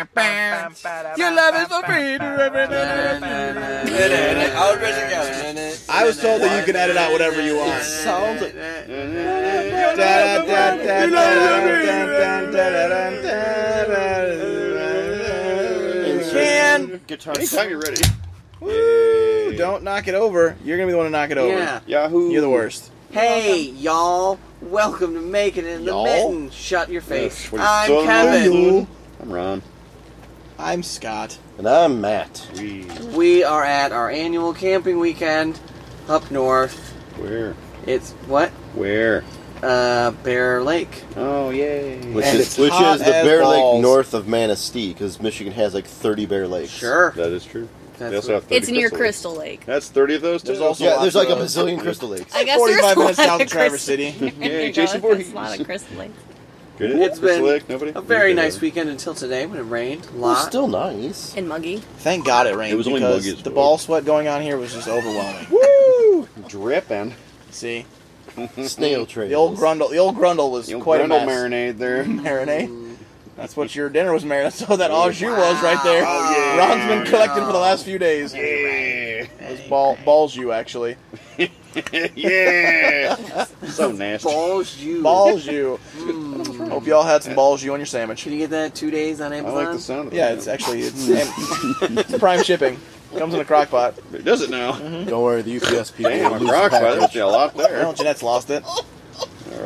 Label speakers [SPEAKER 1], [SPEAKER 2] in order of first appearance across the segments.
[SPEAKER 1] Your
[SPEAKER 2] love is a freedom.
[SPEAKER 3] All the rest together.
[SPEAKER 4] I was told that you can edit out whatever you want.
[SPEAKER 3] Sounds.
[SPEAKER 4] Anytime
[SPEAKER 5] Guitar.
[SPEAKER 4] you're ready. Woo! Don't knock it over. You're gonna be the one to knock it over.
[SPEAKER 3] Yeah.
[SPEAKER 5] Yahoo.
[SPEAKER 4] You're the worst.
[SPEAKER 3] Hey, y'all. Welcome to Making It in the
[SPEAKER 5] Y'all?
[SPEAKER 3] Mitten. Shut your
[SPEAKER 5] Yes,
[SPEAKER 3] face.
[SPEAKER 5] what are you
[SPEAKER 3] I'm
[SPEAKER 5] doing?
[SPEAKER 3] Kevin.
[SPEAKER 5] I'm Ron.
[SPEAKER 4] I'm Scott.
[SPEAKER 5] And I'm Matt. We,
[SPEAKER 3] We are at our annual camping weekend up north.
[SPEAKER 5] where?
[SPEAKER 3] It's what?
[SPEAKER 5] Where?
[SPEAKER 3] Uh, Bear Lake.
[SPEAKER 5] Oh, yay.
[SPEAKER 6] Which
[SPEAKER 4] And
[SPEAKER 6] is
[SPEAKER 4] it's
[SPEAKER 6] which
[SPEAKER 4] hot
[SPEAKER 6] is the
[SPEAKER 4] as
[SPEAKER 6] Bear
[SPEAKER 4] balls.
[SPEAKER 6] Lake north of Manistee because Michigan has like 30 Bear Lakes.
[SPEAKER 3] Sure.
[SPEAKER 5] That is true.
[SPEAKER 3] That's
[SPEAKER 5] they also
[SPEAKER 3] what-
[SPEAKER 5] have 30
[SPEAKER 7] It's near
[SPEAKER 5] crystals.
[SPEAKER 7] Crystal Lake.
[SPEAKER 5] That's 30 of those, too.
[SPEAKER 4] There's also-
[SPEAKER 6] Yeah, there's like a
[SPEAKER 4] Lots
[SPEAKER 6] bazillion Crystal Lakes.
[SPEAKER 7] I guess
[SPEAKER 4] 45
[SPEAKER 7] there's
[SPEAKER 4] minutes
[SPEAKER 7] a lot
[SPEAKER 4] south of
[SPEAKER 7] Crystal-
[SPEAKER 4] Traverse City.
[SPEAKER 7] There you go,
[SPEAKER 5] Jason
[SPEAKER 7] that's
[SPEAKER 5] Voorhees.
[SPEAKER 7] A lot of Crystal Lake.
[SPEAKER 5] Good.
[SPEAKER 3] It's been
[SPEAKER 5] Slick. Nobody?
[SPEAKER 3] A very
[SPEAKER 5] Okay.
[SPEAKER 3] nice weekend until today when it rained. A
[SPEAKER 6] It was
[SPEAKER 3] lot.
[SPEAKER 6] still nice.
[SPEAKER 7] And Muggy.
[SPEAKER 4] Thank God it rained
[SPEAKER 5] It was only
[SPEAKER 4] because
[SPEAKER 5] Muggy's
[SPEAKER 4] the
[SPEAKER 5] fault.
[SPEAKER 4] ball sweat going on here was just overwhelming.
[SPEAKER 5] Woo! Dripping.
[SPEAKER 4] See,
[SPEAKER 6] Snail trail.
[SPEAKER 4] the old grundle, the old grundle was
[SPEAKER 5] You know,
[SPEAKER 4] quite
[SPEAKER 5] Grundle
[SPEAKER 4] a mess.
[SPEAKER 5] marinade there.
[SPEAKER 4] Marinade. That's what your dinner was marinade. So that au jus was right there.
[SPEAKER 5] Oh, yeah.
[SPEAKER 4] Ron's been collecting for the last few days.
[SPEAKER 5] Yeah.
[SPEAKER 4] It was ball balls you actually.
[SPEAKER 5] yeah. so nasty.
[SPEAKER 3] Balls you.
[SPEAKER 4] Balls you.
[SPEAKER 3] Mm.
[SPEAKER 4] Hope y'all had some balls you on your sandwich.
[SPEAKER 3] Can you get that two days on
[SPEAKER 5] I
[SPEAKER 3] Amazon?
[SPEAKER 5] like the sound of
[SPEAKER 4] Yeah,
[SPEAKER 5] that.
[SPEAKER 4] it's actually it's, and it's prime shipping. Comes in a crock pot.
[SPEAKER 5] It does it
[SPEAKER 4] Mm-hmm.
[SPEAKER 5] now.
[SPEAKER 6] Don't worry, the UPS people
[SPEAKER 5] Damn, a
[SPEAKER 6] will lose the
[SPEAKER 5] rock fight. That's
[SPEAKER 6] package.
[SPEAKER 5] a lot there.
[SPEAKER 4] Well, Jeanette's lost it.
[SPEAKER 5] All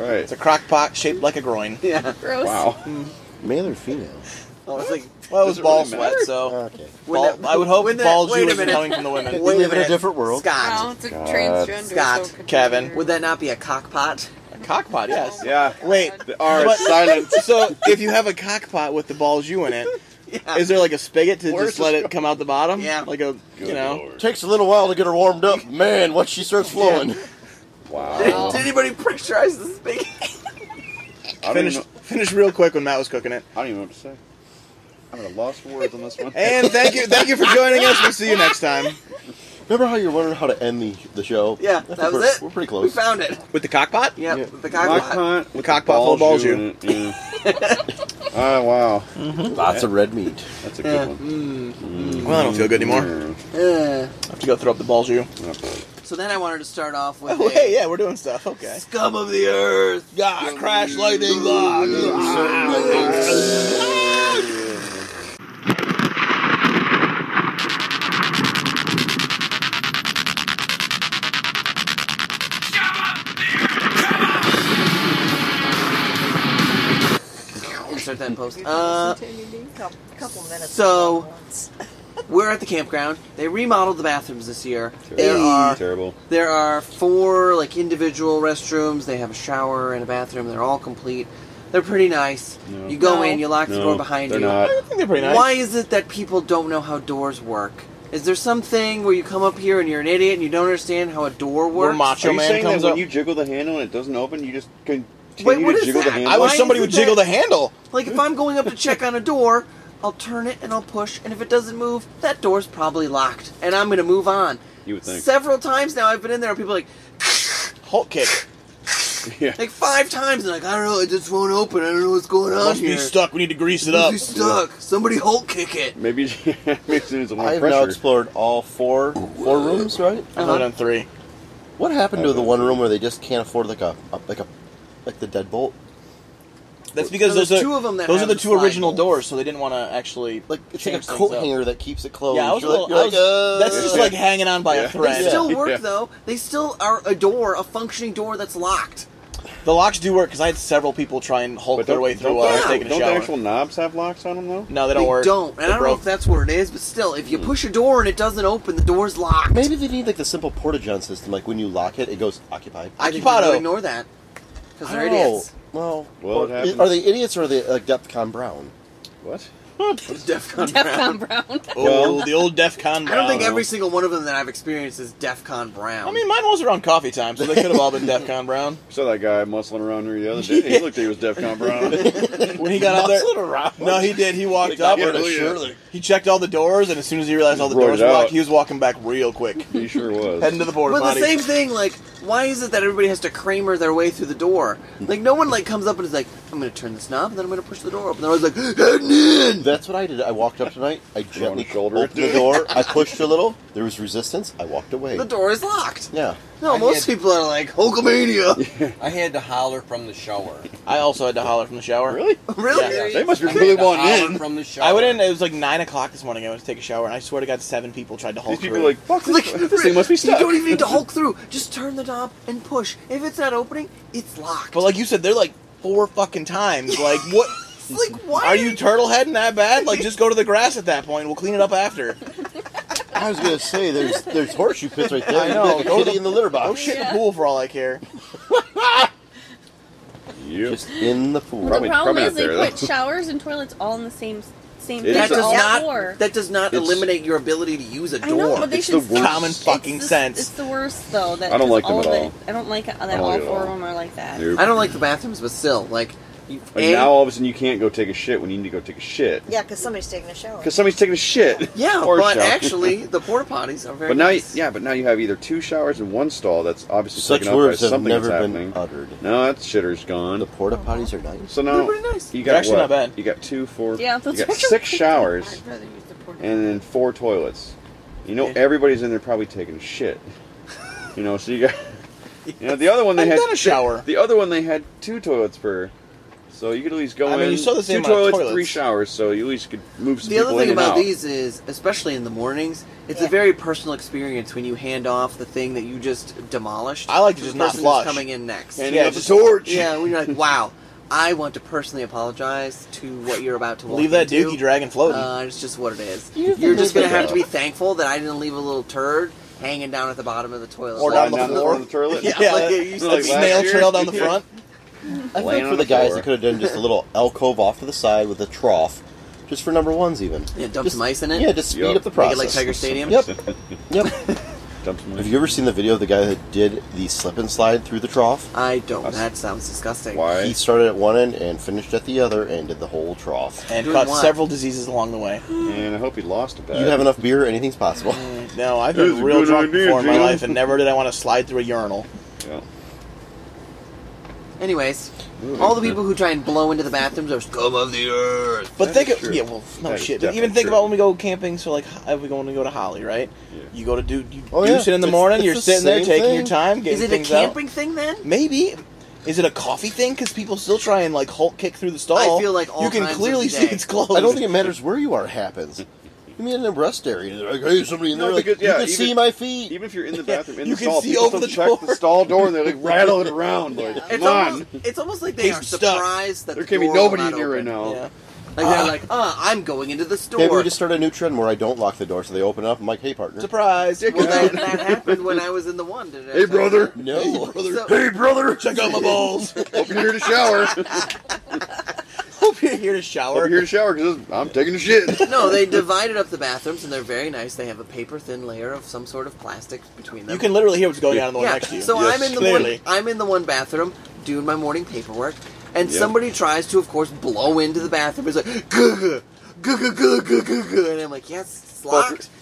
[SPEAKER 5] right.
[SPEAKER 4] It's a crock pot shaped like a groin.
[SPEAKER 3] Yeah.
[SPEAKER 7] Gross.
[SPEAKER 5] Wow.
[SPEAKER 6] Male or female?
[SPEAKER 3] Oh, it's like
[SPEAKER 4] Well, it was
[SPEAKER 5] Does it
[SPEAKER 4] ball
[SPEAKER 5] really
[SPEAKER 4] sweat,
[SPEAKER 5] matter? Uh,
[SPEAKER 4] so
[SPEAKER 6] Okay.
[SPEAKER 3] when
[SPEAKER 4] ball-
[SPEAKER 3] that-
[SPEAKER 4] I would hope
[SPEAKER 3] when that-
[SPEAKER 4] balls
[SPEAKER 3] wait
[SPEAKER 4] you
[SPEAKER 3] a
[SPEAKER 4] was
[SPEAKER 3] minute.
[SPEAKER 4] coming from the women.
[SPEAKER 6] We
[SPEAKER 3] Wait a
[SPEAKER 6] live in a
[SPEAKER 3] minute.
[SPEAKER 6] different world.
[SPEAKER 3] Scott.
[SPEAKER 8] Wow, it's a
[SPEAKER 5] God.
[SPEAKER 8] transgender.
[SPEAKER 3] Scott.
[SPEAKER 8] so
[SPEAKER 4] Kevin.
[SPEAKER 3] Would that not be a cockpot?
[SPEAKER 4] A cock pot, yes.
[SPEAKER 5] Yeah.
[SPEAKER 4] Wait.
[SPEAKER 5] The R
[SPEAKER 4] But-
[SPEAKER 5] is silent.
[SPEAKER 4] So if you have a cock pot with the balls you in it,
[SPEAKER 3] Yeah.
[SPEAKER 4] is there like a spigot to
[SPEAKER 5] Where's
[SPEAKER 4] just let
[SPEAKER 5] this
[SPEAKER 4] it come out the bottom?
[SPEAKER 3] Yeah.
[SPEAKER 4] Like a you know.
[SPEAKER 5] Lord.
[SPEAKER 6] Takes a little while to get her warmed up. Man, once she starts flowing.
[SPEAKER 3] Did,
[SPEAKER 5] Wow.
[SPEAKER 3] did anybody pressurize the spigot?
[SPEAKER 5] I don't, even
[SPEAKER 4] Finish
[SPEAKER 5] know,
[SPEAKER 4] finish real quick when Matt was cooking it.
[SPEAKER 5] I don't even know what to say. I'm at a loss for words on this one.
[SPEAKER 4] And thank you thank you for joining us. We'll see you next time.
[SPEAKER 6] Remember how you were wondering how to end the, the show?
[SPEAKER 3] Yeah,
[SPEAKER 6] I think
[SPEAKER 3] that was
[SPEAKER 6] we're-
[SPEAKER 3] it.
[SPEAKER 6] We're pretty
[SPEAKER 3] We
[SPEAKER 6] close.
[SPEAKER 3] found it.
[SPEAKER 4] With the cock pot?
[SPEAKER 3] Yep,
[SPEAKER 6] Yeah.
[SPEAKER 3] the
[SPEAKER 5] Cock
[SPEAKER 3] cockpot.
[SPEAKER 5] pot with
[SPEAKER 4] Cock
[SPEAKER 5] the
[SPEAKER 4] pot full of balls
[SPEAKER 5] you in it, yeah. Ah, wow.
[SPEAKER 6] Lots of red meat.
[SPEAKER 5] That's a good
[SPEAKER 3] Yeah.
[SPEAKER 5] one.
[SPEAKER 4] Mm. Well, I don't feel good anymore.
[SPEAKER 3] Mm. Uh,
[SPEAKER 4] I have to go throw up the balls you.
[SPEAKER 3] so then I wanted to start off with
[SPEAKER 4] Oh,
[SPEAKER 3] a
[SPEAKER 4] hey, yeah, we're doing stuff. Okay.
[SPEAKER 3] scum of the earth.
[SPEAKER 4] Yeah, crash lightning. Blah,
[SPEAKER 3] Insert that in post. Uh,
[SPEAKER 8] couple minutes.
[SPEAKER 3] so- we're at the campground. They remodeled the bathrooms this year. There are
[SPEAKER 5] Terrible.
[SPEAKER 3] There are four like individual restrooms. They have a shower and a bathroom. They're all complete. They're pretty nice.
[SPEAKER 5] No.
[SPEAKER 3] You go
[SPEAKER 8] No.
[SPEAKER 3] in, you lock the
[SPEAKER 5] No,
[SPEAKER 3] door behind
[SPEAKER 5] they're
[SPEAKER 3] you.
[SPEAKER 5] not.
[SPEAKER 4] I think they're pretty nice.
[SPEAKER 3] Why is it that people don't know how doors work? Is there something where you come up here and you're an idiot and you don't understand how a door
[SPEAKER 4] We're
[SPEAKER 3] works?
[SPEAKER 4] macho
[SPEAKER 5] Are you
[SPEAKER 4] man
[SPEAKER 5] saying that
[SPEAKER 4] comes
[SPEAKER 5] when
[SPEAKER 4] up.
[SPEAKER 5] you jiggle the handle and it doesn't open, you just continue
[SPEAKER 3] Wait, what is
[SPEAKER 5] to jiggle
[SPEAKER 3] that?
[SPEAKER 5] the handle?
[SPEAKER 4] I wish
[SPEAKER 3] Why
[SPEAKER 4] somebody would
[SPEAKER 3] isn't
[SPEAKER 4] jiggle
[SPEAKER 3] that-
[SPEAKER 4] the handle.
[SPEAKER 3] Like if I'm going up to check on a door, I'll turn it and I'll push, and if it doesn't move, that door's probably locked, and I'm gonna move on.
[SPEAKER 5] You would think.
[SPEAKER 3] Several times now I've been in there, and people are like
[SPEAKER 4] Hulk kick.
[SPEAKER 5] yeah.
[SPEAKER 3] like five times, and like I don't know, it just won't open. I don't know what's going on
[SPEAKER 4] Must
[SPEAKER 3] here.
[SPEAKER 4] be stuck. We need to grease it
[SPEAKER 3] Must
[SPEAKER 4] up.
[SPEAKER 3] be stuck. Somebody Hulk kick it.
[SPEAKER 5] Maybe makes it a
[SPEAKER 6] I
[SPEAKER 5] more
[SPEAKER 6] have now
[SPEAKER 5] pressure.
[SPEAKER 6] explored all four four rooms, right?
[SPEAKER 4] I've only done three.
[SPEAKER 6] What happened to
[SPEAKER 5] Okay.
[SPEAKER 6] the one room where they just can't afford like a, a like a like the deadbolt?
[SPEAKER 4] That's because
[SPEAKER 3] No, there's
[SPEAKER 4] those are
[SPEAKER 3] two of them that
[SPEAKER 4] those are
[SPEAKER 3] have
[SPEAKER 4] the
[SPEAKER 3] the
[SPEAKER 4] two
[SPEAKER 3] slide
[SPEAKER 4] original
[SPEAKER 3] holes.
[SPEAKER 4] doors, so they didn't want to actually.
[SPEAKER 6] Like it's like
[SPEAKER 4] Change
[SPEAKER 6] a
[SPEAKER 4] things
[SPEAKER 6] coat
[SPEAKER 4] up.
[SPEAKER 6] hanger that keeps it closed.
[SPEAKER 4] Yeah, I was. a
[SPEAKER 6] You're
[SPEAKER 4] little,
[SPEAKER 6] like, you're
[SPEAKER 4] I
[SPEAKER 6] like,
[SPEAKER 4] was
[SPEAKER 6] uh,
[SPEAKER 4] that's just like hanging on by
[SPEAKER 5] Yeah.
[SPEAKER 4] a thread.
[SPEAKER 3] They still
[SPEAKER 5] Yeah.
[SPEAKER 3] work
[SPEAKER 5] Yeah.
[SPEAKER 3] though. They still are a door, a functioning door that's locked.
[SPEAKER 4] The locks do work because I had several people try and Hulk
[SPEAKER 5] But
[SPEAKER 4] their
[SPEAKER 5] don't,
[SPEAKER 4] way
[SPEAKER 5] don't,
[SPEAKER 4] through while I was
[SPEAKER 5] the-
[SPEAKER 4] taking a
[SPEAKER 5] don't
[SPEAKER 4] shower.
[SPEAKER 5] the actual knobs have locks on them though?
[SPEAKER 4] No, they don't
[SPEAKER 3] they
[SPEAKER 4] work.
[SPEAKER 3] don't. And I
[SPEAKER 4] They're
[SPEAKER 3] don't know
[SPEAKER 4] broke.
[SPEAKER 3] if that's where it is, but still, if
[SPEAKER 7] Hmm.
[SPEAKER 3] you push a door and it doesn't open, the door's locked.
[SPEAKER 6] Maybe they need like the simple porta john system. Like when you lock it, it goes occupied.
[SPEAKER 3] I think
[SPEAKER 4] Occupado.
[SPEAKER 3] people ignore that because they're
[SPEAKER 6] I don't know.
[SPEAKER 3] idiots.
[SPEAKER 6] Well,
[SPEAKER 5] Well, it
[SPEAKER 6] are
[SPEAKER 5] happens.
[SPEAKER 6] are they idiots or are they like DEFCON Brown?
[SPEAKER 5] What?
[SPEAKER 3] DefCon.
[SPEAKER 1] Defcon Brown.
[SPEAKER 4] Oh, the old DEF CON.
[SPEAKER 3] I don't think
[SPEAKER 4] brown.
[SPEAKER 3] every single one of them that I've experienced is DefCon Brown.
[SPEAKER 4] I mean, mine was around coffee time, so they could have all been DEF CON brown.
[SPEAKER 5] Saw that guy muscling around here the other day. He looked like he was DEF CON brown.
[SPEAKER 4] When he got out
[SPEAKER 6] Muscling
[SPEAKER 4] there,
[SPEAKER 6] around.
[SPEAKER 4] no, he did. He walked
[SPEAKER 5] Yeah,
[SPEAKER 4] up.
[SPEAKER 5] really is.
[SPEAKER 4] He checked all the doors, and as soon as he realized all the
[SPEAKER 5] Brought
[SPEAKER 4] doors
[SPEAKER 5] it
[SPEAKER 4] were locked,
[SPEAKER 5] out.
[SPEAKER 4] he was walking back real quick,
[SPEAKER 5] He sure was.
[SPEAKER 4] heading to the border
[SPEAKER 3] but
[SPEAKER 4] potty.
[SPEAKER 3] the same thing, like, why is it that everybody has to Kramer their way through the door? Like, no one like comes up and is like, "I'm going to turn this knob and then I'm going to push the door open." They're always like, "Heading in."
[SPEAKER 6] That's what I did. I walked up tonight. I gently
[SPEAKER 5] shoulder
[SPEAKER 6] opened the
[SPEAKER 5] it.
[SPEAKER 6] door. I pushed a little. There was resistance. I walked away.
[SPEAKER 3] The door is locked.
[SPEAKER 6] Yeah.
[SPEAKER 3] No,
[SPEAKER 7] I
[SPEAKER 3] most
[SPEAKER 7] did-
[SPEAKER 3] people are like Hulkamania.
[SPEAKER 7] I had to holler from the shower.
[SPEAKER 4] I also had to holler from the shower.
[SPEAKER 5] Really?
[SPEAKER 3] really?
[SPEAKER 7] Yeah.
[SPEAKER 5] They must be
[SPEAKER 7] I had
[SPEAKER 5] really
[SPEAKER 7] to
[SPEAKER 5] wanting
[SPEAKER 7] holler
[SPEAKER 5] in.
[SPEAKER 7] from the shower.
[SPEAKER 4] I went in. It was like nine o'clock this morning. I went to take a shower, and I swear to God, seven people tried to haul
[SPEAKER 5] These people
[SPEAKER 4] through.
[SPEAKER 5] are like, fuck, this,
[SPEAKER 3] Like,
[SPEAKER 5] this thing must be stuck.
[SPEAKER 3] You don't even need to Hulk through. Just turn the knob and push. If it's not opening, it's locked.
[SPEAKER 4] but like you said, they're like four fucking times. Like what?
[SPEAKER 3] It's like, why
[SPEAKER 4] Are you turtle heading that bad? Like just go to the grass at that point. We'll clean it up after.
[SPEAKER 6] I was gonna say there's there's horseshoe pits right there.
[SPEAKER 4] I
[SPEAKER 6] I
[SPEAKER 4] know.
[SPEAKER 6] know. Like a
[SPEAKER 4] Go to
[SPEAKER 6] kitty
[SPEAKER 4] the-
[SPEAKER 6] in the litter box.
[SPEAKER 4] Oh shit, in the pool for all I care.
[SPEAKER 5] Yep.
[SPEAKER 6] Just in the pool.
[SPEAKER 1] Well, the
[SPEAKER 5] Probably-
[SPEAKER 1] problem
[SPEAKER 5] probably
[SPEAKER 1] is
[SPEAKER 5] not
[SPEAKER 1] they
[SPEAKER 5] there,
[SPEAKER 1] put
[SPEAKER 5] though.
[SPEAKER 1] showers and toilets all in the same same
[SPEAKER 5] It
[SPEAKER 3] That
[SPEAKER 1] thing,
[SPEAKER 3] does
[SPEAKER 5] is
[SPEAKER 1] all
[SPEAKER 3] not.
[SPEAKER 1] four.
[SPEAKER 3] That does not
[SPEAKER 5] It's-
[SPEAKER 3] eliminate your ability to use a door.
[SPEAKER 1] I know, but they
[SPEAKER 5] It's
[SPEAKER 1] should
[SPEAKER 5] the worst.
[SPEAKER 4] Common fucking
[SPEAKER 1] it's the,
[SPEAKER 4] sense.
[SPEAKER 1] It's the worst though. That
[SPEAKER 5] I don't
[SPEAKER 1] just
[SPEAKER 5] like them
[SPEAKER 1] all
[SPEAKER 5] at
[SPEAKER 1] of
[SPEAKER 5] all.
[SPEAKER 1] It, I don't like it that
[SPEAKER 5] don't
[SPEAKER 1] all
[SPEAKER 5] like it
[SPEAKER 1] four
[SPEAKER 5] at
[SPEAKER 1] of
[SPEAKER 5] all.
[SPEAKER 1] them are like that.
[SPEAKER 5] Nope.
[SPEAKER 3] I don't like the bathrooms, but still, like, you,
[SPEAKER 5] Like
[SPEAKER 3] A,
[SPEAKER 5] now all of a sudden you can't go take a shit when you need to go take a shit
[SPEAKER 8] Yeah, because somebody's taking a shower.
[SPEAKER 5] because somebody's taking a shit.
[SPEAKER 3] yeah,
[SPEAKER 5] Or a
[SPEAKER 3] but
[SPEAKER 5] shower.
[SPEAKER 3] actually, the porta potties are very.
[SPEAKER 5] But now, you,
[SPEAKER 3] nice.
[SPEAKER 5] yeah, but now you have either two showers and one stall that's obviously
[SPEAKER 6] Such
[SPEAKER 5] taken up
[SPEAKER 6] words
[SPEAKER 5] by
[SPEAKER 6] have
[SPEAKER 5] something
[SPEAKER 6] never
[SPEAKER 5] that's
[SPEAKER 6] been
[SPEAKER 5] happening.
[SPEAKER 6] uttered.
[SPEAKER 5] No, that shitter's gone.
[SPEAKER 6] The porta potties are nice.
[SPEAKER 5] So now
[SPEAKER 3] They're pretty nice.
[SPEAKER 5] you
[SPEAKER 4] They're
[SPEAKER 5] got
[SPEAKER 4] actually
[SPEAKER 5] what?
[SPEAKER 4] not bad.
[SPEAKER 5] You got two, four.
[SPEAKER 1] Yeah,
[SPEAKER 5] you
[SPEAKER 1] those
[SPEAKER 5] got
[SPEAKER 1] are-
[SPEAKER 5] six showers
[SPEAKER 1] I'd rather use the porta
[SPEAKER 5] and then four toilets. You know
[SPEAKER 3] Yeah.
[SPEAKER 5] everybody's in there probably taking a shit. You know, so you got. You know the other one they
[SPEAKER 4] I've
[SPEAKER 5] had
[SPEAKER 4] done a shower.
[SPEAKER 5] The other one they had two toilets per. So you could at least go
[SPEAKER 4] I mean,
[SPEAKER 5] in
[SPEAKER 4] you saw the same
[SPEAKER 5] two
[SPEAKER 4] amount of
[SPEAKER 5] toilets,
[SPEAKER 4] toilets.
[SPEAKER 5] three showers. So you at least could move some
[SPEAKER 3] The
[SPEAKER 5] people
[SPEAKER 3] other thing
[SPEAKER 5] in and
[SPEAKER 3] about
[SPEAKER 5] out.
[SPEAKER 3] these is, especially in the mornings, it's a
[SPEAKER 8] Yeah.
[SPEAKER 3] very personal experience when you hand off the thing that you just demolished.
[SPEAKER 4] I like to
[SPEAKER 3] the
[SPEAKER 4] just not
[SPEAKER 3] person
[SPEAKER 4] flush.
[SPEAKER 3] That's coming in next.
[SPEAKER 5] And
[SPEAKER 4] Yeah,
[SPEAKER 5] yeah, the
[SPEAKER 4] just-
[SPEAKER 5] torch.
[SPEAKER 3] yeah, when you're like, wow, I want to personally apologize to what you're about to walk
[SPEAKER 4] Leave that
[SPEAKER 3] into.
[SPEAKER 4] dookie dragon floating.
[SPEAKER 3] Uh, it's just what it is.
[SPEAKER 1] You
[SPEAKER 3] You're just gonna
[SPEAKER 5] it
[SPEAKER 3] have
[SPEAKER 5] up.
[SPEAKER 3] to be thankful that I didn't leave a little turd hanging down at the bottom of the toilet.
[SPEAKER 4] Or
[SPEAKER 5] Lying
[SPEAKER 4] down the
[SPEAKER 5] down
[SPEAKER 4] floor.
[SPEAKER 5] on the toilet.
[SPEAKER 4] yeah,
[SPEAKER 3] like
[SPEAKER 4] that-
[SPEAKER 3] it used to
[SPEAKER 4] that
[SPEAKER 5] be
[SPEAKER 4] snail
[SPEAKER 5] last year.
[SPEAKER 4] trail down the front.
[SPEAKER 6] I
[SPEAKER 5] Laying
[SPEAKER 6] think
[SPEAKER 5] on
[SPEAKER 6] for the,
[SPEAKER 5] the
[SPEAKER 6] guys
[SPEAKER 5] floor.
[SPEAKER 6] that could have done just a little alcove off to the side with a trough, just for number ones even.
[SPEAKER 3] Yeah, dump
[SPEAKER 6] Just-
[SPEAKER 3] some ice in it.
[SPEAKER 6] Yeah, just speed
[SPEAKER 5] Yup.
[SPEAKER 6] up the
[SPEAKER 3] Make
[SPEAKER 6] process.
[SPEAKER 3] it like Tiger Stadium.
[SPEAKER 6] Yep. Yep.
[SPEAKER 5] Dump some-
[SPEAKER 6] Have you ever seen the video of the guy that did the slip and slide through the trough?
[SPEAKER 3] I don't. That sounds disgusting.
[SPEAKER 5] Why?
[SPEAKER 6] He started at one end and finished at the other and did the whole trough.
[SPEAKER 4] And
[SPEAKER 3] Doing
[SPEAKER 4] caught
[SPEAKER 3] what?
[SPEAKER 4] several diseases along the way.
[SPEAKER 5] And I hope he lost a bet.
[SPEAKER 6] You have enough beer, anything's possible.
[SPEAKER 4] No, I've
[SPEAKER 5] That was
[SPEAKER 4] been
[SPEAKER 5] a
[SPEAKER 4] real
[SPEAKER 5] good
[SPEAKER 4] drunk
[SPEAKER 5] idea,
[SPEAKER 4] before in my
[SPEAKER 5] Jim.
[SPEAKER 4] life, and never did I want to slide through a urinal.
[SPEAKER 5] Yeah.
[SPEAKER 3] Anyways, all the people who try and blow into the bathrooms are scum of the earth.
[SPEAKER 4] But
[SPEAKER 5] That
[SPEAKER 4] think,
[SPEAKER 5] is
[SPEAKER 4] of,
[SPEAKER 5] true.
[SPEAKER 4] yeah, well, no
[SPEAKER 5] That is
[SPEAKER 4] shit. But even
[SPEAKER 5] definitely
[SPEAKER 4] think
[SPEAKER 5] true.
[SPEAKER 4] about when we go camping. So, like, if we go when we go to Holly, right?
[SPEAKER 5] Yeah.
[SPEAKER 4] You go to do you
[SPEAKER 6] Oh,
[SPEAKER 4] do
[SPEAKER 6] yeah.
[SPEAKER 4] shit in the
[SPEAKER 6] It's-
[SPEAKER 4] morning.
[SPEAKER 6] it's
[SPEAKER 4] you're
[SPEAKER 6] the
[SPEAKER 4] sitting there
[SPEAKER 6] same
[SPEAKER 4] taking your
[SPEAKER 6] thing.
[SPEAKER 4] time, getting
[SPEAKER 3] Is it a
[SPEAKER 4] things
[SPEAKER 3] camping thing then?
[SPEAKER 4] out. Maybe is it a coffee thing? Because people still try and like Hulk kick through the stall.
[SPEAKER 3] I feel like all
[SPEAKER 4] you can
[SPEAKER 3] times of
[SPEAKER 4] clearly
[SPEAKER 3] the
[SPEAKER 4] see
[SPEAKER 3] day.
[SPEAKER 4] it's closed.
[SPEAKER 6] I don't think it matters where you are happens. You mean in a rest area? They're like, hey, somebody in
[SPEAKER 5] No,
[SPEAKER 6] there. like,
[SPEAKER 5] because-
[SPEAKER 6] you
[SPEAKER 5] yeah,
[SPEAKER 6] can
[SPEAKER 5] even-
[SPEAKER 6] see my feet.
[SPEAKER 5] Even if you're in the bathroom, in
[SPEAKER 4] You
[SPEAKER 5] the
[SPEAKER 4] can
[SPEAKER 5] stall,
[SPEAKER 4] see
[SPEAKER 5] people
[SPEAKER 4] over
[SPEAKER 5] still
[SPEAKER 4] the
[SPEAKER 5] check
[SPEAKER 4] door.
[SPEAKER 5] the stall door and they like rattle it around. Like,
[SPEAKER 3] It's
[SPEAKER 5] come on,
[SPEAKER 3] almost, it's almost like they
[SPEAKER 4] Taste
[SPEAKER 3] are
[SPEAKER 4] stuff.
[SPEAKER 3] surprised that
[SPEAKER 5] there
[SPEAKER 3] the
[SPEAKER 5] can be
[SPEAKER 3] door will
[SPEAKER 5] nobody
[SPEAKER 3] not
[SPEAKER 5] in here right
[SPEAKER 3] open.
[SPEAKER 5] now.
[SPEAKER 4] Yeah.
[SPEAKER 3] Like they're like, uh, I'm going into the store.
[SPEAKER 6] Maybe we just start a new trend where I don't lock the door, so they open it up. I'm like, hey, partner.
[SPEAKER 4] Surprise!
[SPEAKER 3] well, that, that happened when I was in the one. Did I
[SPEAKER 5] Hey,
[SPEAKER 3] tell you?
[SPEAKER 5] brother,
[SPEAKER 6] No.
[SPEAKER 3] So-
[SPEAKER 5] hey, brother,
[SPEAKER 4] Check out my balls.
[SPEAKER 5] hope you're here to shower.
[SPEAKER 4] Hope you're here to shower.
[SPEAKER 5] hope you're here to shower because I'm taking a shit.
[SPEAKER 3] No, they divided up the bathrooms, and they're very nice. They have a paper thin layer of some sort of plastic between them.
[SPEAKER 4] You can literally hear what's going on in the one
[SPEAKER 3] yeah.
[SPEAKER 4] next to you.
[SPEAKER 3] So
[SPEAKER 5] Yes.
[SPEAKER 3] I'm in the
[SPEAKER 4] Clearly.
[SPEAKER 3] one. I'm in the one bathroom doing my morning paperwork, and
[SPEAKER 5] Yep.
[SPEAKER 3] somebody tries to, of course, blow into the bathroom. It's like gah, gah, gah, gah, gah, gah, gah," and I'm like, yes, it's
[SPEAKER 5] Fucker,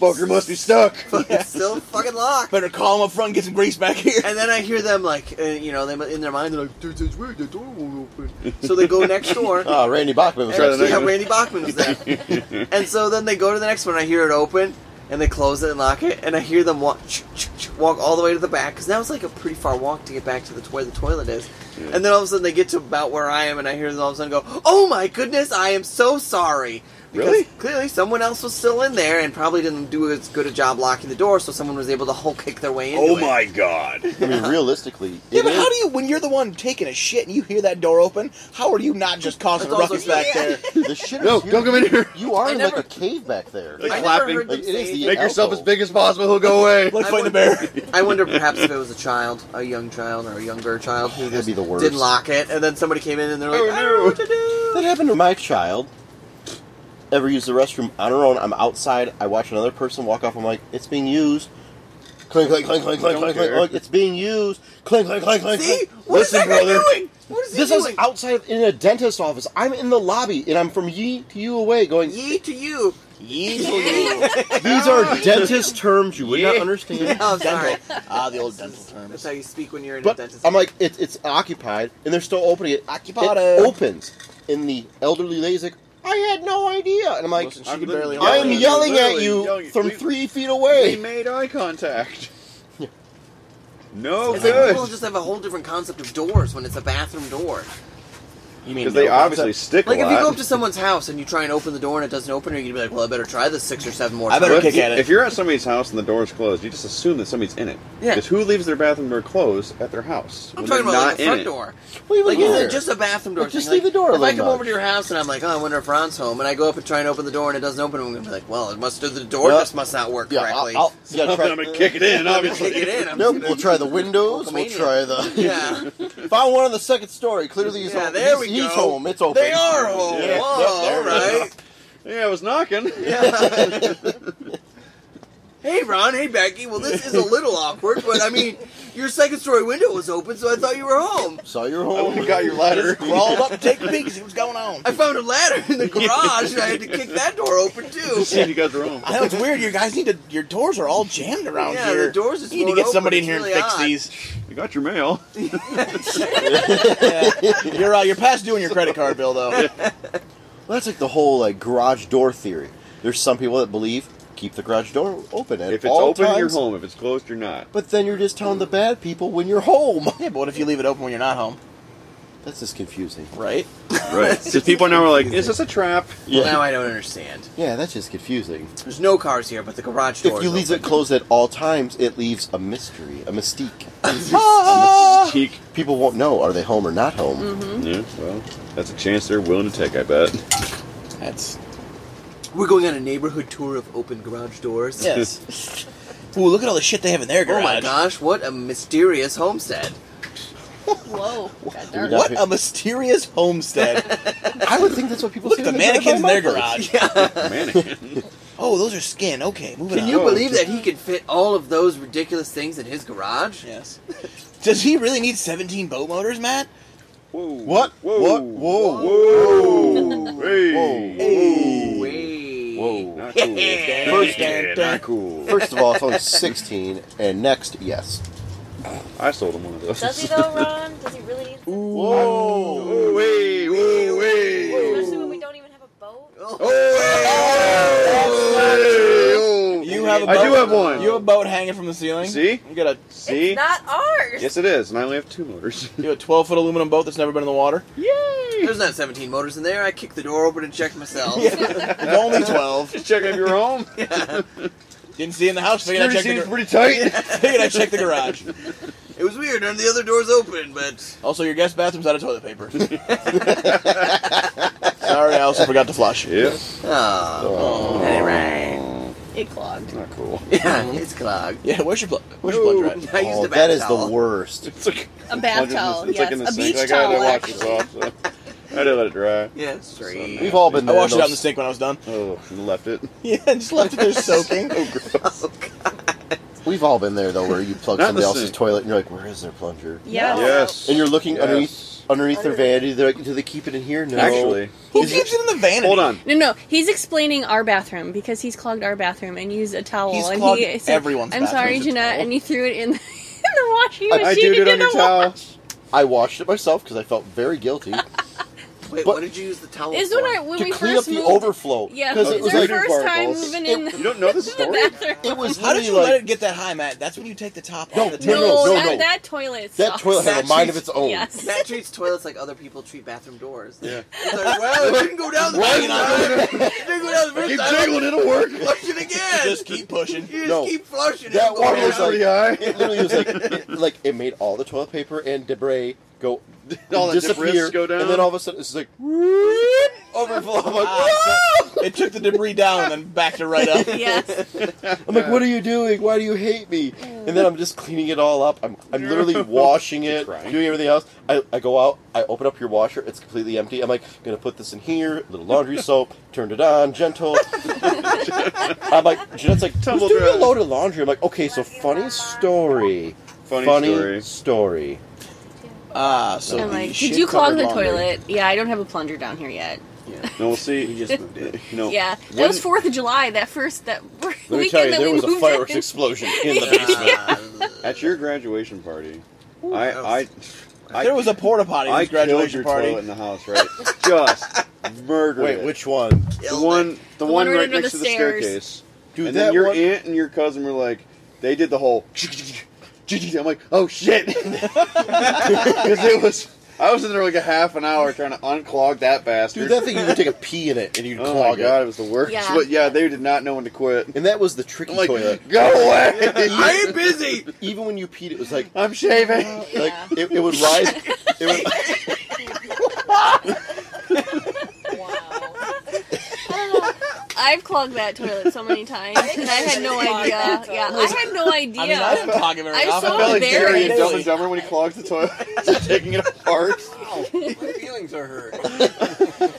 [SPEAKER 3] locked.
[SPEAKER 5] fucker must be stuck.
[SPEAKER 3] But It's still fucking locked.
[SPEAKER 4] Better call him up front and get some grease back here.
[SPEAKER 3] and then I hear them like, uh, you know, them in their mind, they're like, dude, that's weird. The door won't open. So they go next
[SPEAKER 4] Oh,
[SPEAKER 3] door.
[SPEAKER 6] Ah, Randy Bachman was
[SPEAKER 5] Try the
[SPEAKER 6] next.
[SPEAKER 5] next
[SPEAKER 3] yeah,
[SPEAKER 5] one.
[SPEAKER 3] Randy Bachman was there. and so then they go to the next one. I hear it open, and they close it and lock it, and I hear them walk ch- ch- ch- walk all the way to the back because that was like a pretty far walk to get back to the where the toilet is. And then all of a sudden they get to about where I am, and I hear them all of a sudden go, "Oh my goodness, I am so sorry." Because
[SPEAKER 5] Really?
[SPEAKER 3] clearly someone else was still in there and probably didn't do as good a job locking the door, so someone was able to Hulk kick their way in.
[SPEAKER 5] Oh god!
[SPEAKER 6] I mean, realistically,
[SPEAKER 4] Yeah,
[SPEAKER 6] it
[SPEAKER 4] but
[SPEAKER 6] is-
[SPEAKER 4] how do you, when you're the one taking a shit and you hear that door open, how are you not just causing
[SPEAKER 3] That's
[SPEAKER 4] ruckus
[SPEAKER 3] also-
[SPEAKER 4] back
[SPEAKER 3] yeah.
[SPEAKER 4] there?
[SPEAKER 6] the shit?
[SPEAKER 5] No, don't come in here.
[SPEAKER 6] You are
[SPEAKER 3] I
[SPEAKER 6] in
[SPEAKER 3] never-
[SPEAKER 6] like a cave back there.
[SPEAKER 5] Like
[SPEAKER 3] I never
[SPEAKER 5] clapping.
[SPEAKER 3] heard them
[SPEAKER 6] Like, it is
[SPEAKER 3] say
[SPEAKER 6] the-
[SPEAKER 5] Make yourself
[SPEAKER 6] elbow.
[SPEAKER 5] as big as possible. He'll go away.
[SPEAKER 4] Like
[SPEAKER 3] I
[SPEAKER 4] fighting a
[SPEAKER 3] wouldn't-
[SPEAKER 4] bear.
[SPEAKER 3] I wonder perhaps if it was a child, a young child or a younger child who
[SPEAKER 6] That'd
[SPEAKER 3] just
[SPEAKER 6] be the worst.
[SPEAKER 3] didn't lock it, and then somebody came in and they're like,
[SPEAKER 5] Oh,
[SPEAKER 3] "I don't know
[SPEAKER 5] no."
[SPEAKER 3] what to do."
[SPEAKER 6] That happened to my child. ever use the restroom on her own. I'm outside. I watch another person walk off. I'm like, it's being used. Clink, clink, clink, clink, clink,
[SPEAKER 5] Don't
[SPEAKER 6] clink, clink.
[SPEAKER 5] care.
[SPEAKER 6] Look, it's being used. Clink, clink, clink, clink.
[SPEAKER 3] See?
[SPEAKER 6] clink.
[SPEAKER 3] What is that
[SPEAKER 6] Listen,
[SPEAKER 3] guy
[SPEAKER 6] brother.
[SPEAKER 3] doing? What is he
[SPEAKER 6] This
[SPEAKER 3] doing?
[SPEAKER 6] is outside in a dentist office. I'm in the lobby, and I'm from ye to you away. Going,
[SPEAKER 3] Yee to you. Yee to you.
[SPEAKER 6] these are dentist terms you would not understand.
[SPEAKER 3] Oh, sorry.
[SPEAKER 6] Ah, the old dental terms.
[SPEAKER 3] That's how you speak when you're in a
[SPEAKER 6] But
[SPEAKER 3] dentist.
[SPEAKER 6] I'm like, it, it's occupied, and they're still opening it.
[SPEAKER 4] Occupado.
[SPEAKER 6] It opens, and the elderly lady's like, I had no idea. And I'm like,
[SPEAKER 4] Listen, she could barely hold
[SPEAKER 6] I'm
[SPEAKER 4] it.
[SPEAKER 6] yelling at
[SPEAKER 5] Literally
[SPEAKER 6] you
[SPEAKER 5] yelling at-
[SPEAKER 6] from
[SPEAKER 5] we-
[SPEAKER 6] three feet
[SPEAKER 5] We
[SPEAKER 6] away.
[SPEAKER 5] made eye contact. No
[SPEAKER 3] it's like
[SPEAKER 5] good.
[SPEAKER 3] people just have a whole different concept of doors when it's a bathroom door.
[SPEAKER 4] You mean
[SPEAKER 5] Because they
[SPEAKER 4] no
[SPEAKER 5] obviously
[SPEAKER 4] concept?
[SPEAKER 5] stick
[SPEAKER 3] Like
[SPEAKER 5] a
[SPEAKER 3] if
[SPEAKER 5] lot.
[SPEAKER 3] you go up to someone's house and you try and open the door and it doesn't open, you're gonna be like, "Well, I better try this six or seven more
[SPEAKER 6] I
[SPEAKER 3] times."
[SPEAKER 6] better
[SPEAKER 5] But
[SPEAKER 6] kick
[SPEAKER 5] if,
[SPEAKER 6] at it.
[SPEAKER 5] if you're at somebody's house and the door's closed, you just assume that somebody's in it.
[SPEAKER 3] Yeah.
[SPEAKER 5] Because who leaves their bathroom door closed at their house?
[SPEAKER 3] I'm
[SPEAKER 5] when
[SPEAKER 3] talking
[SPEAKER 5] they're
[SPEAKER 3] about like
[SPEAKER 5] not
[SPEAKER 3] the
[SPEAKER 5] in
[SPEAKER 3] front
[SPEAKER 5] it?
[SPEAKER 3] door.
[SPEAKER 6] What do you
[SPEAKER 3] Like
[SPEAKER 6] mean
[SPEAKER 3] is
[SPEAKER 6] there?
[SPEAKER 3] it just a bathroom door?
[SPEAKER 6] Well, just
[SPEAKER 3] thing?
[SPEAKER 6] leave
[SPEAKER 3] Like,
[SPEAKER 6] the door
[SPEAKER 3] If I
[SPEAKER 6] alone,
[SPEAKER 3] come
[SPEAKER 6] Mark.
[SPEAKER 3] over to your house and I'm like, "Oh, I wonder if Ron's home," and I go up and try and open the door and it doesn't open, I'm gonna be like, "Well, it must the door
[SPEAKER 6] Yeah.
[SPEAKER 3] just must not work
[SPEAKER 6] Yeah,
[SPEAKER 3] correctly."
[SPEAKER 6] I'll, I'll, you gotta
[SPEAKER 5] I'm
[SPEAKER 6] try-
[SPEAKER 5] gonna kick it in, obviously.
[SPEAKER 3] Kick it in. I'm
[SPEAKER 6] Nope,
[SPEAKER 3] just
[SPEAKER 6] we'll
[SPEAKER 3] gonna-
[SPEAKER 6] try the windows. We'll
[SPEAKER 3] Hulkamania.
[SPEAKER 6] try the.
[SPEAKER 3] Yeah.
[SPEAKER 6] Found one on the second story. Clearly, he's
[SPEAKER 3] yeah,
[SPEAKER 6] home.
[SPEAKER 3] there
[SPEAKER 6] he's,
[SPEAKER 3] we go.
[SPEAKER 6] He's home. It's open.
[SPEAKER 3] They are home.
[SPEAKER 5] Yeah.
[SPEAKER 3] Whoa,
[SPEAKER 6] Yep, there
[SPEAKER 3] all
[SPEAKER 6] it is.
[SPEAKER 3] right.
[SPEAKER 5] Yeah, I was knocking.
[SPEAKER 3] Hey, Ron. Hey, Becky. Well, this is a little awkward, but I mean, your second story window was open, so I thought you were home.
[SPEAKER 6] Saw your
[SPEAKER 3] Oh
[SPEAKER 5] I
[SPEAKER 6] home.
[SPEAKER 5] would've Oh, got your ladder.
[SPEAKER 4] Crawled up, take a peek, see what's going on.
[SPEAKER 3] I found a ladder in the garage, and I had to kick that door open too.
[SPEAKER 5] See if you guys were home.
[SPEAKER 4] I know it's weird. You guys need to. Your doors are all jammed around
[SPEAKER 3] Yeah,
[SPEAKER 4] here.
[SPEAKER 3] the doors is
[SPEAKER 4] You need
[SPEAKER 3] thrown
[SPEAKER 4] to get
[SPEAKER 3] open,
[SPEAKER 4] somebody in
[SPEAKER 3] it's
[SPEAKER 4] here and
[SPEAKER 3] really
[SPEAKER 4] fix
[SPEAKER 3] odd.
[SPEAKER 4] these.
[SPEAKER 5] You got your mail.
[SPEAKER 4] You're uh, you're past due on your credit card bill though.
[SPEAKER 6] Well, that's like the whole like garage door theory. There's some people that believe keep the garage door open at
[SPEAKER 5] If it's
[SPEAKER 6] all
[SPEAKER 5] open,
[SPEAKER 6] times,
[SPEAKER 5] you're home. If it's closed, you're not.
[SPEAKER 6] But then you're just telling the bad people when you're home.
[SPEAKER 4] yeah, but what if you leave it open when you're not home?
[SPEAKER 6] That's just confusing.
[SPEAKER 4] Right?
[SPEAKER 5] Right. Because people now are like, is this a trap?
[SPEAKER 3] Well, now I don't understand.
[SPEAKER 6] Yeah, that's just confusing.
[SPEAKER 3] There's no cars here, but the garage door.
[SPEAKER 6] if you
[SPEAKER 3] is
[SPEAKER 6] leave it
[SPEAKER 3] open.
[SPEAKER 6] closed at all times, it leaves a mystery, a mystique.
[SPEAKER 5] Cheek.
[SPEAKER 6] People won't know are they home or not home.
[SPEAKER 3] Mm-hmm.
[SPEAKER 5] Yeah, well, that's a chance they're willing to take, I bet.
[SPEAKER 4] That's
[SPEAKER 3] we're going on a neighborhood tour of open garage doors.
[SPEAKER 4] yes. Ooh, look at all the shit they have in their
[SPEAKER 3] Oh
[SPEAKER 4] garage.
[SPEAKER 3] my gosh! What a mysterious homestead.
[SPEAKER 1] Whoa. Got
[SPEAKER 6] got-
[SPEAKER 1] dark.
[SPEAKER 4] What a mysterious homestead.
[SPEAKER 6] I would think that's what people
[SPEAKER 4] Look,
[SPEAKER 6] say.
[SPEAKER 4] the
[SPEAKER 6] when they drive by
[SPEAKER 4] mannequins in their
[SPEAKER 6] my place.
[SPEAKER 4] garage.
[SPEAKER 5] Mannequin.
[SPEAKER 4] Oh, those are skin. Okay, moving
[SPEAKER 3] Can
[SPEAKER 4] on.
[SPEAKER 3] you
[SPEAKER 6] Oh,
[SPEAKER 3] believe that he can fit all of those ridiculous things in his garage?
[SPEAKER 4] Yes. Does he really need 17 boat motors, Matt?
[SPEAKER 5] Whoa.
[SPEAKER 6] What?
[SPEAKER 5] Whoa.
[SPEAKER 6] What? Whoa.
[SPEAKER 5] Whoa.
[SPEAKER 6] Whoa.
[SPEAKER 5] Hey.
[SPEAKER 3] Way.
[SPEAKER 6] Whoa.
[SPEAKER 5] Not cool.
[SPEAKER 3] Yeah.
[SPEAKER 6] First
[SPEAKER 5] yeah, not cool.
[SPEAKER 6] First of all, it's only 16, and next, yes.
[SPEAKER 5] I sold him one of those.
[SPEAKER 8] Does he though, Ron? Does he really need?
[SPEAKER 6] Whoa.
[SPEAKER 5] Whoa, hey, whoa, hey.
[SPEAKER 8] Especially when we don't even have a boat.
[SPEAKER 3] Oh.
[SPEAKER 5] Oh, hey.
[SPEAKER 4] You have a boat.
[SPEAKER 5] I do have one.
[SPEAKER 4] You have a boat hanging from the ceiling.
[SPEAKER 5] See?
[SPEAKER 4] You got a
[SPEAKER 5] See?
[SPEAKER 8] It's not ours.
[SPEAKER 5] Yes, it is, and I only have two motors.
[SPEAKER 4] you have a 12 foot aluminum boat that's never been in the water.
[SPEAKER 3] There's not 17 motors in there. I kicked the door open and checked myself.
[SPEAKER 4] It's only 12.
[SPEAKER 5] Just checking if you're home.
[SPEAKER 4] Didn't see it in the house. Figured I
[SPEAKER 5] Security
[SPEAKER 4] checked
[SPEAKER 5] seems
[SPEAKER 4] the,
[SPEAKER 5] pretty tight.
[SPEAKER 4] gar- figured I checked the garage.
[SPEAKER 3] It was weird. None of the other doors open, but
[SPEAKER 4] Also, your guest bathroom's out of toilet paper. Sorry, I also forgot to flush.
[SPEAKER 5] yeah.
[SPEAKER 3] oh, anyway.
[SPEAKER 1] It clogged.
[SPEAKER 5] Not cool.
[SPEAKER 3] Yeah, it's clogged.
[SPEAKER 4] Yeah, where's your plug? Where's your plug
[SPEAKER 3] I used
[SPEAKER 6] Oh,
[SPEAKER 3] a bath
[SPEAKER 6] that is
[SPEAKER 3] towel.
[SPEAKER 6] the worst.
[SPEAKER 5] It's like
[SPEAKER 1] A
[SPEAKER 5] plunges in
[SPEAKER 1] bath
[SPEAKER 5] the-
[SPEAKER 1] towel.
[SPEAKER 5] It's
[SPEAKER 1] Yes.
[SPEAKER 5] like in the
[SPEAKER 1] a
[SPEAKER 5] sink. like,
[SPEAKER 1] beach
[SPEAKER 5] I had
[SPEAKER 1] towel.
[SPEAKER 5] to wash
[SPEAKER 1] actually.
[SPEAKER 5] this off. So. I had to let it dry.
[SPEAKER 3] Yeah, straight.
[SPEAKER 6] We've all been
[SPEAKER 4] I
[SPEAKER 6] there.
[SPEAKER 4] washed it
[SPEAKER 6] those-
[SPEAKER 4] out in the sink when I was done.
[SPEAKER 5] Oh, and left it.
[SPEAKER 4] Yeah, and just left it there soaking.
[SPEAKER 6] We've all been there though, where you plug
[SPEAKER 5] Not the
[SPEAKER 6] somebody else's
[SPEAKER 5] sink.
[SPEAKER 6] toilet and you're like, "Where is their plunger?"
[SPEAKER 1] Yeah.
[SPEAKER 5] Yes.
[SPEAKER 6] And you're looking
[SPEAKER 5] Yes.
[SPEAKER 6] underneath underneath their vanity. They're like, "Do they keep it in here?" No.
[SPEAKER 5] Actually,
[SPEAKER 4] Who keeps it in the vanity?
[SPEAKER 5] hold on.
[SPEAKER 1] No, no, he's explaining our bathroom because he's clogged our bathroom and used a towel.
[SPEAKER 4] He's
[SPEAKER 1] and
[SPEAKER 4] clogged
[SPEAKER 1] he
[SPEAKER 4] everyone's
[SPEAKER 1] I'm sorry,
[SPEAKER 4] bathrooms with
[SPEAKER 1] Jeanette,
[SPEAKER 4] towel.
[SPEAKER 1] and he threw it in the, in the washing machine
[SPEAKER 5] I
[SPEAKER 1] to
[SPEAKER 5] did
[SPEAKER 1] do
[SPEAKER 5] it on your
[SPEAKER 1] the
[SPEAKER 5] towel.
[SPEAKER 1] wash.
[SPEAKER 6] I washed it myself because I felt very guilty
[SPEAKER 3] Wait,
[SPEAKER 6] But-
[SPEAKER 3] what did you use the towel
[SPEAKER 1] Is
[SPEAKER 3] for?
[SPEAKER 1] when I when
[SPEAKER 6] to
[SPEAKER 1] we
[SPEAKER 6] clean up
[SPEAKER 1] first
[SPEAKER 6] the
[SPEAKER 1] moved.
[SPEAKER 6] overflow.
[SPEAKER 1] Yeah,
[SPEAKER 6] because it
[SPEAKER 1] it's
[SPEAKER 6] was
[SPEAKER 1] our
[SPEAKER 6] like
[SPEAKER 1] first
[SPEAKER 5] barnacles.
[SPEAKER 1] time moving
[SPEAKER 6] It-
[SPEAKER 1] in
[SPEAKER 5] You don't know this
[SPEAKER 1] the
[SPEAKER 5] story?
[SPEAKER 1] bathroom.
[SPEAKER 6] it was
[SPEAKER 4] How did
[SPEAKER 6] literally
[SPEAKER 4] you
[SPEAKER 6] like
[SPEAKER 4] let it get that high, Matt? That's when you take the top off.
[SPEAKER 6] No,
[SPEAKER 4] of the
[SPEAKER 6] no,
[SPEAKER 4] towel.
[SPEAKER 6] no, no,
[SPEAKER 1] Oh, that,
[SPEAKER 6] no.
[SPEAKER 1] that toilet.
[SPEAKER 6] that
[SPEAKER 1] sucks.
[SPEAKER 6] toilet had a
[SPEAKER 3] That's
[SPEAKER 6] mind of
[SPEAKER 3] just-
[SPEAKER 6] its own.
[SPEAKER 1] Yes.
[SPEAKER 3] Matt treats toilets like other people treat bathroom doors.
[SPEAKER 5] Yeah.
[SPEAKER 3] He's like, well, it didn't go down the
[SPEAKER 6] Why
[SPEAKER 3] first
[SPEAKER 6] not?
[SPEAKER 3] time. It didn't go down the first
[SPEAKER 5] Keep
[SPEAKER 3] time.
[SPEAKER 5] jiggling, it'll work.
[SPEAKER 3] Flush it again.
[SPEAKER 4] Just keep pushing.
[SPEAKER 3] you just
[SPEAKER 6] No.
[SPEAKER 3] keep flushing it.
[SPEAKER 6] That
[SPEAKER 3] It'll go
[SPEAKER 6] water
[SPEAKER 3] down.
[SPEAKER 6] was like-
[SPEAKER 5] Pretty high.
[SPEAKER 6] It literally was like, it, like it made all the toilet paper and debris go
[SPEAKER 5] All that debris
[SPEAKER 6] disappear,
[SPEAKER 5] go down?
[SPEAKER 6] and then all of a sudden it's just like overflow. I'm like,
[SPEAKER 5] Ah,
[SPEAKER 4] Ah, It took the debris down and then backed it right up.
[SPEAKER 1] Yes.
[SPEAKER 6] I'm like, what are you doing? Why do you hate me? And then I'm just cleaning it all up. I'm, I'm literally washing it,
[SPEAKER 5] crying.
[SPEAKER 6] doing everything else. I, I go out, I open up your washer, it's completely empty. I'm like, gonna put this in here, little laundry soap, turned it on, gentle. I'm like, Jeanette's like, who's
[SPEAKER 5] Tumble
[SPEAKER 6] doing a
[SPEAKER 5] dry.
[SPEAKER 6] load of laundry? I'm like, okay, so funny story.
[SPEAKER 5] Funny story.
[SPEAKER 6] story.
[SPEAKER 4] Ah, so
[SPEAKER 1] I'm
[SPEAKER 4] the
[SPEAKER 1] like, did
[SPEAKER 4] shit
[SPEAKER 1] you clog
[SPEAKER 4] covered
[SPEAKER 1] the
[SPEAKER 4] laundry.
[SPEAKER 1] toilet? Yeah, I don't have a plunger down here yet.
[SPEAKER 5] No, we'll see.
[SPEAKER 2] He just moved it.
[SPEAKER 5] You know,
[SPEAKER 1] yeah, that
[SPEAKER 5] when-
[SPEAKER 1] was Fourth of July. That first that
[SPEAKER 6] Let me
[SPEAKER 1] weekend
[SPEAKER 6] tell you,
[SPEAKER 1] that
[SPEAKER 6] there
[SPEAKER 1] we
[SPEAKER 6] was a
[SPEAKER 1] moved
[SPEAKER 6] fireworks
[SPEAKER 1] in.
[SPEAKER 6] explosion in the basement.
[SPEAKER 3] Ah,
[SPEAKER 5] at your graduation party,
[SPEAKER 3] that
[SPEAKER 5] I I
[SPEAKER 3] was-
[SPEAKER 5] I,
[SPEAKER 4] There was a porta potty at
[SPEAKER 5] I
[SPEAKER 4] his
[SPEAKER 5] killed your
[SPEAKER 4] graduation
[SPEAKER 5] toilet
[SPEAKER 4] party.
[SPEAKER 5] in the house, right? Just murdered.
[SPEAKER 6] Wait,
[SPEAKER 5] it.
[SPEAKER 6] which one?
[SPEAKER 5] the
[SPEAKER 3] killed
[SPEAKER 5] one
[SPEAKER 3] it.
[SPEAKER 5] the,
[SPEAKER 1] The
[SPEAKER 5] one
[SPEAKER 1] one right
[SPEAKER 5] right
[SPEAKER 1] under
[SPEAKER 5] next
[SPEAKER 1] the
[SPEAKER 5] to the
[SPEAKER 1] stairs.
[SPEAKER 5] staircase.
[SPEAKER 6] Dude,
[SPEAKER 5] and
[SPEAKER 6] that
[SPEAKER 5] then your
[SPEAKER 6] one-
[SPEAKER 5] aunt and your cousin were like, they did the whole. I'm like, oh shit, because it was. I was in there like a half an hour trying to unclog that bastard.
[SPEAKER 6] Dude, that thing you could take a pee in it and you'd
[SPEAKER 5] oh my
[SPEAKER 6] clog
[SPEAKER 5] god,
[SPEAKER 6] it.
[SPEAKER 5] it was the worst.
[SPEAKER 1] Yeah.
[SPEAKER 5] But yeah, they did not know when to quit.
[SPEAKER 6] And that was the tricky
[SPEAKER 5] I'm like,
[SPEAKER 6] toilet.
[SPEAKER 5] go away.
[SPEAKER 3] I am busy.
[SPEAKER 6] even when you peed, it was like
[SPEAKER 5] I'm shaving.
[SPEAKER 6] like it, it would rise. It
[SPEAKER 8] Wow.
[SPEAKER 6] would,
[SPEAKER 1] I've clogged that toilet so many times, and I had no
[SPEAKER 8] Clogged
[SPEAKER 1] idea.
[SPEAKER 8] that
[SPEAKER 1] Yeah,
[SPEAKER 8] toilet.
[SPEAKER 1] I had no idea.
[SPEAKER 4] I mean, I don't clog it very
[SPEAKER 1] I
[SPEAKER 4] often.
[SPEAKER 1] saw
[SPEAKER 5] I felt like
[SPEAKER 1] there
[SPEAKER 5] Jerry in
[SPEAKER 1] it is.
[SPEAKER 5] Dumb and Dumber when he clogs the toilet, taking it apart.
[SPEAKER 7] My feelings are hurt.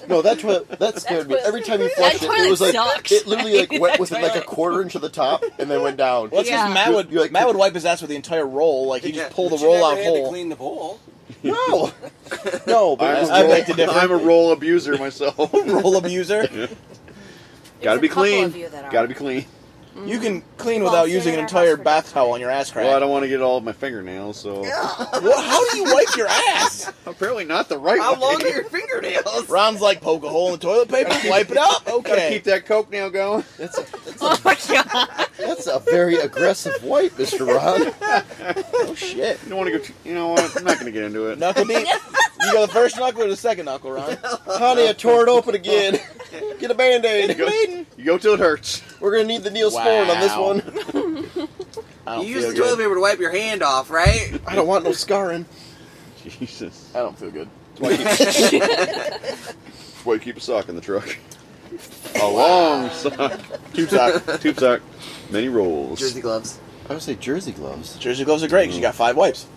[SPEAKER 6] no, that toilet that scared me.
[SPEAKER 8] toilet-
[SPEAKER 6] Every time you
[SPEAKER 1] That
[SPEAKER 6] flushed it,
[SPEAKER 1] toilet
[SPEAKER 6] it was like
[SPEAKER 1] sucks.
[SPEAKER 6] it literally like went within like a
[SPEAKER 1] toilet-
[SPEAKER 6] quarter inch of the top and then went down.
[SPEAKER 4] Well, that's because
[SPEAKER 1] Yeah.
[SPEAKER 4] Matt would
[SPEAKER 6] You- you like-
[SPEAKER 4] Matt would wipe his ass with the entire roll. Like he
[SPEAKER 3] Yeah,
[SPEAKER 4] just pulled the
[SPEAKER 7] But you
[SPEAKER 4] roll
[SPEAKER 7] never
[SPEAKER 4] out
[SPEAKER 7] had to
[SPEAKER 4] whole.
[SPEAKER 7] clean the bowl.
[SPEAKER 6] No, no, but
[SPEAKER 5] I'm,
[SPEAKER 6] I,
[SPEAKER 5] a roll,
[SPEAKER 4] beg to differ.
[SPEAKER 5] I'm a roll abuser myself.
[SPEAKER 4] Roll abuser.
[SPEAKER 5] Gotta
[SPEAKER 8] a
[SPEAKER 5] be
[SPEAKER 8] couple
[SPEAKER 5] clean.
[SPEAKER 8] of you that are.
[SPEAKER 5] Gotta be clean.
[SPEAKER 4] You can clean
[SPEAKER 8] Well,
[SPEAKER 4] without
[SPEAKER 8] it's
[SPEAKER 4] using
[SPEAKER 8] in
[SPEAKER 4] an
[SPEAKER 8] our
[SPEAKER 4] entire
[SPEAKER 8] house for
[SPEAKER 4] bath
[SPEAKER 8] dinner.
[SPEAKER 4] towel on your ass crack.
[SPEAKER 5] Well, I don't want to get all of my fingernails, so
[SPEAKER 4] What- how do you wipe your ass?
[SPEAKER 5] apparently not the right
[SPEAKER 3] How
[SPEAKER 5] way.
[SPEAKER 3] long are your fingernails?
[SPEAKER 4] Ron's like poke a hole in the toilet paper, wipe it up.
[SPEAKER 5] Gotta
[SPEAKER 4] Okay.
[SPEAKER 5] keep that coke nail going.
[SPEAKER 6] that's a,
[SPEAKER 1] Oh my god!
[SPEAKER 6] that's a very aggressive wipe, Mister Ron.
[SPEAKER 4] Oh shit.
[SPEAKER 5] You don't want to go. Too, you know what? I'm not gonna get into it.
[SPEAKER 4] Knuckle deep. You go the first knuckle or the second knuckle, Ron?
[SPEAKER 6] Honey, I tore it open again. Get a band aid.
[SPEAKER 5] Go- You go till it hurts.
[SPEAKER 6] We're gonna need the Neil Sporn on this
[SPEAKER 4] Wow.
[SPEAKER 6] one.
[SPEAKER 3] You
[SPEAKER 4] I don't
[SPEAKER 3] use
[SPEAKER 4] feel
[SPEAKER 3] the toilet
[SPEAKER 4] good.
[SPEAKER 3] paper to wipe your hand off, right?
[SPEAKER 6] I don't want no scarring.
[SPEAKER 5] Jesus.
[SPEAKER 4] I don't feel good.
[SPEAKER 5] That's why you keep a sock in the truck. A long sock. Tube sock. Tube sock. Many rolls.
[SPEAKER 3] Jersey gloves.
[SPEAKER 6] I would say jersey gloves.
[SPEAKER 4] Jersey gloves are great because you got five wipes.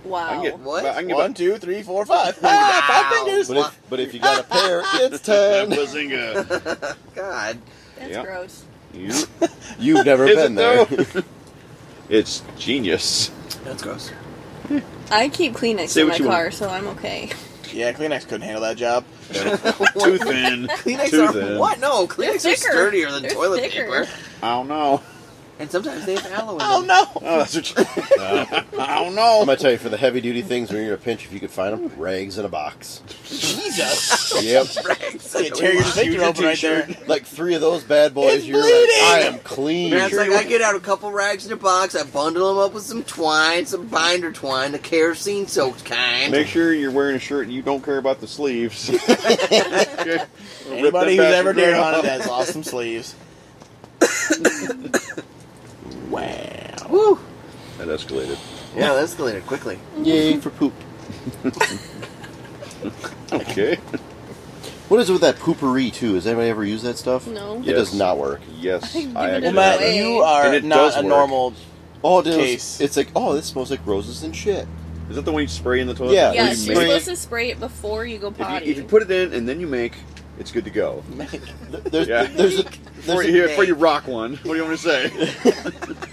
[SPEAKER 5] I can
[SPEAKER 1] Wow.
[SPEAKER 5] get,
[SPEAKER 3] What?
[SPEAKER 5] I can get
[SPEAKER 4] One, two, three, four, five. Ah, five fingers.
[SPEAKER 6] But if, but if you got a pair, it's
[SPEAKER 5] about-
[SPEAKER 6] ten.
[SPEAKER 5] Bazinga.
[SPEAKER 3] God.
[SPEAKER 1] That's
[SPEAKER 5] Yeah.
[SPEAKER 1] gross.
[SPEAKER 5] You-
[SPEAKER 6] You've never
[SPEAKER 5] Is
[SPEAKER 6] been
[SPEAKER 5] it
[SPEAKER 6] there.
[SPEAKER 5] though? it's genius.
[SPEAKER 3] That's gross.
[SPEAKER 1] I keep Kleenex
[SPEAKER 5] Say
[SPEAKER 1] in
[SPEAKER 5] what
[SPEAKER 1] my
[SPEAKER 5] you want.
[SPEAKER 1] car, so I'm okay.
[SPEAKER 4] Yeah, Kleenex couldn't handle that job.
[SPEAKER 5] Too thin.
[SPEAKER 3] Kleenex
[SPEAKER 5] Too
[SPEAKER 3] are
[SPEAKER 5] thin.
[SPEAKER 3] what? No, Kleenex are
[SPEAKER 1] thicker.
[SPEAKER 3] sturdier than
[SPEAKER 1] They're
[SPEAKER 3] toilet
[SPEAKER 1] thicker.
[SPEAKER 3] paper,
[SPEAKER 5] I don't know.
[SPEAKER 3] and sometimes they have aloe in
[SPEAKER 4] Oh
[SPEAKER 3] them.
[SPEAKER 4] no.
[SPEAKER 5] Oh, that's what you- I don't know.
[SPEAKER 6] I'm gonna tell you for the heavy duty things when you're in a pinch, if you could find them, rags in a box.
[SPEAKER 4] Jesus.
[SPEAKER 6] Yep,
[SPEAKER 3] Rags.
[SPEAKER 4] You tear your finger open right there.
[SPEAKER 6] like three of those bad boys.
[SPEAKER 4] It's
[SPEAKER 6] you're
[SPEAKER 4] bleeding!
[SPEAKER 6] like, I am clean.
[SPEAKER 3] Man's like, I get out a couple rags in a box, I bundle them up with some twine, some binder twine, the kerosene soaked kind.
[SPEAKER 5] Make sure you're wearing a shirt and you don't care about the sleeves. Okay. Rip that
[SPEAKER 4] Anybody who's
[SPEAKER 5] bastard
[SPEAKER 4] ever
[SPEAKER 5] right
[SPEAKER 4] dare
[SPEAKER 5] off.
[SPEAKER 4] hunted has lost some sleeves. wow.
[SPEAKER 3] Woo!
[SPEAKER 5] That escalated.
[SPEAKER 3] Yeah, that escalated quickly.
[SPEAKER 6] Yay for poop.
[SPEAKER 5] Okay.
[SPEAKER 6] What is it with that poopery too? Has anybody ever used that stuff?
[SPEAKER 1] No.
[SPEAKER 6] It
[SPEAKER 5] Yes.
[SPEAKER 6] does not work.
[SPEAKER 5] Yes,
[SPEAKER 1] I've
[SPEAKER 5] I
[SPEAKER 1] given
[SPEAKER 5] actually
[SPEAKER 1] it
[SPEAKER 4] Well,
[SPEAKER 5] have
[SPEAKER 4] Matt,
[SPEAKER 1] away.
[SPEAKER 5] it.
[SPEAKER 4] you
[SPEAKER 5] And
[SPEAKER 4] are
[SPEAKER 5] it does
[SPEAKER 4] not a
[SPEAKER 5] work.
[SPEAKER 4] normal.
[SPEAKER 6] Oh, dude,
[SPEAKER 4] Case.
[SPEAKER 6] it's like, oh, this smes like roses and shit.
[SPEAKER 5] Is that the one you spray in the toilet?
[SPEAKER 6] Yeah,
[SPEAKER 5] Or
[SPEAKER 6] you
[SPEAKER 1] Yes,
[SPEAKER 5] you
[SPEAKER 1] you're
[SPEAKER 6] spray
[SPEAKER 5] make?
[SPEAKER 1] supposed to spray it before you go
[SPEAKER 5] If
[SPEAKER 1] potty.
[SPEAKER 5] you, if you put it in and then you make, it's good to go.
[SPEAKER 6] There's,
[SPEAKER 5] Yeah.
[SPEAKER 6] there's a,
[SPEAKER 5] Before
[SPEAKER 6] there's a-
[SPEAKER 5] you, before you rock one, what do you want to say?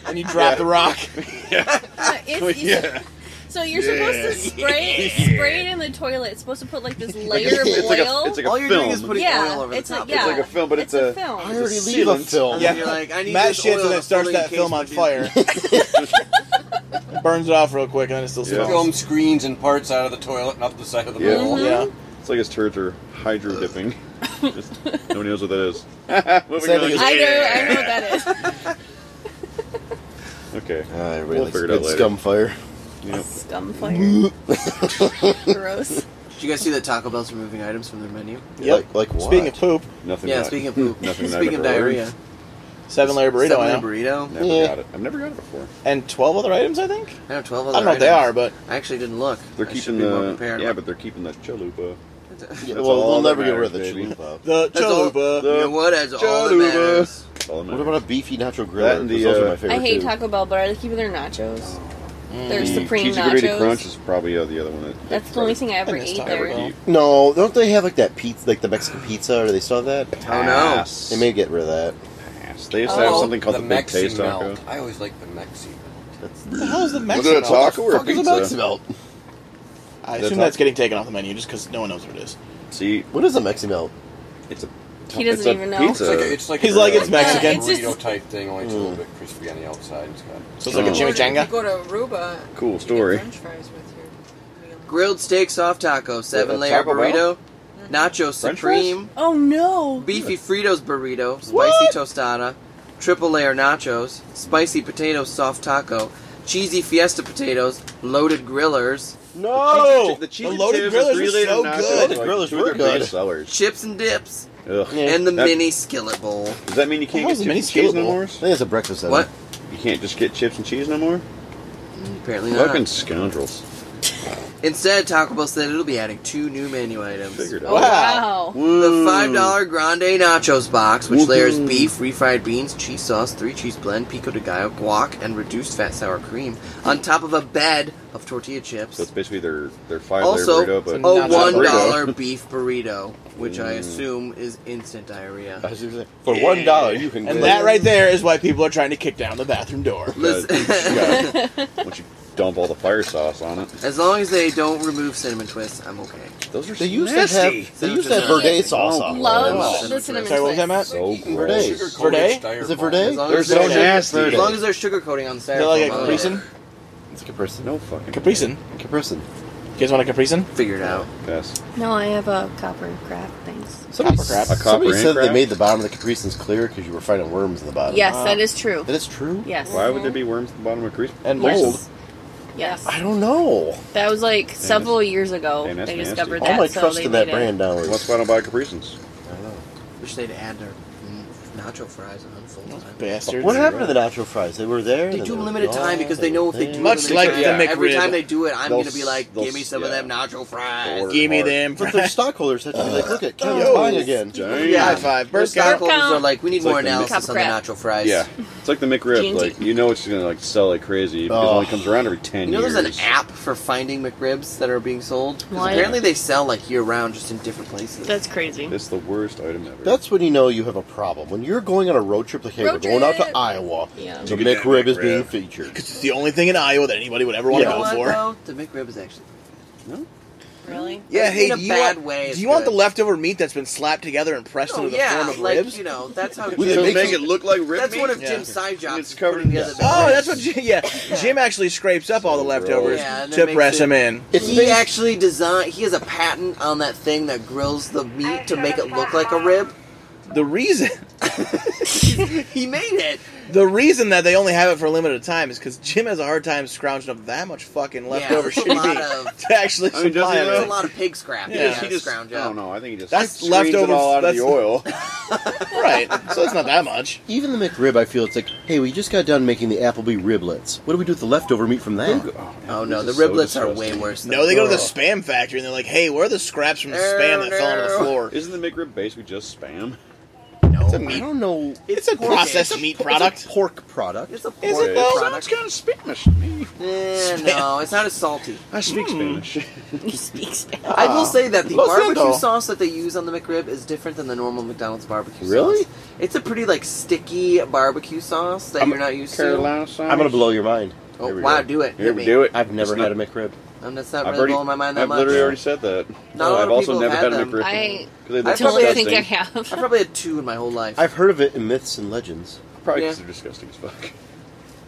[SPEAKER 4] And you drop
[SPEAKER 5] Yeah.
[SPEAKER 4] the rock.
[SPEAKER 1] Uh, it's-
[SPEAKER 5] yeah.
[SPEAKER 1] So you're
[SPEAKER 5] Yeah.
[SPEAKER 1] supposed to spray spray it in the toilet. It's supposed to put like this layer of
[SPEAKER 5] It's like
[SPEAKER 1] oil.
[SPEAKER 5] a, it's like a
[SPEAKER 3] All you're
[SPEAKER 5] film.
[SPEAKER 3] doing is putting
[SPEAKER 1] yeah,
[SPEAKER 3] oil over
[SPEAKER 1] it's
[SPEAKER 3] the top.
[SPEAKER 1] a, yeah,
[SPEAKER 5] like a film, but it's a-
[SPEAKER 1] film.
[SPEAKER 6] I already
[SPEAKER 5] It's a
[SPEAKER 6] leave a
[SPEAKER 5] sealant.
[SPEAKER 6] film.
[SPEAKER 3] Yeah.
[SPEAKER 4] Yeah.
[SPEAKER 3] You're like, I need
[SPEAKER 4] Matt
[SPEAKER 3] this
[SPEAKER 4] shits
[SPEAKER 3] oil
[SPEAKER 4] and
[SPEAKER 3] to
[SPEAKER 4] it starts
[SPEAKER 3] fully
[SPEAKER 4] that
[SPEAKER 3] encase
[SPEAKER 4] film
[SPEAKER 3] my
[SPEAKER 4] on
[SPEAKER 3] puke.
[SPEAKER 4] fire. Burns it off real quick and then it still
[SPEAKER 5] Yeah.
[SPEAKER 4] smells.
[SPEAKER 7] Film screens and parts out of the toilet and up the side of the
[SPEAKER 5] Yeah.
[SPEAKER 1] Mm-hmm.
[SPEAKER 7] bowl.
[SPEAKER 4] Yeah.
[SPEAKER 5] It's like his turds are hydro dipping. Just, nobody knows what that is. Moving
[SPEAKER 6] that
[SPEAKER 5] on.
[SPEAKER 6] thing is-
[SPEAKER 1] I know, I know what that is.
[SPEAKER 5] Okay.
[SPEAKER 6] Uh, I
[SPEAKER 5] We'll
[SPEAKER 6] really
[SPEAKER 5] figure it
[SPEAKER 6] good
[SPEAKER 5] out later.
[SPEAKER 6] scumfire.
[SPEAKER 5] Yep.
[SPEAKER 1] Scum fire. Gross.
[SPEAKER 3] Did you guys see that Taco Bell's removing items from their menu?
[SPEAKER 4] Yep.
[SPEAKER 6] Like, like what?
[SPEAKER 4] Speaking of poop,
[SPEAKER 5] Nothing.
[SPEAKER 3] yeah,
[SPEAKER 5] that-
[SPEAKER 3] speaking of poop.
[SPEAKER 5] Nothing that
[SPEAKER 3] speaking of
[SPEAKER 5] I've ever
[SPEAKER 3] diarrhea.
[SPEAKER 5] heard.
[SPEAKER 4] seven layer burrito. I
[SPEAKER 3] Seven-layer
[SPEAKER 4] know.
[SPEAKER 3] burrito.
[SPEAKER 5] Never
[SPEAKER 4] Yeah.
[SPEAKER 5] got it. I've never got it before.
[SPEAKER 4] and twelve other items, I think.
[SPEAKER 3] I have twelve. Other
[SPEAKER 4] I don't know what they are,
[SPEAKER 3] items.
[SPEAKER 4] but
[SPEAKER 3] I actually didn't look.
[SPEAKER 5] They're
[SPEAKER 3] I should
[SPEAKER 5] keeping
[SPEAKER 3] be more
[SPEAKER 5] the
[SPEAKER 3] prepared.
[SPEAKER 5] yeah, but they're keeping the chalupa.
[SPEAKER 6] Yeah,
[SPEAKER 5] That's
[SPEAKER 6] well,
[SPEAKER 5] all
[SPEAKER 6] we'll
[SPEAKER 5] that
[SPEAKER 6] never get rid
[SPEAKER 5] matters,
[SPEAKER 6] of the
[SPEAKER 5] baby.
[SPEAKER 6] chalupa.
[SPEAKER 4] the
[SPEAKER 3] That's all-
[SPEAKER 4] chalupa.
[SPEAKER 3] you know what? That's all that
[SPEAKER 5] Chalupa.
[SPEAKER 3] matters.
[SPEAKER 5] All that
[SPEAKER 6] What
[SPEAKER 5] matters.
[SPEAKER 6] about a beefy nacho grill?
[SPEAKER 5] That and the,
[SPEAKER 6] those
[SPEAKER 5] uh,
[SPEAKER 6] are my favorite
[SPEAKER 1] I hate
[SPEAKER 6] too.
[SPEAKER 1] Taco Bell, but I like even their nachos. Their
[SPEAKER 5] The
[SPEAKER 1] supreme
[SPEAKER 5] Mm. Cheesy Gritty
[SPEAKER 1] nachos.
[SPEAKER 5] Crunch is probably uh, the other one. That,
[SPEAKER 1] That's the only thing I ever
[SPEAKER 4] I miss
[SPEAKER 1] ate
[SPEAKER 4] Taco
[SPEAKER 1] there.
[SPEAKER 4] Bell.
[SPEAKER 6] No, don't they have like that pizza, like the Mexican pizza? Or they still have that?
[SPEAKER 3] Oh, no.
[SPEAKER 5] Pass.
[SPEAKER 6] They may get rid of that.
[SPEAKER 5] Pass. They used to
[SPEAKER 3] Oh,
[SPEAKER 5] have something called the, Big
[SPEAKER 7] Mexi
[SPEAKER 5] Taste Taco.
[SPEAKER 7] Oh, melt. I always like the Mexi melt.
[SPEAKER 4] What the hell is the
[SPEAKER 5] Was
[SPEAKER 4] Mexican?
[SPEAKER 5] it a
[SPEAKER 4] melt?
[SPEAKER 5] taco or a
[SPEAKER 6] Fuck is a Mexi
[SPEAKER 5] pizza?
[SPEAKER 6] melt?
[SPEAKER 4] I
[SPEAKER 5] The
[SPEAKER 4] assume
[SPEAKER 5] taco?
[SPEAKER 4] that's getting taken off the menu just because no one knows what it is.
[SPEAKER 5] See,
[SPEAKER 6] What is a Mexi melt?
[SPEAKER 5] it's a.
[SPEAKER 1] He
[SPEAKER 5] it's
[SPEAKER 1] doesn't
[SPEAKER 5] a
[SPEAKER 1] even know.
[SPEAKER 7] It's
[SPEAKER 5] Pizza.
[SPEAKER 7] like, a, it's like
[SPEAKER 4] He's
[SPEAKER 7] a,
[SPEAKER 4] like, it's
[SPEAKER 7] uh,
[SPEAKER 4] Mexican.
[SPEAKER 1] It's
[SPEAKER 7] burrito
[SPEAKER 1] just-
[SPEAKER 7] type thing, only it's a
[SPEAKER 5] Mm.
[SPEAKER 7] little bit crispy on the outside. It's got
[SPEAKER 4] So it's like a
[SPEAKER 5] Oh.
[SPEAKER 8] If
[SPEAKER 4] chimichanga.
[SPEAKER 8] you go to Aruba,
[SPEAKER 5] Cool
[SPEAKER 8] you get
[SPEAKER 5] story.
[SPEAKER 8] French fries with your meal.
[SPEAKER 3] Grilled steak soft taco, seven layer
[SPEAKER 5] Taco Bell?
[SPEAKER 3] burrito, nacho
[SPEAKER 5] French
[SPEAKER 3] supreme,
[SPEAKER 1] Mm-hmm. Oh no!
[SPEAKER 3] beefy Fritos burrito, spicy
[SPEAKER 4] What?
[SPEAKER 3] tostada, triple layer nachos, spicy potato soft taco, cheesy fiesta potatoes, loaded grillers,
[SPEAKER 6] No!
[SPEAKER 5] the, cheesy
[SPEAKER 4] Oh, The loaded
[SPEAKER 5] chips
[SPEAKER 4] grillers are
[SPEAKER 5] really
[SPEAKER 4] so
[SPEAKER 5] not-
[SPEAKER 4] good.
[SPEAKER 5] they're, like,
[SPEAKER 6] Grillers
[SPEAKER 5] two of their
[SPEAKER 6] were good.
[SPEAKER 5] biggest sellers.
[SPEAKER 3] chips and dips,
[SPEAKER 5] Ugh.
[SPEAKER 6] Yeah.
[SPEAKER 3] and the
[SPEAKER 5] That-
[SPEAKER 3] mini skillet bowl.
[SPEAKER 5] Does that mean you can't
[SPEAKER 4] How
[SPEAKER 5] get
[SPEAKER 4] is
[SPEAKER 5] chips
[SPEAKER 4] mini
[SPEAKER 5] and cheese no
[SPEAKER 4] scalable?
[SPEAKER 5] more?
[SPEAKER 6] I think it's a breakfast item.
[SPEAKER 3] What?
[SPEAKER 5] You can't just get chips and cheese no more?
[SPEAKER 3] Apparently not.
[SPEAKER 5] Fucking scoundrels.
[SPEAKER 3] Instead, Taco Bell said it'll be adding two new menu items.
[SPEAKER 5] Figured out.
[SPEAKER 1] Oh, Wow.
[SPEAKER 3] The five dollar grande nachos box, which
[SPEAKER 5] Woohoo.
[SPEAKER 3] layers beef, refried beans, cheese sauce, three cheese blend, pico de gallo, guac, and reduced fat sour cream, on top of a bed of tortilla
[SPEAKER 5] So it's
[SPEAKER 3] chips.
[SPEAKER 5] basically their their five
[SPEAKER 3] Also,
[SPEAKER 5] layer burrito, but
[SPEAKER 3] a
[SPEAKER 4] Nacho
[SPEAKER 3] one
[SPEAKER 5] burrito.
[SPEAKER 3] dollar beef burrito, which I
[SPEAKER 5] Mm.
[SPEAKER 3] assume is instant diarrhea.
[SPEAKER 6] For one dollar, you can
[SPEAKER 4] And
[SPEAKER 6] get-
[SPEAKER 4] that right there is why people are trying to kick down the bathroom door.
[SPEAKER 3] Listen,
[SPEAKER 5] once you dump all the fire sauce on it,
[SPEAKER 3] as long as they don't remove cinnamon twists, I'm okay.
[SPEAKER 5] those are
[SPEAKER 6] They used to
[SPEAKER 5] nasty.
[SPEAKER 6] have. They used to have verde sauce on.
[SPEAKER 1] Love
[SPEAKER 6] them.
[SPEAKER 1] the cinnamon
[SPEAKER 4] Sorry, what was that, Matt?
[SPEAKER 1] twist.
[SPEAKER 5] so
[SPEAKER 6] Verde.
[SPEAKER 5] gross.
[SPEAKER 4] Verde?
[SPEAKER 6] Is it verde?
[SPEAKER 3] As long
[SPEAKER 5] They're
[SPEAKER 3] as
[SPEAKER 5] so
[SPEAKER 3] they're-
[SPEAKER 5] nasty.
[SPEAKER 3] As long as they're sugar coating on
[SPEAKER 4] They're
[SPEAKER 3] styrofoam,
[SPEAKER 4] like a
[SPEAKER 3] I'll
[SPEAKER 4] capricin.
[SPEAKER 6] It's a capricin.
[SPEAKER 5] No fucking
[SPEAKER 4] Capricin.
[SPEAKER 6] Capricin.
[SPEAKER 4] You guys want a capricin?
[SPEAKER 3] figure it out.
[SPEAKER 5] Yes.
[SPEAKER 1] No, I have a copper crab. Thanks.
[SPEAKER 6] Somebody,
[SPEAKER 4] Copper crab.
[SPEAKER 5] A copper
[SPEAKER 6] somebody said
[SPEAKER 5] crab?
[SPEAKER 6] they made the bottom of the capricins clear because you were finding worms in the bottom.
[SPEAKER 1] Yes,
[SPEAKER 4] Uh,
[SPEAKER 1] that is true.
[SPEAKER 6] That is true?
[SPEAKER 1] Yes.
[SPEAKER 5] Why would there be worms at the bottom of a crease?
[SPEAKER 4] And
[SPEAKER 1] Yes.
[SPEAKER 4] mold.
[SPEAKER 1] Yes.
[SPEAKER 6] I don't know.
[SPEAKER 1] That was like several years ago.
[SPEAKER 5] Damn, that's
[SPEAKER 1] They
[SPEAKER 5] nasty.
[SPEAKER 1] discovered
[SPEAKER 6] All
[SPEAKER 1] that.
[SPEAKER 6] my
[SPEAKER 1] so
[SPEAKER 6] trust
[SPEAKER 1] they
[SPEAKER 6] in that
[SPEAKER 1] made it.
[SPEAKER 6] brand downwards.
[SPEAKER 5] What's why I don't buy Capricins?
[SPEAKER 6] I don't know.
[SPEAKER 3] Wish they'd add their mm, nacho fries on full time.
[SPEAKER 4] Bastards.
[SPEAKER 6] What happened to the nacho fries? They were there.
[SPEAKER 3] They
[SPEAKER 6] then
[SPEAKER 3] do
[SPEAKER 6] were
[SPEAKER 3] them limited
[SPEAKER 6] gone,
[SPEAKER 3] time because they know if they do
[SPEAKER 4] Much
[SPEAKER 3] it limited
[SPEAKER 4] like
[SPEAKER 3] time,
[SPEAKER 4] the
[SPEAKER 3] every
[SPEAKER 4] McRib.
[SPEAKER 3] time they do it, I'm
[SPEAKER 5] They'll
[SPEAKER 3] going to be
[SPEAKER 5] s-
[SPEAKER 3] like,
[SPEAKER 5] they'll
[SPEAKER 3] give me
[SPEAKER 5] s-
[SPEAKER 3] some of
[SPEAKER 5] yeah.
[SPEAKER 3] them nacho fries.
[SPEAKER 5] Or-
[SPEAKER 4] Give me them.
[SPEAKER 6] But their stockholders have to be like, look at Kevin's
[SPEAKER 4] Yo.
[SPEAKER 6] buying again.
[SPEAKER 5] Dang.
[SPEAKER 3] Yeah.
[SPEAKER 4] High five.
[SPEAKER 3] Their
[SPEAKER 4] Burst count.
[SPEAKER 3] stockholders
[SPEAKER 1] count.
[SPEAKER 3] are like, we need
[SPEAKER 5] It's
[SPEAKER 3] more
[SPEAKER 5] like the
[SPEAKER 3] analysis
[SPEAKER 1] mixed-
[SPEAKER 3] on
[SPEAKER 1] Cup
[SPEAKER 3] the nacho fries.
[SPEAKER 5] Yeah. It's like the McRib.
[SPEAKER 1] G&T.
[SPEAKER 5] Like you know it's gonna like sell like crazy because it
[SPEAKER 6] Oh.
[SPEAKER 5] only comes around every ten
[SPEAKER 3] You know,
[SPEAKER 5] years.
[SPEAKER 3] there's an app for finding McRibs that are being sold. 'Cause
[SPEAKER 1] Why?
[SPEAKER 3] apparently, they sell like year round, just in different places.
[SPEAKER 1] That's crazy.
[SPEAKER 5] It's the worst item ever.
[SPEAKER 6] That's when you know you have a problem. When you're going on a road trip, like, hey,
[SPEAKER 1] Road
[SPEAKER 6] we're going out
[SPEAKER 1] trip.
[SPEAKER 6] to Iowa,
[SPEAKER 1] Yeah.
[SPEAKER 6] the
[SPEAKER 5] You get that
[SPEAKER 6] McRib is
[SPEAKER 5] McRib.
[SPEAKER 6] being featured.
[SPEAKER 4] Because it's the only thing in Iowa that anybody would ever
[SPEAKER 3] you
[SPEAKER 4] want to
[SPEAKER 3] know what,
[SPEAKER 4] go for.
[SPEAKER 3] though? The McRib is actually.
[SPEAKER 1] Really?
[SPEAKER 4] Yeah,
[SPEAKER 3] In
[SPEAKER 4] hey,
[SPEAKER 3] a
[SPEAKER 4] do you,
[SPEAKER 3] bad
[SPEAKER 4] want,
[SPEAKER 3] way,
[SPEAKER 4] do
[SPEAKER 3] it's
[SPEAKER 4] you want the
[SPEAKER 3] good.
[SPEAKER 4] leftover meat that's been slapped together and pressed
[SPEAKER 3] Oh,
[SPEAKER 4] into the form
[SPEAKER 3] yeah,
[SPEAKER 4] of
[SPEAKER 3] like,
[SPEAKER 4] ribs?
[SPEAKER 3] you know, that's how.
[SPEAKER 6] Well, they
[SPEAKER 3] Jim-
[SPEAKER 5] They'll
[SPEAKER 6] make
[SPEAKER 5] make it
[SPEAKER 6] it-
[SPEAKER 5] look like rib
[SPEAKER 3] that's
[SPEAKER 5] meat.
[SPEAKER 3] one of
[SPEAKER 4] Yeah.
[SPEAKER 3] Jim's side jobs.
[SPEAKER 5] It's covered
[SPEAKER 3] putting
[SPEAKER 5] in
[SPEAKER 3] together
[SPEAKER 5] sauce.
[SPEAKER 3] the
[SPEAKER 4] Oh,
[SPEAKER 3] McRibs.
[SPEAKER 4] that's what. Jim, yeah, Jim actually scrapes up all the
[SPEAKER 5] So
[SPEAKER 4] leftovers
[SPEAKER 5] gross.
[SPEAKER 3] Yeah, and
[SPEAKER 4] to
[SPEAKER 3] then
[SPEAKER 4] press
[SPEAKER 3] makes
[SPEAKER 4] them in.
[SPEAKER 6] It's
[SPEAKER 3] he
[SPEAKER 6] based-
[SPEAKER 3] actually designed. He has a patent on that thing that grills the meat to make it look like a rib.
[SPEAKER 4] The reason,
[SPEAKER 3] He made it.
[SPEAKER 4] the reason that they only have it for a limited time is because Jim has a hard time scrounging up that much fucking leftover
[SPEAKER 3] it's a
[SPEAKER 4] shitty
[SPEAKER 3] lot
[SPEAKER 4] meat
[SPEAKER 3] of-
[SPEAKER 4] to actually
[SPEAKER 5] I mean, does
[SPEAKER 4] supply
[SPEAKER 5] he
[SPEAKER 4] him
[SPEAKER 5] though?
[SPEAKER 3] It's
[SPEAKER 4] with.
[SPEAKER 3] a lot of pig scrap.
[SPEAKER 4] Yeah.
[SPEAKER 3] Yeah,
[SPEAKER 5] He
[SPEAKER 3] yeah
[SPEAKER 5] just oh,
[SPEAKER 3] scrounge
[SPEAKER 5] I
[SPEAKER 3] up.
[SPEAKER 5] don't know. I think he just
[SPEAKER 4] That's
[SPEAKER 5] screens it all out of
[SPEAKER 4] leftovers-
[SPEAKER 5] the oil.
[SPEAKER 4] Right, so it's not that much.
[SPEAKER 6] Even the McRib, I feel it's like, hey, we just got done making the Applebee riblets. What do we do with the leftover meat from that?
[SPEAKER 3] Oh no, the
[SPEAKER 5] This is so
[SPEAKER 3] riblets are
[SPEAKER 5] disgusting.
[SPEAKER 3] way worse. Than
[SPEAKER 4] No, they go to the
[SPEAKER 3] Ugh.
[SPEAKER 4] spam factory and they're like, "Hey, where are the scraps from the spam that fell on the floor?"
[SPEAKER 5] Isn't the McRib basically just spam?
[SPEAKER 4] It's a
[SPEAKER 6] I
[SPEAKER 4] meat.
[SPEAKER 6] don't know.
[SPEAKER 4] It's a
[SPEAKER 3] pork.
[SPEAKER 4] processed meat product.
[SPEAKER 6] It's a pork product.
[SPEAKER 3] It's a pork
[SPEAKER 4] Is it though?
[SPEAKER 3] product.
[SPEAKER 5] kind of Spanish to me. Hmm.
[SPEAKER 3] Eh, no, it's not as salty.
[SPEAKER 5] I speak Spanish.
[SPEAKER 1] He speaks.
[SPEAKER 3] I
[SPEAKER 5] Ah.
[SPEAKER 3] will say that the
[SPEAKER 4] Lo
[SPEAKER 3] barbecue
[SPEAKER 4] siento.
[SPEAKER 3] sauce that they use on the McRib is different than the normal McDonald's barbecue.
[SPEAKER 6] Really?
[SPEAKER 3] Sauce. It's a pretty like sticky barbecue sauce that you're not used to.
[SPEAKER 5] Carolina sauce.
[SPEAKER 6] I'm gonna blow your mind.
[SPEAKER 3] Oh,
[SPEAKER 5] Here we
[SPEAKER 3] wow,
[SPEAKER 5] go.
[SPEAKER 3] do it.
[SPEAKER 5] Here
[SPEAKER 3] Hit
[SPEAKER 5] we
[SPEAKER 3] me.
[SPEAKER 5] do it.
[SPEAKER 6] I've never
[SPEAKER 5] It's
[SPEAKER 6] had
[SPEAKER 5] not-
[SPEAKER 6] a McRib.
[SPEAKER 3] Um, that's not
[SPEAKER 5] I've
[SPEAKER 3] really
[SPEAKER 5] already,
[SPEAKER 3] blowing my mind that
[SPEAKER 5] I've
[SPEAKER 3] much.
[SPEAKER 5] literally already said that.
[SPEAKER 3] Not a lot
[SPEAKER 5] I've
[SPEAKER 3] of
[SPEAKER 5] also
[SPEAKER 3] people
[SPEAKER 5] never
[SPEAKER 3] have
[SPEAKER 5] had, a
[SPEAKER 3] had them.
[SPEAKER 5] McRib.
[SPEAKER 1] I-
[SPEAKER 5] because they
[SPEAKER 1] I
[SPEAKER 3] don't
[SPEAKER 5] look
[SPEAKER 1] don't think
[SPEAKER 5] disgusting.
[SPEAKER 1] I
[SPEAKER 3] I've
[SPEAKER 1] have.
[SPEAKER 3] probably had two in my whole life.
[SPEAKER 6] I've heard of it in myths and legends.
[SPEAKER 5] Probably
[SPEAKER 3] Yeah.
[SPEAKER 5] because they're disgusting as fuck.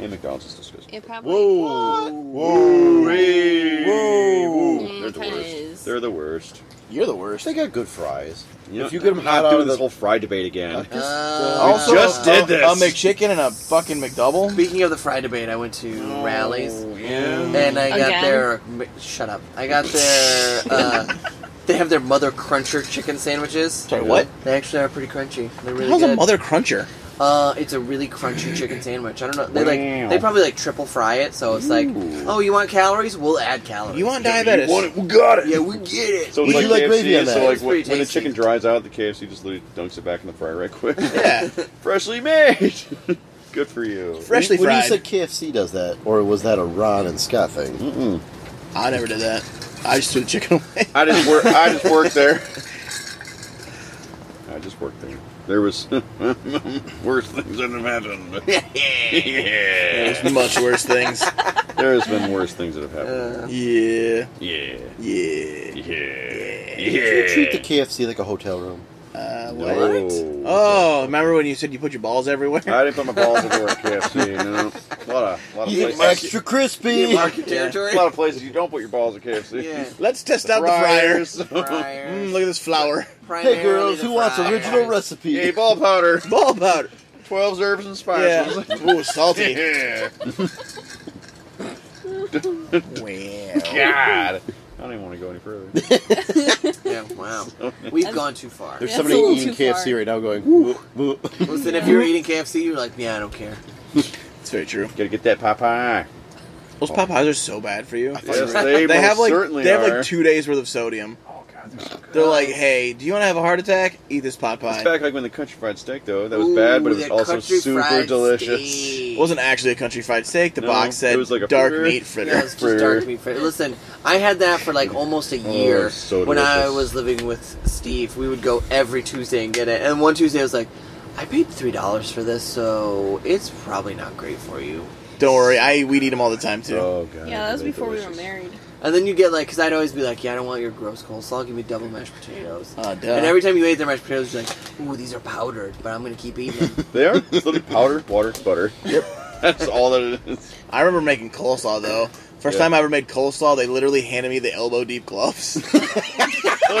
[SPEAKER 5] And McDonald's is disgusting.
[SPEAKER 1] It probably.
[SPEAKER 6] Whoa!
[SPEAKER 5] Whoa! Hey, whoa!
[SPEAKER 1] Mm,
[SPEAKER 5] They're the
[SPEAKER 1] kinda
[SPEAKER 5] worst.
[SPEAKER 1] is.
[SPEAKER 5] They're the worst.
[SPEAKER 4] You're the worst.
[SPEAKER 6] They got good fries.
[SPEAKER 5] You know,
[SPEAKER 6] if you get them
[SPEAKER 5] I'm
[SPEAKER 6] hot
[SPEAKER 5] not
[SPEAKER 6] out
[SPEAKER 5] doing
[SPEAKER 6] of
[SPEAKER 5] this
[SPEAKER 6] the
[SPEAKER 5] whole fried debate again.
[SPEAKER 3] Uh,
[SPEAKER 5] also- just did this.
[SPEAKER 4] A McChicken and a fucking McDouble.
[SPEAKER 3] Speaking of the fry debate, I went to rallies
[SPEAKER 5] yeah.
[SPEAKER 3] and I got
[SPEAKER 1] Again?
[SPEAKER 3] their. Shut up! I got their. Uh, They have their mother cruncher chicken sandwiches.
[SPEAKER 4] Sorry, what?
[SPEAKER 3] They actually are pretty crunchy. They're really
[SPEAKER 4] How's
[SPEAKER 3] good.
[SPEAKER 4] a mother cruncher?
[SPEAKER 3] Uh, it's a really crunchy chicken sandwich. I don't know. They like they probably like triple fry it, so it's like,
[SPEAKER 6] Ooh.
[SPEAKER 3] oh, you want calories? We'll add calories.
[SPEAKER 4] You want
[SPEAKER 5] You want
[SPEAKER 4] diabetes?
[SPEAKER 5] it? We got it.
[SPEAKER 3] Yeah, we get it.
[SPEAKER 5] So it's
[SPEAKER 6] Would
[SPEAKER 5] like
[SPEAKER 6] you like
[SPEAKER 5] KFC,
[SPEAKER 6] gravy on
[SPEAKER 5] so
[SPEAKER 6] that?
[SPEAKER 5] like
[SPEAKER 3] It's
[SPEAKER 5] when,
[SPEAKER 3] pretty
[SPEAKER 5] when the
[SPEAKER 3] tasty.
[SPEAKER 5] chicken dries out, the KFC just literally dunks it back in the fryer right quick.
[SPEAKER 4] Yeah.
[SPEAKER 5] Freshly made. Good for you.
[SPEAKER 4] Freshly
[SPEAKER 6] when
[SPEAKER 4] fried.
[SPEAKER 6] you said KFC does that, or was that a Ron and Scott thing?
[SPEAKER 5] Mm-mm.
[SPEAKER 4] I never did that. I just threw the chicken away.
[SPEAKER 5] I just work. I just worked there. I just worked there. There was worse things than imagined. yeah.
[SPEAKER 4] There's much worse things.
[SPEAKER 5] There has been worse things that have happened.
[SPEAKER 3] Uh,
[SPEAKER 4] Yeah.
[SPEAKER 5] yeah.
[SPEAKER 4] Yeah.
[SPEAKER 5] Yeah.
[SPEAKER 6] You
[SPEAKER 5] Yeah.
[SPEAKER 6] treat the KFC like a hotel room.
[SPEAKER 4] Uh, what?
[SPEAKER 5] No.
[SPEAKER 4] Oh, remember when you said you put your balls everywhere?
[SPEAKER 5] I didn't put my balls everywhere at KFC. No, a lot of, lot of
[SPEAKER 6] You
[SPEAKER 5] places.
[SPEAKER 6] get extra crispy.
[SPEAKER 3] mark your territory.
[SPEAKER 5] A lot of places you don't put your balls at KFC.
[SPEAKER 3] Yeah.
[SPEAKER 4] Let's test out the fryer.
[SPEAKER 3] Fryers.
[SPEAKER 4] Mm, look at this flour.
[SPEAKER 3] Primarily
[SPEAKER 6] Hey girls,
[SPEAKER 3] the
[SPEAKER 6] who wants
[SPEAKER 3] fries.
[SPEAKER 6] original recipe?
[SPEAKER 5] Yay, ball powder.
[SPEAKER 4] Ball powder.
[SPEAKER 5] Twelve herbs and
[SPEAKER 4] Yeah.
[SPEAKER 5] spices.
[SPEAKER 4] Ooh, salty.
[SPEAKER 5] Yeah.
[SPEAKER 4] Wow.
[SPEAKER 5] God. I don't even want to go any further.
[SPEAKER 3] Yeah, wow. We've gone too far.
[SPEAKER 6] There's
[SPEAKER 1] That's
[SPEAKER 6] somebody
[SPEAKER 1] a little
[SPEAKER 6] eating
[SPEAKER 1] too
[SPEAKER 6] KFC
[SPEAKER 1] far.
[SPEAKER 6] right now going, woo, woo.
[SPEAKER 3] Listen, if you're eating KFC, you're like, yeah, I don't care.
[SPEAKER 4] It's very true.
[SPEAKER 5] Gotta get that Popeye.
[SPEAKER 4] Those Popeyes are so bad for you.
[SPEAKER 5] Yes, they,
[SPEAKER 4] They
[SPEAKER 5] most
[SPEAKER 4] have like
[SPEAKER 5] certainly
[SPEAKER 4] they have
[SPEAKER 5] are.
[SPEAKER 4] like two days worth of sodium.
[SPEAKER 5] Oh god, they're so good.
[SPEAKER 4] They're like, hey, do you want to have a heart attack? Eat this pot
[SPEAKER 5] It's
[SPEAKER 4] pie.
[SPEAKER 5] back like when the country fried steak though. That was bad, but it
[SPEAKER 3] Ooh,
[SPEAKER 5] was
[SPEAKER 3] that
[SPEAKER 5] also
[SPEAKER 3] country
[SPEAKER 5] super
[SPEAKER 3] fried
[SPEAKER 5] delicious.
[SPEAKER 3] steak.
[SPEAKER 4] It wasn't actually a country fried steak. The
[SPEAKER 5] No,
[SPEAKER 4] box said
[SPEAKER 5] it was like a
[SPEAKER 4] dark
[SPEAKER 5] fritter.
[SPEAKER 4] meat
[SPEAKER 3] Yeah, it
[SPEAKER 4] fritter.
[SPEAKER 3] was just dark meat fritter. Listen, I had that for like almost a year
[SPEAKER 5] it's Oh, so
[SPEAKER 3] when I
[SPEAKER 5] delicious.
[SPEAKER 3] was living with Steve. We would go every Tuesday and get it. And one Tuesday I was like, I paid three dollars for this, so it's probably not great for you.
[SPEAKER 4] Don't worry, I we eat them all the time too.
[SPEAKER 5] Oh god.
[SPEAKER 1] Yeah, that was
[SPEAKER 5] they're
[SPEAKER 1] before we were
[SPEAKER 5] delicious.
[SPEAKER 1] married.
[SPEAKER 3] And then you get like, because I'd always be like, yeah, I don't want your gross coleslaw. Give me double mashed potatoes.
[SPEAKER 4] Uh, duh.
[SPEAKER 3] And every time you ate their mashed potatoes, you're like, ooh, these are powdered, but I'm gonna keep eating them.
[SPEAKER 5] They are. It's literally powder, water, butter. Yep. That's all that it is.
[SPEAKER 4] I remember making coleslaw though. First
[SPEAKER 5] Yeah.
[SPEAKER 4] time I ever made coleslaw, they literally handed me the elbow deep gloves.
[SPEAKER 5] They're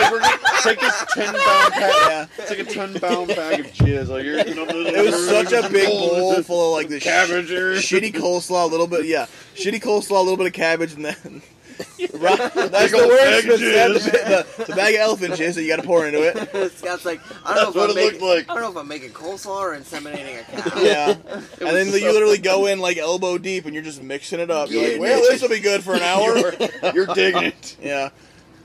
[SPEAKER 5] like, we're gonna take this ten pound pack.
[SPEAKER 4] yeah.
[SPEAKER 5] It's like a ten pound bag of jizz. Like you're,
[SPEAKER 4] It was such a big bowl full of like the sh-
[SPEAKER 5] cabbage. or-
[SPEAKER 4] shitty coleslaw, a little bit, yeah, shitty coleslaw, a little bit of cabbage, and then. Ron- that's
[SPEAKER 5] Big
[SPEAKER 4] the
[SPEAKER 5] old
[SPEAKER 4] worst.
[SPEAKER 5] bag of
[SPEAKER 4] that's The,
[SPEAKER 5] jizz.
[SPEAKER 4] the, the bag of elephant jizz that you got to pour into it.
[SPEAKER 3] Scott's like, I don't
[SPEAKER 5] That's
[SPEAKER 3] know
[SPEAKER 5] what
[SPEAKER 3] if
[SPEAKER 5] it
[SPEAKER 3] I'm making,
[SPEAKER 5] looked like.
[SPEAKER 3] I don't know if I'm making coleslaw or inseminating a cow.
[SPEAKER 4] Yeah, and
[SPEAKER 5] was
[SPEAKER 4] then you
[SPEAKER 5] so-
[SPEAKER 4] literally go in like elbow deep, and you're just mixing it up. You're
[SPEAKER 3] Yeah,
[SPEAKER 4] like, well,
[SPEAKER 3] dude.
[SPEAKER 4] this will be good for an hour.
[SPEAKER 5] You're digging it.
[SPEAKER 4] yeah.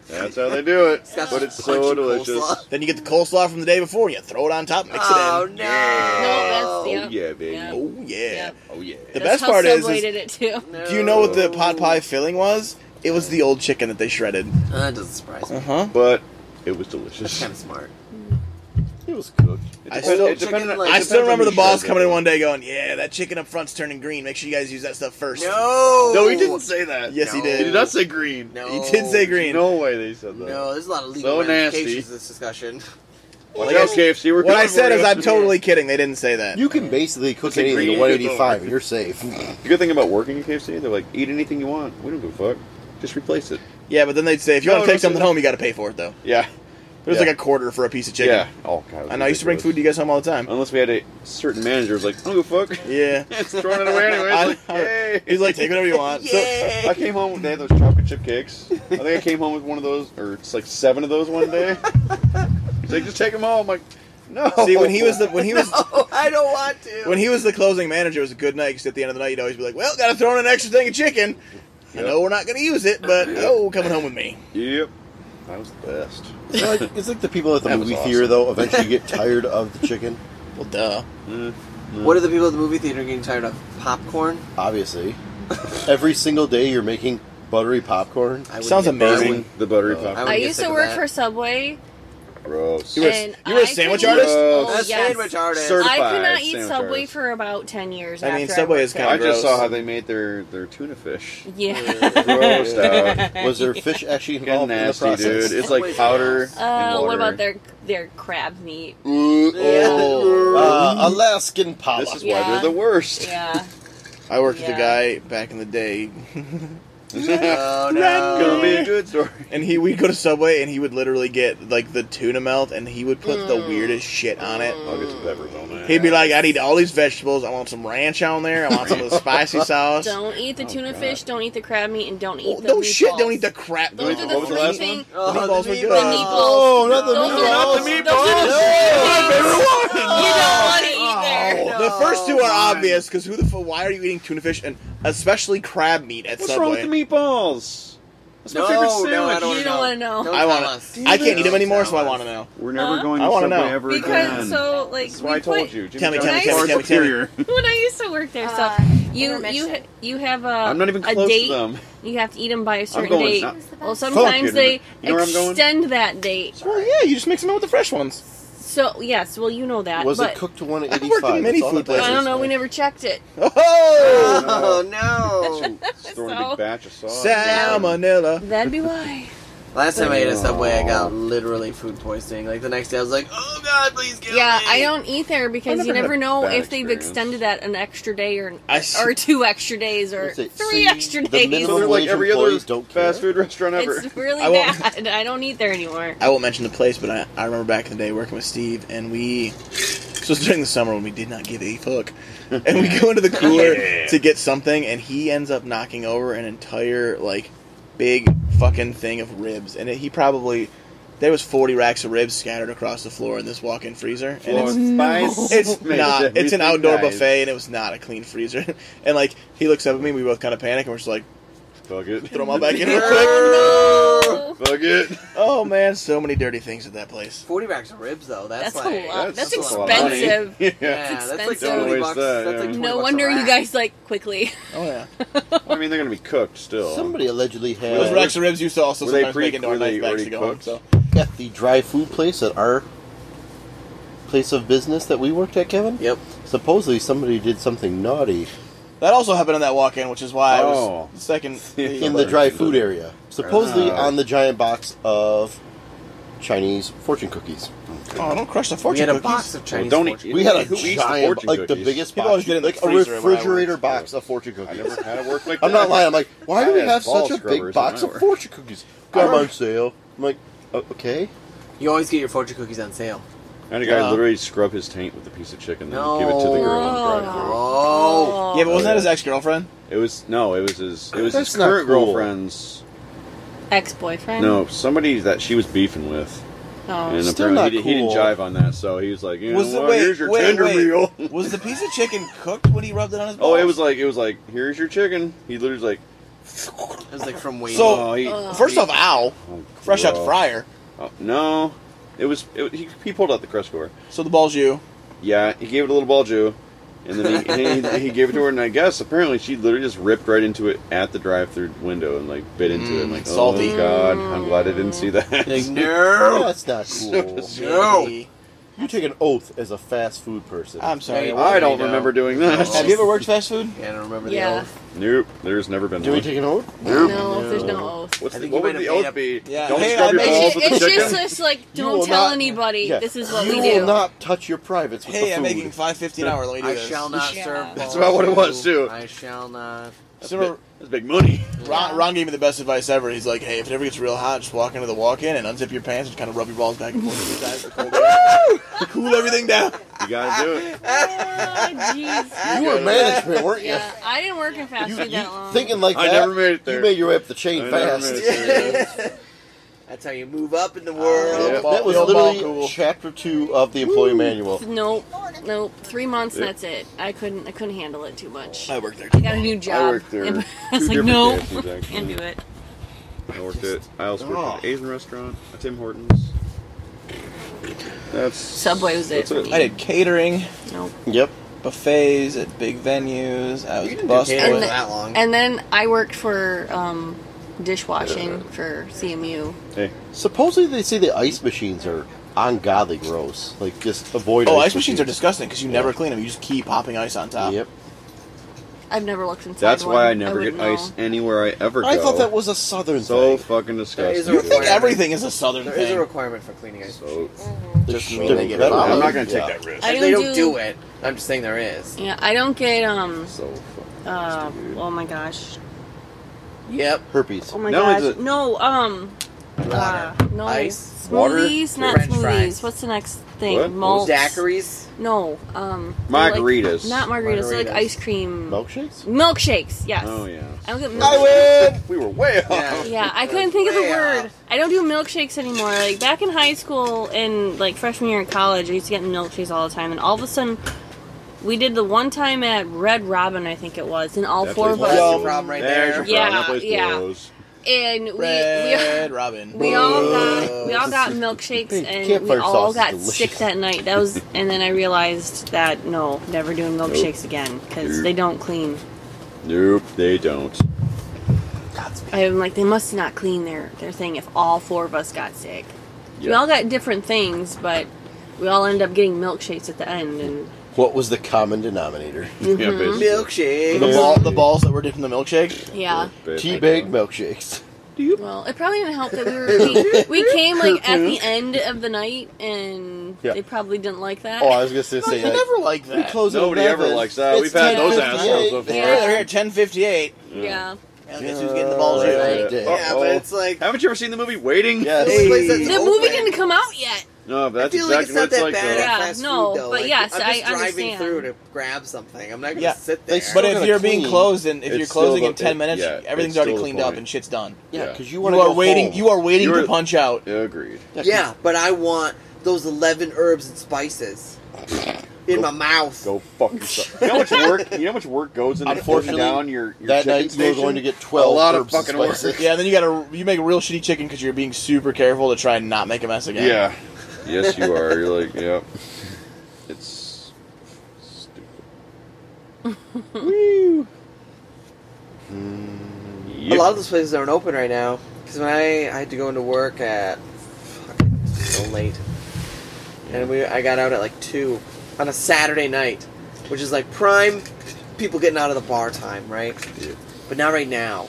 [SPEAKER 5] That's how they do it.
[SPEAKER 3] Scott's
[SPEAKER 5] But
[SPEAKER 3] just
[SPEAKER 5] it's so
[SPEAKER 3] punching
[SPEAKER 5] delicious.
[SPEAKER 3] coleslaw.
[SPEAKER 4] Then you get the coleslaw from the day before, and you throw it on top, mix
[SPEAKER 3] Oh
[SPEAKER 4] it
[SPEAKER 3] no!
[SPEAKER 1] No, that's the
[SPEAKER 5] Oh yeah, baby.
[SPEAKER 1] Yeah.
[SPEAKER 4] in. Oh yeah.
[SPEAKER 1] Yeah.
[SPEAKER 5] Oh yeah.
[SPEAKER 4] The
[SPEAKER 1] That's
[SPEAKER 4] best
[SPEAKER 1] how
[SPEAKER 4] part is-
[SPEAKER 1] Subway
[SPEAKER 4] is-
[SPEAKER 1] did it too.
[SPEAKER 4] Do you know what the pot pie filling was? It was the old chicken that they shredded.
[SPEAKER 3] Uh, that doesn't surprise me.
[SPEAKER 4] huh.
[SPEAKER 5] But it was
[SPEAKER 3] That's
[SPEAKER 5] delicious.
[SPEAKER 3] kind of smart.
[SPEAKER 6] It was cooked.
[SPEAKER 5] It
[SPEAKER 4] I
[SPEAKER 5] depends-
[SPEAKER 4] still-
[SPEAKER 5] it depended on-
[SPEAKER 3] I
[SPEAKER 5] it
[SPEAKER 4] I
[SPEAKER 5] depends
[SPEAKER 4] still
[SPEAKER 5] on
[SPEAKER 4] remember
[SPEAKER 5] who
[SPEAKER 4] the boss
[SPEAKER 5] shows up.
[SPEAKER 4] coming in one day going, "Yeah, that chicken up front's turning green. Make sure you guys use that stuff first.
[SPEAKER 3] No.
[SPEAKER 5] No, he didn't say that.
[SPEAKER 4] Yes, he
[SPEAKER 3] No.
[SPEAKER 4] did.
[SPEAKER 5] He did not say green.
[SPEAKER 3] No.
[SPEAKER 4] He did say green.
[SPEAKER 5] No way they said that.
[SPEAKER 3] No, there's a lot of legal
[SPEAKER 5] So nasty.
[SPEAKER 3] ramifications to this discussion.
[SPEAKER 5] Watch
[SPEAKER 4] Like
[SPEAKER 5] out,
[SPEAKER 4] I-
[SPEAKER 5] KFC. We're
[SPEAKER 4] What I
[SPEAKER 5] coming
[SPEAKER 4] said
[SPEAKER 5] for
[SPEAKER 4] is
[SPEAKER 5] you.
[SPEAKER 4] I'm totally kidding. They didn't say that.
[SPEAKER 6] You can basically cook
[SPEAKER 5] It's a
[SPEAKER 6] anything
[SPEAKER 5] green
[SPEAKER 6] at 185
[SPEAKER 5] dip
[SPEAKER 6] and you're safe.
[SPEAKER 5] The good thing about working at KFC, they're like, eat anything you want. We don't give a fuck. Just replace it.
[SPEAKER 4] yeah, but then they'd say if you
[SPEAKER 5] No,
[SPEAKER 4] want to take
[SPEAKER 5] don't say
[SPEAKER 4] something
[SPEAKER 5] that.
[SPEAKER 4] home, you got to pay for it though.
[SPEAKER 5] Yeah.
[SPEAKER 4] It was
[SPEAKER 5] Yeah.
[SPEAKER 4] like a quarter for a piece of chicken.
[SPEAKER 5] Yeah. Oh god.
[SPEAKER 4] And I used to bring food to you guys home all the time.
[SPEAKER 5] Unless we had a certain manager who was like, I don't give a fuck.
[SPEAKER 4] Yeah.
[SPEAKER 5] it's throwing it away anyway. It's like,
[SPEAKER 4] I-
[SPEAKER 5] yay.
[SPEAKER 4] He's like, take whatever you want.
[SPEAKER 3] Yay!
[SPEAKER 5] I came home. They had those chocolate chip cakes. I think I came home with one of those, or it's like seven of those one day. He's like, just take them all. I'm like, no.
[SPEAKER 4] So, see, when he was the when he was
[SPEAKER 3] no, Oh, I don't want to.
[SPEAKER 4] when he was the closing manager, it was a good night because at the end of the night, you'd always be like, "Well, gotta throw in an extra thing of chicken."
[SPEAKER 5] Yep.
[SPEAKER 4] I know we're not gonna use it, but oh, coming home with me.
[SPEAKER 5] Yep. That was the best.
[SPEAKER 6] It's like, it's like the people at the
[SPEAKER 5] That was
[SPEAKER 6] movie
[SPEAKER 5] awesome.
[SPEAKER 6] theater, though, eventually get tired of the chicken,
[SPEAKER 4] Well, duh.
[SPEAKER 5] Mm.
[SPEAKER 3] what are the people at the movie theater getting tired of? Popcorn.
[SPEAKER 6] obviously. Every single day you're making buttery popcorn.
[SPEAKER 3] I would
[SPEAKER 4] Sounds
[SPEAKER 3] get that.
[SPEAKER 4] amazing.
[SPEAKER 5] Burning the buttery
[SPEAKER 6] Uh,
[SPEAKER 5] popcorn.
[SPEAKER 3] I
[SPEAKER 1] I
[SPEAKER 3] would get
[SPEAKER 1] used
[SPEAKER 3] sick
[SPEAKER 1] to
[SPEAKER 3] of
[SPEAKER 1] work
[SPEAKER 3] that.
[SPEAKER 1] for Subway.
[SPEAKER 5] Gross.
[SPEAKER 4] You were a-
[SPEAKER 1] and
[SPEAKER 4] you were a
[SPEAKER 1] I
[SPEAKER 4] sandwich
[SPEAKER 1] couldn't-
[SPEAKER 4] artist?
[SPEAKER 5] Oh,
[SPEAKER 1] Oh,
[SPEAKER 3] That's
[SPEAKER 1] yes.
[SPEAKER 3] sandwich artist.
[SPEAKER 5] Sir-
[SPEAKER 1] I could not
[SPEAKER 5] Certified
[SPEAKER 1] eat
[SPEAKER 5] sandwich
[SPEAKER 1] Subway
[SPEAKER 5] artist.
[SPEAKER 1] for about ten years.
[SPEAKER 4] I mean,
[SPEAKER 1] after
[SPEAKER 4] Subway
[SPEAKER 1] worked
[SPEAKER 4] is
[SPEAKER 1] there.
[SPEAKER 4] kinda
[SPEAKER 5] I just saw
[SPEAKER 4] gross.
[SPEAKER 5] how they made their, their tuna fish.
[SPEAKER 1] Yeah.
[SPEAKER 5] Grossed out.
[SPEAKER 6] Uh, Was there fish actually
[SPEAKER 5] Fucking
[SPEAKER 6] involved in the
[SPEAKER 5] nasty,
[SPEAKER 6] process?
[SPEAKER 5] dude. It's like powder.
[SPEAKER 1] Uh,
[SPEAKER 5] and
[SPEAKER 1] what
[SPEAKER 5] water.
[SPEAKER 1] about their their crab meat?
[SPEAKER 5] Ooh,
[SPEAKER 3] Yeah.
[SPEAKER 6] Uh, Alaskan pollock.
[SPEAKER 5] Oh. This is
[SPEAKER 1] Yeah.
[SPEAKER 5] why they're the worst.
[SPEAKER 1] Yeah.
[SPEAKER 4] I worked with
[SPEAKER 1] Yeah.
[SPEAKER 4] a guy back in the day.
[SPEAKER 3] Oh no.
[SPEAKER 5] Gonna be a good story.
[SPEAKER 4] And he, we'd go to Subway, and he would literally get like the tuna melt, and he would put
[SPEAKER 1] Mm.
[SPEAKER 4] the weirdest shit on it.
[SPEAKER 5] I'll get some peppers on that.
[SPEAKER 4] He'd be like, "I need all these vegetables. I want some ranch on there. I want some of the spicy sauce.
[SPEAKER 1] Don't eat the
[SPEAKER 5] Oh,
[SPEAKER 1] tuna fish. Don't eat the crab meat, and don't eat
[SPEAKER 4] Oh,
[SPEAKER 1] the
[SPEAKER 4] no shit.
[SPEAKER 1] meatballs.
[SPEAKER 4] Don't eat the crap.
[SPEAKER 1] Those
[SPEAKER 4] Don't
[SPEAKER 1] are the
[SPEAKER 4] eat
[SPEAKER 5] What was the
[SPEAKER 1] three
[SPEAKER 5] last
[SPEAKER 1] things.
[SPEAKER 3] Oh,
[SPEAKER 4] The meatballs were good.
[SPEAKER 1] The
[SPEAKER 4] Uh,
[SPEAKER 1] meatballs.
[SPEAKER 6] oh, not the
[SPEAKER 1] Those are
[SPEAKER 6] meatballs.
[SPEAKER 1] the- Oh, those are the three things You don't want to eat there.
[SPEAKER 4] The first two are obvious because who the f- why are you eating tuna fish and especially crab meat at
[SPEAKER 2] What's
[SPEAKER 4] Subway?
[SPEAKER 2] wrong with the meatballs? That's my
[SPEAKER 3] No,
[SPEAKER 2] favorite
[SPEAKER 3] no, I
[SPEAKER 2] sandwich.
[SPEAKER 3] don't
[SPEAKER 1] You
[SPEAKER 3] wanna
[SPEAKER 1] don't
[SPEAKER 3] know.
[SPEAKER 1] want to know.
[SPEAKER 3] Don't
[SPEAKER 4] I
[SPEAKER 3] tell
[SPEAKER 4] want
[SPEAKER 3] us.
[SPEAKER 4] to. I can't eat them
[SPEAKER 3] Don't
[SPEAKER 4] anymore, so I
[SPEAKER 3] tell
[SPEAKER 4] want to
[SPEAKER 3] us.
[SPEAKER 4] know.
[SPEAKER 5] We're never
[SPEAKER 1] Huh?
[SPEAKER 5] going
[SPEAKER 4] I
[SPEAKER 5] to
[SPEAKER 4] wanna
[SPEAKER 5] Subway
[SPEAKER 4] know.
[SPEAKER 5] ever again.
[SPEAKER 1] Because so
[SPEAKER 5] Oh,
[SPEAKER 1] like
[SPEAKER 5] That's
[SPEAKER 1] we
[SPEAKER 5] why I told
[SPEAKER 1] put-
[SPEAKER 5] you. Jimmy
[SPEAKER 4] Tell me,
[SPEAKER 1] tell me, tell me,
[SPEAKER 5] John's
[SPEAKER 4] tell me,
[SPEAKER 5] superior.
[SPEAKER 1] when I used to work there, so
[SPEAKER 9] Uh,
[SPEAKER 1] you you ha-
[SPEAKER 9] intermission.
[SPEAKER 1] you have a
[SPEAKER 5] I'm not even
[SPEAKER 1] a
[SPEAKER 5] close
[SPEAKER 1] date.
[SPEAKER 5] to them.
[SPEAKER 1] You have to eat them by a certain
[SPEAKER 5] going
[SPEAKER 1] date.
[SPEAKER 5] up.
[SPEAKER 1] Well,
[SPEAKER 5] Fucking-
[SPEAKER 1] sometimes they
[SPEAKER 5] You know where I'm going?
[SPEAKER 1] extend that date.
[SPEAKER 4] Well, yeah, you just mix them out with the fresh ones.
[SPEAKER 1] So yes, well you know that.
[SPEAKER 6] Was
[SPEAKER 1] but
[SPEAKER 6] it cooked to
[SPEAKER 4] I worked
[SPEAKER 6] 185?
[SPEAKER 4] in many
[SPEAKER 6] That's all
[SPEAKER 4] food
[SPEAKER 6] that matters.
[SPEAKER 1] I don't know. We never checked it.
[SPEAKER 4] Oh,
[SPEAKER 3] Oh no!
[SPEAKER 5] Just throwing a
[SPEAKER 1] So-
[SPEAKER 5] big batch of sauce.
[SPEAKER 4] salmonella.
[SPEAKER 1] That'd be why.
[SPEAKER 3] Last time I ate a Subway, I got literally food poisoning. Like the next day, I was like, "Oh God, please get
[SPEAKER 1] Yeah,
[SPEAKER 3] me."
[SPEAKER 1] I don't eat there because
[SPEAKER 5] I've
[SPEAKER 1] you
[SPEAKER 5] never
[SPEAKER 1] never
[SPEAKER 5] had a
[SPEAKER 1] know
[SPEAKER 5] bad
[SPEAKER 1] if they've
[SPEAKER 5] experience.
[SPEAKER 1] extended that an extra day or
[SPEAKER 4] I s-
[SPEAKER 1] or two extra days or
[SPEAKER 6] That's it.
[SPEAKER 1] three
[SPEAKER 6] See,
[SPEAKER 1] extra
[SPEAKER 6] the
[SPEAKER 1] days.
[SPEAKER 5] So they're
[SPEAKER 6] minimum-
[SPEAKER 5] like every other
[SPEAKER 6] Employees don't care.
[SPEAKER 5] fast food restaurant ever.
[SPEAKER 1] It's really
[SPEAKER 4] I won't-
[SPEAKER 1] bad. I don't eat there anymore.
[SPEAKER 4] I won't mention the place, but I, I remember back in the day working with Steve, and we. This was during the summer when we did not give a fuck. And we go into the cooler to get something, and he ends up knocking over an entire, like, big fucking thing of ribs. And it, he probably. There was 40 racks of ribs scattered across the floor in this walk in freezer. And it's it's not. It's an outdoor buffet, and it was not a clean freezer. And like, he looks up at me, we both kind of panic, and we're just like,
[SPEAKER 5] Fuck it.
[SPEAKER 4] throw them all back in real quick.
[SPEAKER 5] Fuck it.
[SPEAKER 4] Oh man, so many dirty things at that place.
[SPEAKER 3] Forty racks of ribs though. That's,
[SPEAKER 1] That's a
[SPEAKER 3] like,
[SPEAKER 1] lot. That's
[SPEAKER 3] a lot of money.
[SPEAKER 1] expensive.
[SPEAKER 5] yeah.
[SPEAKER 3] Yeah,
[SPEAKER 1] It's
[SPEAKER 3] that's like
[SPEAKER 1] expensive.
[SPEAKER 5] Don't
[SPEAKER 3] twenty
[SPEAKER 5] waste
[SPEAKER 3] bucks.
[SPEAKER 5] that,
[SPEAKER 3] that's like 20
[SPEAKER 5] yeah.
[SPEAKER 1] No
[SPEAKER 3] bucks a
[SPEAKER 1] wonder you
[SPEAKER 3] rack.
[SPEAKER 1] guys like quickly.
[SPEAKER 4] Oh yeah.
[SPEAKER 5] Well, I mean, they're gonna be cooked still.
[SPEAKER 6] Somebody allegedly had
[SPEAKER 4] Those racks of ribs used to also
[SPEAKER 5] Were they
[SPEAKER 4] sometimes
[SPEAKER 5] pre-
[SPEAKER 4] make into
[SPEAKER 5] were
[SPEAKER 4] our
[SPEAKER 5] they
[SPEAKER 4] knife bags
[SPEAKER 5] already
[SPEAKER 4] to go home.
[SPEAKER 5] cooked?
[SPEAKER 4] So
[SPEAKER 6] at the dry food place at our place of business that we worked at, Kevin.
[SPEAKER 3] Yep.
[SPEAKER 6] Supposedly somebody did something naughty
[SPEAKER 4] that also happened on that walk-in, which is why I
[SPEAKER 5] Oh.
[SPEAKER 4] was the second.
[SPEAKER 6] in
[SPEAKER 4] the-
[SPEAKER 6] the dry food area. Supposedly
[SPEAKER 5] Oh.
[SPEAKER 4] Ah.
[SPEAKER 6] on the giant box of Chinese fortune cookies.
[SPEAKER 4] oh, don't crush the
[SPEAKER 3] We had
[SPEAKER 4] fortune
[SPEAKER 3] a
[SPEAKER 4] cookies.
[SPEAKER 3] box of
[SPEAKER 5] Well,
[SPEAKER 3] Chinese.
[SPEAKER 5] don't eat.
[SPEAKER 3] fortune.
[SPEAKER 6] We had a
[SPEAKER 5] Who eats the
[SPEAKER 6] giant,
[SPEAKER 5] fortune
[SPEAKER 6] like the
[SPEAKER 5] cookies?
[SPEAKER 6] biggest
[SPEAKER 4] People always
[SPEAKER 6] box,
[SPEAKER 4] get it in the
[SPEAKER 6] like a
[SPEAKER 4] freezer when I
[SPEAKER 6] refrigerator
[SPEAKER 4] worked.
[SPEAKER 6] box of fortune
[SPEAKER 5] I
[SPEAKER 6] cookies.
[SPEAKER 5] never had a work like that.
[SPEAKER 6] I'm not lying. I'm like, why do
[SPEAKER 5] I
[SPEAKER 6] we
[SPEAKER 5] had
[SPEAKER 6] have such
[SPEAKER 5] ball
[SPEAKER 6] a
[SPEAKER 5] scrubbers
[SPEAKER 6] big box
[SPEAKER 5] in my
[SPEAKER 6] of
[SPEAKER 5] work.
[SPEAKER 6] fortune cookies? Got 'em on sale. I'm like, "Oh, okay.
[SPEAKER 3] You always get your fortune cookies on sale.
[SPEAKER 5] I had a guy
[SPEAKER 4] Yeah.
[SPEAKER 5] literally scrub his taint with a piece of chicken and give it to the girl on drive through.
[SPEAKER 3] Oh,
[SPEAKER 4] Yeah, but wasn't
[SPEAKER 5] Oh, yeah.
[SPEAKER 4] that his ex-girlfrient?
[SPEAKER 5] It was no, it was his. It was
[SPEAKER 6] That's
[SPEAKER 5] his
[SPEAKER 6] not
[SPEAKER 5] current
[SPEAKER 6] cool.
[SPEAKER 5] girlfriend's.
[SPEAKER 1] Ex-boyfriend.
[SPEAKER 5] No, somebody that she was beefing with,
[SPEAKER 1] Oh.
[SPEAKER 5] and
[SPEAKER 4] still
[SPEAKER 5] apparently
[SPEAKER 4] not
[SPEAKER 5] he, di- he didn't
[SPEAKER 4] cool.
[SPEAKER 5] jive on that. So he was like, you
[SPEAKER 4] Was
[SPEAKER 5] know
[SPEAKER 4] the-
[SPEAKER 5] what,
[SPEAKER 4] wait,
[SPEAKER 5] here's your
[SPEAKER 4] wait,
[SPEAKER 5] tender
[SPEAKER 4] wait.
[SPEAKER 5] meal.
[SPEAKER 4] Was the piece of chicken cooked when he rubbed it on his?
[SPEAKER 5] Oh,
[SPEAKER 4] Balls?
[SPEAKER 5] it was like it was like here's your chicken. He literally was like,
[SPEAKER 3] it was like from Wayne.
[SPEAKER 4] So-
[SPEAKER 5] oh, he,
[SPEAKER 4] First off, ow!
[SPEAKER 5] oh,
[SPEAKER 4] Fresh out the
[SPEAKER 5] gross.
[SPEAKER 4] fryer.
[SPEAKER 5] Oh, no, it was it, he, he pulled out the crust core.
[SPEAKER 4] So the ball's you.
[SPEAKER 5] Yeah, he gave it a little ball Jew, and then he, and he, he gave it to her, and I guess apparently she literally just ripped right into it at the drive-through window and like bit into
[SPEAKER 1] Mm,
[SPEAKER 5] it. And like,
[SPEAKER 4] salty.
[SPEAKER 5] oh god, I'm glad I didn't see that.
[SPEAKER 3] like, no,
[SPEAKER 6] That's not
[SPEAKER 5] So
[SPEAKER 6] cool.
[SPEAKER 5] disgusting.
[SPEAKER 3] no.
[SPEAKER 6] You take an oath as a fast food person.
[SPEAKER 4] I'm sorry.
[SPEAKER 3] Hey,
[SPEAKER 5] I don't
[SPEAKER 3] No.
[SPEAKER 5] remember doing that.
[SPEAKER 4] Have you ever worked fast food?
[SPEAKER 3] Yeah, I don't remember the
[SPEAKER 1] Yeah.
[SPEAKER 3] oath.
[SPEAKER 5] Nope, there's never been
[SPEAKER 6] Do we
[SPEAKER 5] one.
[SPEAKER 6] take an oath?
[SPEAKER 1] No, there's no oath.
[SPEAKER 5] What's
[SPEAKER 3] I
[SPEAKER 5] the,
[SPEAKER 3] think
[SPEAKER 5] what
[SPEAKER 3] you
[SPEAKER 5] would
[SPEAKER 3] might
[SPEAKER 5] the
[SPEAKER 3] have made
[SPEAKER 5] oath
[SPEAKER 3] up-
[SPEAKER 5] be?
[SPEAKER 4] Yeah.
[SPEAKER 5] Don't
[SPEAKER 4] Hey,
[SPEAKER 5] scrub
[SPEAKER 4] I
[SPEAKER 5] your
[SPEAKER 4] made
[SPEAKER 5] balls
[SPEAKER 1] It's,
[SPEAKER 5] with the
[SPEAKER 1] it's
[SPEAKER 5] chicken.
[SPEAKER 1] just it's like
[SPEAKER 6] You
[SPEAKER 1] don't
[SPEAKER 6] will
[SPEAKER 1] tell
[SPEAKER 6] not-
[SPEAKER 1] anybody.
[SPEAKER 6] Yeah.
[SPEAKER 1] This is what
[SPEAKER 6] you
[SPEAKER 1] we
[SPEAKER 6] will
[SPEAKER 1] do.
[SPEAKER 6] not touch your privates with
[SPEAKER 4] Hey,
[SPEAKER 6] the
[SPEAKER 4] I'm
[SPEAKER 6] food.
[SPEAKER 4] making five fifty an hour. Let me do
[SPEAKER 3] I
[SPEAKER 4] this.
[SPEAKER 3] shall not
[SPEAKER 1] Yeah.
[SPEAKER 3] serve.
[SPEAKER 1] That's
[SPEAKER 3] balls
[SPEAKER 5] about what it
[SPEAKER 3] to
[SPEAKER 5] was,
[SPEAKER 3] you.
[SPEAKER 5] too.
[SPEAKER 3] I shall not.
[SPEAKER 5] That's,
[SPEAKER 4] Remember-
[SPEAKER 5] big, that's big money.
[SPEAKER 4] Ron, Ron gave me the best advice ever. He's like, "Hey, if it ever gets real hot, just walk into the walk-in and unzip your pants and kind of rub your balls back and forth a few times to cool down. cool everything down."
[SPEAKER 5] You gotta do it.
[SPEAKER 1] Oh, jeez.
[SPEAKER 6] You were management, weren't you?
[SPEAKER 1] Yeah, I didn't work in fast
[SPEAKER 6] You,
[SPEAKER 1] food
[SPEAKER 6] you
[SPEAKER 1] that long.
[SPEAKER 6] thinking like
[SPEAKER 5] I
[SPEAKER 6] that?
[SPEAKER 5] never made it there.
[SPEAKER 6] You made your way up the
[SPEAKER 5] I
[SPEAKER 6] chain
[SPEAKER 5] never
[SPEAKER 6] fast.
[SPEAKER 5] made it there.
[SPEAKER 3] That's how you move up in the
[SPEAKER 4] Yeah.
[SPEAKER 3] world.
[SPEAKER 5] Oh,
[SPEAKER 4] Ball-
[SPEAKER 6] That was
[SPEAKER 4] no ball
[SPEAKER 6] literally
[SPEAKER 4] cool.
[SPEAKER 6] chapter two of the employee manual.
[SPEAKER 1] Nope, nope. Three months. and That's it. I couldn't. I couldn't handle it too much.
[SPEAKER 4] I worked there.
[SPEAKER 1] I
[SPEAKER 4] Too.
[SPEAKER 1] got a new
[SPEAKER 5] I
[SPEAKER 1] job.
[SPEAKER 5] worked there.
[SPEAKER 1] and I
[SPEAKER 5] two
[SPEAKER 1] was like,
[SPEAKER 5] different
[SPEAKER 1] no,
[SPEAKER 5] places, actually.
[SPEAKER 1] can't do it.
[SPEAKER 5] I worked at I also worked at
[SPEAKER 4] Oh.
[SPEAKER 5] an Asian restaurant, a Tim Hortons. That's
[SPEAKER 1] Subway was it
[SPEAKER 5] that's
[SPEAKER 1] for
[SPEAKER 5] it.
[SPEAKER 1] me.
[SPEAKER 4] I did catering,
[SPEAKER 1] Nope.
[SPEAKER 6] Yep.
[SPEAKER 4] buffets at big venues. I was
[SPEAKER 3] You
[SPEAKER 4] a
[SPEAKER 3] didn't do
[SPEAKER 4] busboy.
[SPEAKER 3] catering for
[SPEAKER 1] And-
[SPEAKER 3] that long.
[SPEAKER 1] And then I worked for um, dishwashing for CMU.
[SPEAKER 5] Hey,
[SPEAKER 6] Supposedly they say the ice machines are ungodly gross. Like just avoid.
[SPEAKER 4] Oh, ice machines are disgusting because you never clean them. You just keep popping ice on top.
[SPEAKER 6] Yep.
[SPEAKER 1] I've never looked inside.
[SPEAKER 5] that's
[SPEAKER 1] one.
[SPEAKER 5] why I never get
[SPEAKER 1] wouldn't
[SPEAKER 5] ice anywhere I ever go.
[SPEAKER 6] I thought that was a southern
[SPEAKER 5] so
[SPEAKER 6] thing.
[SPEAKER 5] fucking disgusting.
[SPEAKER 3] is a
[SPEAKER 4] You think
[SPEAKER 3] Requirement.
[SPEAKER 4] everything is a southern
[SPEAKER 3] there is
[SPEAKER 4] thing?
[SPEAKER 3] a requirement for cleaning ice.
[SPEAKER 5] So-
[SPEAKER 6] Just
[SPEAKER 4] mean they get followed.
[SPEAKER 5] I'm not gonna take that risk.
[SPEAKER 1] I
[SPEAKER 3] If
[SPEAKER 1] don't
[SPEAKER 3] they
[SPEAKER 1] do-
[SPEAKER 3] don't do it. I'm just saying there is.
[SPEAKER 1] know. Yeah, I don't get um.
[SPEAKER 5] So fucking
[SPEAKER 1] Uh,
[SPEAKER 5] nasty, dude.
[SPEAKER 1] oh my gosh.
[SPEAKER 4] Yep.
[SPEAKER 6] Herpes.
[SPEAKER 1] Oh my
[SPEAKER 5] Not only
[SPEAKER 1] gosh.
[SPEAKER 5] does it-
[SPEAKER 1] No, um.
[SPEAKER 3] Water.
[SPEAKER 1] uh, no.
[SPEAKER 3] Ice.
[SPEAKER 6] Water.
[SPEAKER 1] Smoothies, not
[SPEAKER 4] French
[SPEAKER 1] smoothies.
[SPEAKER 4] fries.
[SPEAKER 1] What's the next thing?
[SPEAKER 6] What?
[SPEAKER 1] Malt.
[SPEAKER 3] Daiquiris.
[SPEAKER 1] No. Um. they're like-
[SPEAKER 5] Margaritas.
[SPEAKER 1] not margaritas. they're like
[SPEAKER 4] Margaritas.
[SPEAKER 1] ice cream.
[SPEAKER 6] Milkshakes?
[SPEAKER 1] Milkshakes. Yes.
[SPEAKER 5] Oh yeah.
[SPEAKER 1] I don't get
[SPEAKER 6] I
[SPEAKER 1] milkshakes.
[SPEAKER 6] win! We were way off.
[SPEAKER 3] Yeah.
[SPEAKER 1] Yeah, I couldn't think of the
[SPEAKER 3] Way
[SPEAKER 1] word.
[SPEAKER 3] off.
[SPEAKER 1] I don't do milkshakes anymore. Like back in high school and like freshman year in college, I used to get milkshakes all the time. And all of a sudden, we did the one time at Red Robin, I think it was, and all
[SPEAKER 5] That
[SPEAKER 1] four of
[SPEAKER 5] place
[SPEAKER 3] Well,
[SPEAKER 1] us.
[SPEAKER 3] that's
[SPEAKER 5] Yum.
[SPEAKER 3] the problem right
[SPEAKER 5] There's
[SPEAKER 3] there.
[SPEAKER 5] your problem.
[SPEAKER 1] Yeah,
[SPEAKER 5] That place
[SPEAKER 1] yeah.
[SPEAKER 5] blows.
[SPEAKER 1] And we
[SPEAKER 4] Red Robin.
[SPEAKER 1] we we all got we all got milkshakes
[SPEAKER 6] Hey,
[SPEAKER 1] and we
[SPEAKER 6] campfire sauce
[SPEAKER 1] all
[SPEAKER 6] is
[SPEAKER 1] got
[SPEAKER 6] delicious.
[SPEAKER 1] sick that night. That was and then I realized that no, never doing milkshakes again because
[SPEAKER 5] Nope.
[SPEAKER 1] they don't clean.
[SPEAKER 5] Nope, they don't.
[SPEAKER 1] I'm like they must not clean their their thing if all four of us got sick. We
[SPEAKER 5] Yeah.
[SPEAKER 1] all got different things, but we all ended up getting milkshakes at the end. And
[SPEAKER 6] What was the common denominator?
[SPEAKER 5] Yeah,
[SPEAKER 3] Mm-hmm.
[SPEAKER 5] basically.
[SPEAKER 4] The,
[SPEAKER 3] Milkshake.
[SPEAKER 4] ball, the balls that were dipped in the milkshake.
[SPEAKER 1] yeah,
[SPEAKER 5] Basically.
[SPEAKER 6] Tea bagged milkshakes.
[SPEAKER 1] well, it probably didn't help that we were we, we came like at the end of the night, and
[SPEAKER 6] Yeah.
[SPEAKER 1] they probably didn't like that.
[SPEAKER 6] Oh, I was gonna say,
[SPEAKER 4] I
[SPEAKER 6] like,
[SPEAKER 4] never like
[SPEAKER 6] we
[SPEAKER 4] that.
[SPEAKER 6] close at
[SPEAKER 5] Nobody ever
[SPEAKER 6] 11.
[SPEAKER 5] likes that.
[SPEAKER 4] It's
[SPEAKER 5] We've had those
[SPEAKER 4] 10:58.
[SPEAKER 5] assholes before.
[SPEAKER 4] Yeah, they're here at ten fifty eight.
[SPEAKER 1] yeah.
[SPEAKER 4] And guess who's getting the balls right?
[SPEAKER 6] Right.
[SPEAKER 3] Yeah, but it's like
[SPEAKER 5] Haven't you ever seen the movie Waiting?
[SPEAKER 6] Yes.
[SPEAKER 3] It's like
[SPEAKER 1] The
[SPEAKER 3] that's open.
[SPEAKER 1] movie didn't come out yet.
[SPEAKER 5] No, but that's
[SPEAKER 3] I feel like
[SPEAKER 5] exactly
[SPEAKER 3] it's not that
[SPEAKER 5] what it's like.
[SPEAKER 3] bad
[SPEAKER 5] though.
[SPEAKER 1] Yeah,
[SPEAKER 3] at fast
[SPEAKER 1] no,
[SPEAKER 3] food, though.
[SPEAKER 1] but
[SPEAKER 3] Like,
[SPEAKER 1] yes,
[SPEAKER 3] I'm just
[SPEAKER 1] I
[SPEAKER 3] driving
[SPEAKER 1] understand.
[SPEAKER 3] through to grab something. I'm not gonna
[SPEAKER 4] Yeah.
[SPEAKER 3] sit
[SPEAKER 6] They
[SPEAKER 3] there.
[SPEAKER 6] still
[SPEAKER 4] But if
[SPEAKER 6] gotta
[SPEAKER 4] you're being
[SPEAKER 6] clean.
[SPEAKER 4] closed and if
[SPEAKER 5] It's
[SPEAKER 4] you're closing
[SPEAKER 5] still
[SPEAKER 4] in
[SPEAKER 5] the-
[SPEAKER 4] ten minutes,
[SPEAKER 5] yeah,
[SPEAKER 4] everything's
[SPEAKER 5] it's
[SPEAKER 4] already
[SPEAKER 5] still the
[SPEAKER 4] cleaned up
[SPEAKER 5] point.
[SPEAKER 4] and shit's done.
[SPEAKER 6] Yeah,
[SPEAKER 5] Yeah.
[SPEAKER 6] because you
[SPEAKER 4] You
[SPEAKER 6] want to
[SPEAKER 4] are waiting. You are waiting
[SPEAKER 5] You're-
[SPEAKER 4] to punch out.
[SPEAKER 5] Agreed.
[SPEAKER 3] yeah, but I want those 11 herbs and spices in my mouth.
[SPEAKER 5] Go fuck yourself. you know how much work? You know how much work goes into putting
[SPEAKER 6] Unfortunately,
[SPEAKER 5] down your, your
[SPEAKER 6] That
[SPEAKER 5] chicken
[SPEAKER 6] night you were
[SPEAKER 5] station?
[SPEAKER 6] going to get twelve.
[SPEAKER 5] A lot of
[SPEAKER 6] herbs and
[SPEAKER 5] fucking work.
[SPEAKER 6] spices.
[SPEAKER 4] Yeah, then you gotta you make a real shitty chicken because you're being super careful to try and not make a mess again.
[SPEAKER 5] Yeah. Yes, you are. You're like, yep. It's stupid. Woo.
[SPEAKER 3] Mm. A lot of those places aren't open right now because when I, I had to go into work at fuck, it's so late, and we I got out at like two on a Saturday night, which is like prime people getting out of the bar time, right? But not right now.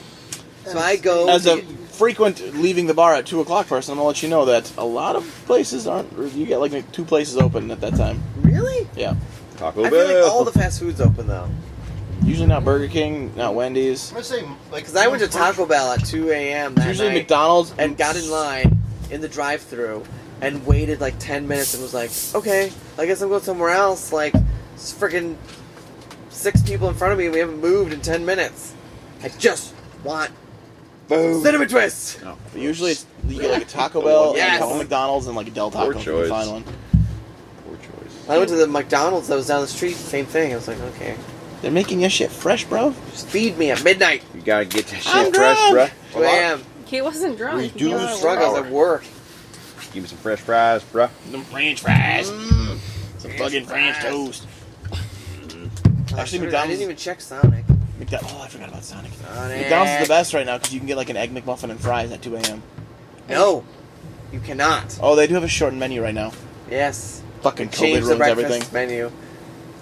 [SPEAKER 3] So I go
[SPEAKER 4] As
[SPEAKER 3] to
[SPEAKER 4] a frequent leaving the bar at two o'clock person, I'm gonna let you know that a lot of places aren't. or You got like, like two places open at that time.
[SPEAKER 3] really.
[SPEAKER 4] Yeah,
[SPEAKER 5] Taco
[SPEAKER 3] I
[SPEAKER 5] Bell.
[SPEAKER 3] feel like all the fast food's open though.
[SPEAKER 4] usually not Burger King, not Wendy's.
[SPEAKER 9] I'm gonna say like
[SPEAKER 3] Because I went to Taco Bell at 2 a.m. that
[SPEAKER 4] usually
[SPEAKER 3] night
[SPEAKER 4] McDonald's
[SPEAKER 3] and got in line in the drive-through and waited like 10 minutes and was like, okay, I guess I'm going somewhere else. Like, it's freaking six people in front of me and we haven't moved in 10 minutes. I just want
[SPEAKER 5] Boom.
[SPEAKER 3] cinnamon Oh, twist.
[SPEAKER 5] No.
[SPEAKER 4] But usually it's you get like a Taco Bell, and
[SPEAKER 3] Yes.
[SPEAKER 4] a couple McDonald's, and like a Del Taco.
[SPEAKER 5] Poor
[SPEAKER 4] if you can
[SPEAKER 5] choice.
[SPEAKER 4] find one.
[SPEAKER 5] Poor choice.
[SPEAKER 3] I went to the McDonald's that was down the street. Same thing. I was like, okay,
[SPEAKER 4] They're making your shit fresh, bro.
[SPEAKER 3] just feed me at midnight.
[SPEAKER 5] You gotta get that shit
[SPEAKER 4] I'm
[SPEAKER 5] fresh,
[SPEAKER 4] drunk.
[SPEAKER 5] bruh.
[SPEAKER 3] 2 a.m.
[SPEAKER 1] He wasn't drunk.
[SPEAKER 6] We
[SPEAKER 1] He
[SPEAKER 6] do
[SPEAKER 1] got out of
[SPEAKER 3] Drunk. I was
[SPEAKER 1] work.
[SPEAKER 3] at work.
[SPEAKER 5] Give me some fresh fries, bruh.
[SPEAKER 4] Them French fries, some fucking Mm. French
[SPEAKER 3] fries.
[SPEAKER 4] toast.
[SPEAKER 3] I
[SPEAKER 4] Actually,
[SPEAKER 3] should've- I
[SPEAKER 4] McDonald's-
[SPEAKER 3] didn't even check Sonic.
[SPEAKER 4] McDo- oh, I forgot about Sonic.
[SPEAKER 3] Sonic.
[SPEAKER 4] McDonald's is the best right now because you can get like an egg McMuffin and fries at 2 a.m.
[SPEAKER 3] No, you cannot.
[SPEAKER 4] Oh, they do have a shortened menu right now.
[SPEAKER 3] Yes.
[SPEAKER 4] Fucking
[SPEAKER 3] They
[SPEAKER 4] COVID
[SPEAKER 3] changed the
[SPEAKER 4] ruins
[SPEAKER 3] breakfast
[SPEAKER 4] everything.
[SPEAKER 3] menu.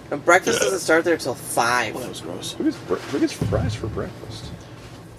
[SPEAKER 3] And breakfast doesn't start there till five.
[SPEAKER 4] Oh, that was gross.
[SPEAKER 5] Who gets, br- who gets fries for breakfast?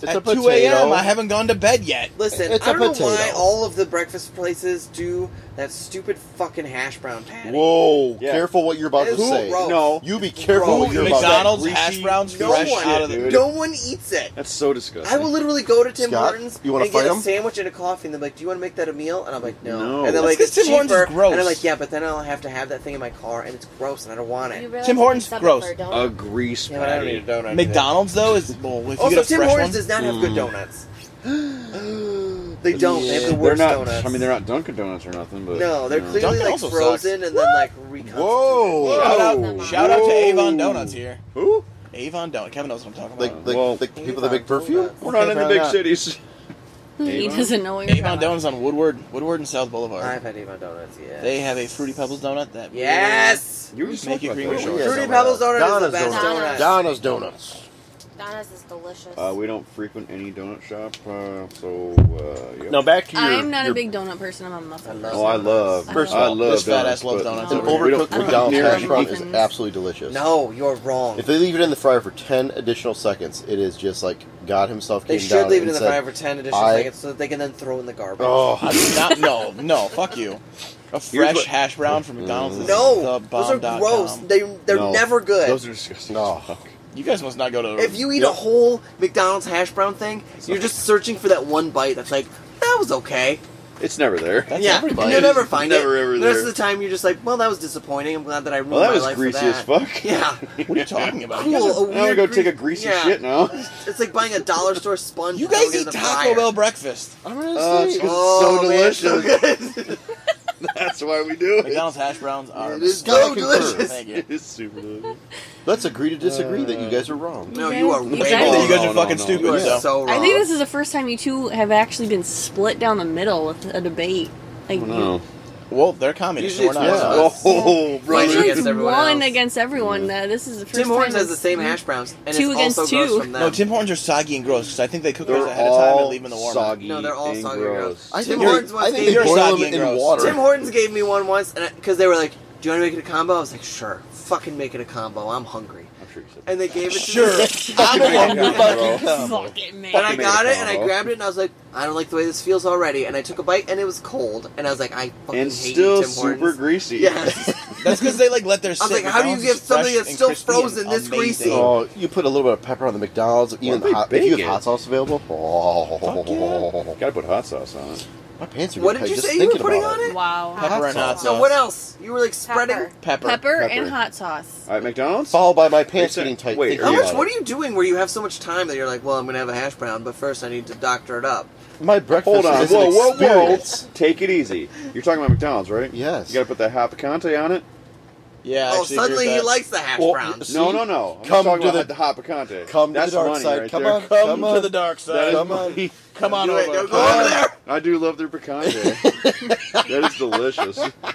[SPEAKER 6] It's
[SPEAKER 4] at
[SPEAKER 6] a
[SPEAKER 4] 2 a.m.
[SPEAKER 6] potato.
[SPEAKER 4] I haven't gone to bed yet.
[SPEAKER 3] Listen,
[SPEAKER 6] It's
[SPEAKER 3] I
[SPEAKER 6] a
[SPEAKER 3] don't know
[SPEAKER 6] potato.
[SPEAKER 3] why all of the breakfast places do that stupid fucking hash brown patty.
[SPEAKER 6] Whoa!
[SPEAKER 5] Yeah.
[SPEAKER 6] Careful what you're about
[SPEAKER 3] That
[SPEAKER 6] to
[SPEAKER 3] is
[SPEAKER 6] say.
[SPEAKER 3] gross.
[SPEAKER 5] No.
[SPEAKER 6] Oh, You be careful
[SPEAKER 3] Bro,
[SPEAKER 6] what you're
[SPEAKER 4] McDonald's
[SPEAKER 6] about to say.
[SPEAKER 4] hash browns
[SPEAKER 3] No
[SPEAKER 4] fresh
[SPEAKER 3] one,
[SPEAKER 4] out of the.
[SPEAKER 5] dude.
[SPEAKER 3] no one eats it.
[SPEAKER 5] That's so disgusting.
[SPEAKER 3] I will literally go to Tim
[SPEAKER 6] Scott,
[SPEAKER 3] Hortons
[SPEAKER 6] you wanna
[SPEAKER 3] and get
[SPEAKER 6] fight
[SPEAKER 3] a
[SPEAKER 6] him?
[SPEAKER 3] sandwich and a coffee, and they're like, "Do you want to make that a meal?" And I'm like, "No."
[SPEAKER 5] No.
[SPEAKER 3] And they're
[SPEAKER 5] That's
[SPEAKER 3] like,
[SPEAKER 4] 'cause
[SPEAKER 3] "It's
[SPEAKER 4] Tim
[SPEAKER 3] cheaper."
[SPEAKER 4] Hortons is gross.
[SPEAKER 3] And I'm like, "Yeah, but then I'll have to have that thing in my car, and it's gross, and I don't want
[SPEAKER 10] You
[SPEAKER 3] it."
[SPEAKER 10] realize
[SPEAKER 4] Tim
[SPEAKER 10] what
[SPEAKER 4] Hortons,
[SPEAKER 10] they sell it
[SPEAKER 4] gross.
[SPEAKER 10] for, don't
[SPEAKER 5] A
[SPEAKER 10] you?
[SPEAKER 5] grease
[SPEAKER 3] Yeah, but I don't
[SPEAKER 5] patty.
[SPEAKER 3] need a donut.
[SPEAKER 4] McDonald's though is well, if you
[SPEAKER 3] Also,
[SPEAKER 4] get a
[SPEAKER 3] Tim
[SPEAKER 4] fresh
[SPEAKER 3] Hortons
[SPEAKER 4] one,
[SPEAKER 3] does not have
[SPEAKER 4] Mm.
[SPEAKER 3] good donuts. they don't. They have the
[SPEAKER 5] They're
[SPEAKER 3] worst
[SPEAKER 5] not.
[SPEAKER 3] donuts.
[SPEAKER 5] I mean, they're not Dunkin' Donuts or nothing, but
[SPEAKER 3] No, they're
[SPEAKER 5] you know.
[SPEAKER 3] clearly
[SPEAKER 4] Dunkin'
[SPEAKER 3] like
[SPEAKER 4] also
[SPEAKER 3] frozen and then like reconstituted.
[SPEAKER 6] Whoa!
[SPEAKER 4] shout
[SPEAKER 5] Whoa.
[SPEAKER 4] out, shout out to
[SPEAKER 5] Whoa.
[SPEAKER 4] Avon Donuts here.
[SPEAKER 5] Who?
[SPEAKER 4] Avon Donut. Kevin knows what I'm talking about.
[SPEAKER 6] Like, like,
[SPEAKER 5] Well,
[SPEAKER 6] like the people that make perfume.
[SPEAKER 5] We're not in the
[SPEAKER 4] probably
[SPEAKER 5] big
[SPEAKER 4] not.
[SPEAKER 5] cities.
[SPEAKER 1] He
[SPEAKER 5] Avon?
[SPEAKER 1] doesn't know what you're
[SPEAKER 4] Avon
[SPEAKER 1] talking
[SPEAKER 4] Donuts on Woodward, Woodward and South Boulevard.
[SPEAKER 3] I've had Avon donuts. Yeah.
[SPEAKER 4] They have a fruity pebbles donut that.
[SPEAKER 3] Yes.
[SPEAKER 5] You were just
[SPEAKER 4] Make
[SPEAKER 5] talking
[SPEAKER 4] it
[SPEAKER 5] about
[SPEAKER 4] green
[SPEAKER 5] that.
[SPEAKER 4] with
[SPEAKER 5] Yeah.
[SPEAKER 4] shorts.
[SPEAKER 3] Fruity Pebbles donut is the
[SPEAKER 6] Donna's
[SPEAKER 3] best donut.
[SPEAKER 10] Donut.
[SPEAKER 6] Donna's donuts.
[SPEAKER 10] Donna's is delicious.
[SPEAKER 5] Uh, we don't frequent any donut shop, uh, so uh, yeah.
[SPEAKER 6] Now back to your.
[SPEAKER 1] about. I'm not a
[SPEAKER 6] your-
[SPEAKER 1] big donut person. I'm a muffin.
[SPEAKER 3] I love
[SPEAKER 5] Oh, I love.
[SPEAKER 1] First of
[SPEAKER 5] I
[SPEAKER 1] all,
[SPEAKER 5] love
[SPEAKER 4] this fat
[SPEAKER 5] donuts,
[SPEAKER 4] ass loves
[SPEAKER 5] but
[SPEAKER 4] donuts
[SPEAKER 6] An
[SPEAKER 4] over here. We
[SPEAKER 5] don't
[SPEAKER 6] overcooked
[SPEAKER 5] come
[SPEAKER 6] McDonald's
[SPEAKER 5] near
[SPEAKER 6] hash
[SPEAKER 5] it.
[SPEAKER 6] brown is
[SPEAKER 1] muffins.
[SPEAKER 6] absolutely delicious.
[SPEAKER 3] No, you're wrong.
[SPEAKER 6] If they leave it in the fryer for ten additional seconds, it is just like God Himself
[SPEAKER 3] They
[SPEAKER 6] came
[SPEAKER 3] should
[SPEAKER 6] down
[SPEAKER 3] leave it
[SPEAKER 6] and
[SPEAKER 3] in the
[SPEAKER 6] said,
[SPEAKER 3] fire for ten additional
[SPEAKER 6] I-
[SPEAKER 3] seconds so that they can then throw in the garbage.
[SPEAKER 6] "Oh,
[SPEAKER 4] I do not. No, no. Fuck you. A fresh
[SPEAKER 5] what-
[SPEAKER 4] hash brown from McDonald's. is
[SPEAKER 3] no,
[SPEAKER 4] the
[SPEAKER 3] those are
[SPEAKER 4] bomb dot
[SPEAKER 3] gross.
[SPEAKER 4] com.
[SPEAKER 3] They they're
[SPEAKER 5] No.
[SPEAKER 3] never good.
[SPEAKER 5] Those are disgusting.
[SPEAKER 6] No.
[SPEAKER 5] Fuck.
[SPEAKER 4] You guys must not go to.
[SPEAKER 3] If you eat a
[SPEAKER 6] Yep.
[SPEAKER 3] whole McDonald's hash brown thing, you're just searching for that one bite that's like, that was okay.
[SPEAKER 5] It's never there.
[SPEAKER 4] That's
[SPEAKER 3] yeah,
[SPEAKER 4] every
[SPEAKER 3] and
[SPEAKER 4] bite.
[SPEAKER 3] you'll never find
[SPEAKER 5] Never
[SPEAKER 3] it.
[SPEAKER 5] ever
[SPEAKER 3] the rest
[SPEAKER 5] there.
[SPEAKER 3] of the time, you're just like, well, that was disappointing. I'm glad that I ruined
[SPEAKER 5] Well, that
[SPEAKER 3] my
[SPEAKER 5] was
[SPEAKER 3] life
[SPEAKER 5] greasy
[SPEAKER 3] for that.
[SPEAKER 5] as fuck.
[SPEAKER 3] Yeah,
[SPEAKER 4] What are you talking about? You guys,
[SPEAKER 3] cool.
[SPEAKER 4] are-
[SPEAKER 3] A
[SPEAKER 5] I'm gonna
[SPEAKER 3] weird
[SPEAKER 5] go take a
[SPEAKER 3] gre-
[SPEAKER 5] greasy
[SPEAKER 3] yeah.
[SPEAKER 5] shit now.
[SPEAKER 3] It's like buying a dollar store sponge.
[SPEAKER 4] you
[SPEAKER 3] and
[SPEAKER 4] guys
[SPEAKER 3] throwing it in
[SPEAKER 4] eat
[SPEAKER 3] the
[SPEAKER 4] Taco
[SPEAKER 3] fryer.
[SPEAKER 4] Bell breakfast.
[SPEAKER 6] Uh,
[SPEAKER 5] Oh, it's 'cause
[SPEAKER 3] Oh,
[SPEAKER 5] it's so
[SPEAKER 3] man,
[SPEAKER 5] delicious.
[SPEAKER 3] it's so good.
[SPEAKER 5] That's why we do it.
[SPEAKER 4] McDonald's hash browns are.
[SPEAKER 3] It is so
[SPEAKER 6] Gotta concur.
[SPEAKER 3] delicious.
[SPEAKER 4] Thank you.
[SPEAKER 5] It is super delicious.
[SPEAKER 6] Let's agree to disagree that you guys are wrong.
[SPEAKER 3] No, you are
[SPEAKER 1] You
[SPEAKER 3] way
[SPEAKER 1] guys-
[SPEAKER 3] wrong.
[SPEAKER 4] you guys
[SPEAKER 5] no,
[SPEAKER 4] are fucking
[SPEAKER 5] no,
[SPEAKER 4] stupid.
[SPEAKER 3] You are
[SPEAKER 4] so.
[SPEAKER 3] so wrong.
[SPEAKER 1] I think this is the first time you two have actually been split down the middle with a debate. Like
[SPEAKER 5] No.
[SPEAKER 4] Well, they're communists.
[SPEAKER 3] Usually
[SPEAKER 4] so we're
[SPEAKER 3] it's
[SPEAKER 4] not.
[SPEAKER 3] one
[SPEAKER 5] Oh,
[SPEAKER 3] us.
[SPEAKER 5] brother.
[SPEAKER 3] Usually
[SPEAKER 1] usually it's
[SPEAKER 3] against everyone
[SPEAKER 1] one
[SPEAKER 3] else.
[SPEAKER 1] against everyone. Uh, this is the first
[SPEAKER 3] Tim
[SPEAKER 1] time.
[SPEAKER 3] Hortons has the
[SPEAKER 1] it's-
[SPEAKER 3] same hash browns, and
[SPEAKER 1] Two
[SPEAKER 3] it's
[SPEAKER 1] against
[SPEAKER 3] also gross
[SPEAKER 1] two.
[SPEAKER 3] from them.
[SPEAKER 4] No, Tim Hortons are soggy and gross because I think they cook
[SPEAKER 5] They're
[SPEAKER 4] those ahead of time and
[SPEAKER 5] all
[SPEAKER 4] leave them in the warmer.
[SPEAKER 5] soggy.
[SPEAKER 3] No, they're all
[SPEAKER 5] and
[SPEAKER 3] soggy and gross.
[SPEAKER 5] gross.
[SPEAKER 3] I
[SPEAKER 6] think
[SPEAKER 3] Tim Hortons
[SPEAKER 6] you're- I
[SPEAKER 3] wants
[SPEAKER 6] think
[SPEAKER 3] to
[SPEAKER 4] you're
[SPEAKER 6] they boil
[SPEAKER 4] soggy
[SPEAKER 6] them in
[SPEAKER 4] and gross.
[SPEAKER 6] water.
[SPEAKER 3] Tim Hortons gave me one once, and because they were like, "Do you want to make it a combo?" I was like, "Sure, fucking make it a combo. I'm hungry."
[SPEAKER 5] I'm sure you said
[SPEAKER 3] And they gave it to
[SPEAKER 4] Sure.
[SPEAKER 3] me,
[SPEAKER 4] I'm a
[SPEAKER 5] Fucking
[SPEAKER 4] hungry fucking
[SPEAKER 1] Fuck it, man.
[SPEAKER 3] and I
[SPEAKER 5] made a
[SPEAKER 3] got it, and I
[SPEAKER 5] combo.
[SPEAKER 3] grabbed it, and I was like, "I don't like the way this feels already." And I took a bite, and it was cold, and I was like, "I fucking
[SPEAKER 5] And
[SPEAKER 3] hate
[SPEAKER 5] still
[SPEAKER 3] you, Tim
[SPEAKER 5] super
[SPEAKER 3] Hortons."
[SPEAKER 5] greasy.
[SPEAKER 3] Yes.
[SPEAKER 4] That's because they like let their.
[SPEAKER 3] I was like, how do you give something that's still frozen this greasy?
[SPEAKER 6] Oh, you put a little bit of pepper on the McDonald's. Even
[SPEAKER 5] they
[SPEAKER 6] hot, if
[SPEAKER 5] bake
[SPEAKER 6] you have
[SPEAKER 5] it?
[SPEAKER 6] hot sauce available. Oh,
[SPEAKER 5] Gotta put hot sauce on it.
[SPEAKER 6] my pants are.
[SPEAKER 3] What
[SPEAKER 6] getting
[SPEAKER 3] did you
[SPEAKER 6] tight just
[SPEAKER 3] say you were
[SPEAKER 6] thinking
[SPEAKER 3] putting
[SPEAKER 6] about
[SPEAKER 3] on it?
[SPEAKER 1] Wow.
[SPEAKER 4] Pepper
[SPEAKER 6] Hot
[SPEAKER 4] and hot
[SPEAKER 6] sauce.
[SPEAKER 3] So
[SPEAKER 4] sauce.
[SPEAKER 3] what else? You were like spreading.
[SPEAKER 10] Pepper.
[SPEAKER 4] Pepper.
[SPEAKER 1] Pepper
[SPEAKER 5] Pepper.
[SPEAKER 1] and hot sauce.
[SPEAKER 5] All right, McDonald's.
[SPEAKER 6] Followed by my pants
[SPEAKER 5] Wait,
[SPEAKER 6] getting tight.
[SPEAKER 5] wait,
[SPEAKER 6] thinking
[SPEAKER 3] How
[SPEAKER 5] Yeah.
[SPEAKER 3] much?
[SPEAKER 6] about
[SPEAKER 3] What are
[SPEAKER 6] it.
[SPEAKER 3] you doing where you have so much time that you're like, well, I'm gonna have a hash brown, but first I need to doctor it up.
[SPEAKER 6] My breakfast.
[SPEAKER 5] Hold on.
[SPEAKER 6] Is an
[SPEAKER 5] Whoa, whoa, whoa.
[SPEAKER 6] experience.
[SPEAKER 5] Take it easy. You're talking about McDonald's, right?
[SPEAKER 6] Yes.
[SPEAKER 5] You gotta put that hot picante on it.
[SPEAKER 4] Yeah. I
[SPEAKER 3] Oh,
[SPEAKER 4] actually agree
[SPEAKER 3] suddenly
[SPEAKER 4] with
[SPEAKER 3] he
[SPEAKER 4] that.
[SPEAKER 3] likes the hash
[SPEAKER 6] Well,
[SPEAKER 3] browns.
[SPEAKER 6] yes.
[SPEAKER 5] No,
[SPEAKER 6] See?
[SPEAKER 5] no, no. I'm
[SPEAKER 6] Come
[SPEAKER 5] talking
[SPEAKER 6] to
[SPEAKER 5] about
[SPEAKER 6] the-
[SPEAKER 5] the hot picante.
[SPEAKER 6] Come to
[SPEAKER 5] That's
[SPEAKER 6] the dark
[SPEAKER 5] money
[SPEAKER 6] side.
[SPEAKER 5] Right
[SPEAKER 6] come
[SPEAKER 5] there.
[SPEAKER 6] on, come,
[SPEAKER 4] Come to the dark
[SPEAKER 5] That
[SPEAKER 4] side.
[SPEAKER 5] is
[SPEAKER 4] Come on.
[SPEAKER 5] money.
[SPEAKER 4] Come on
[SPEAKER 3] Do it.
[SPEAKER 4] over.
[SPEAKER 3] Don't go over there.
[SPEAKER 5] I do love their picante. that is delicious. But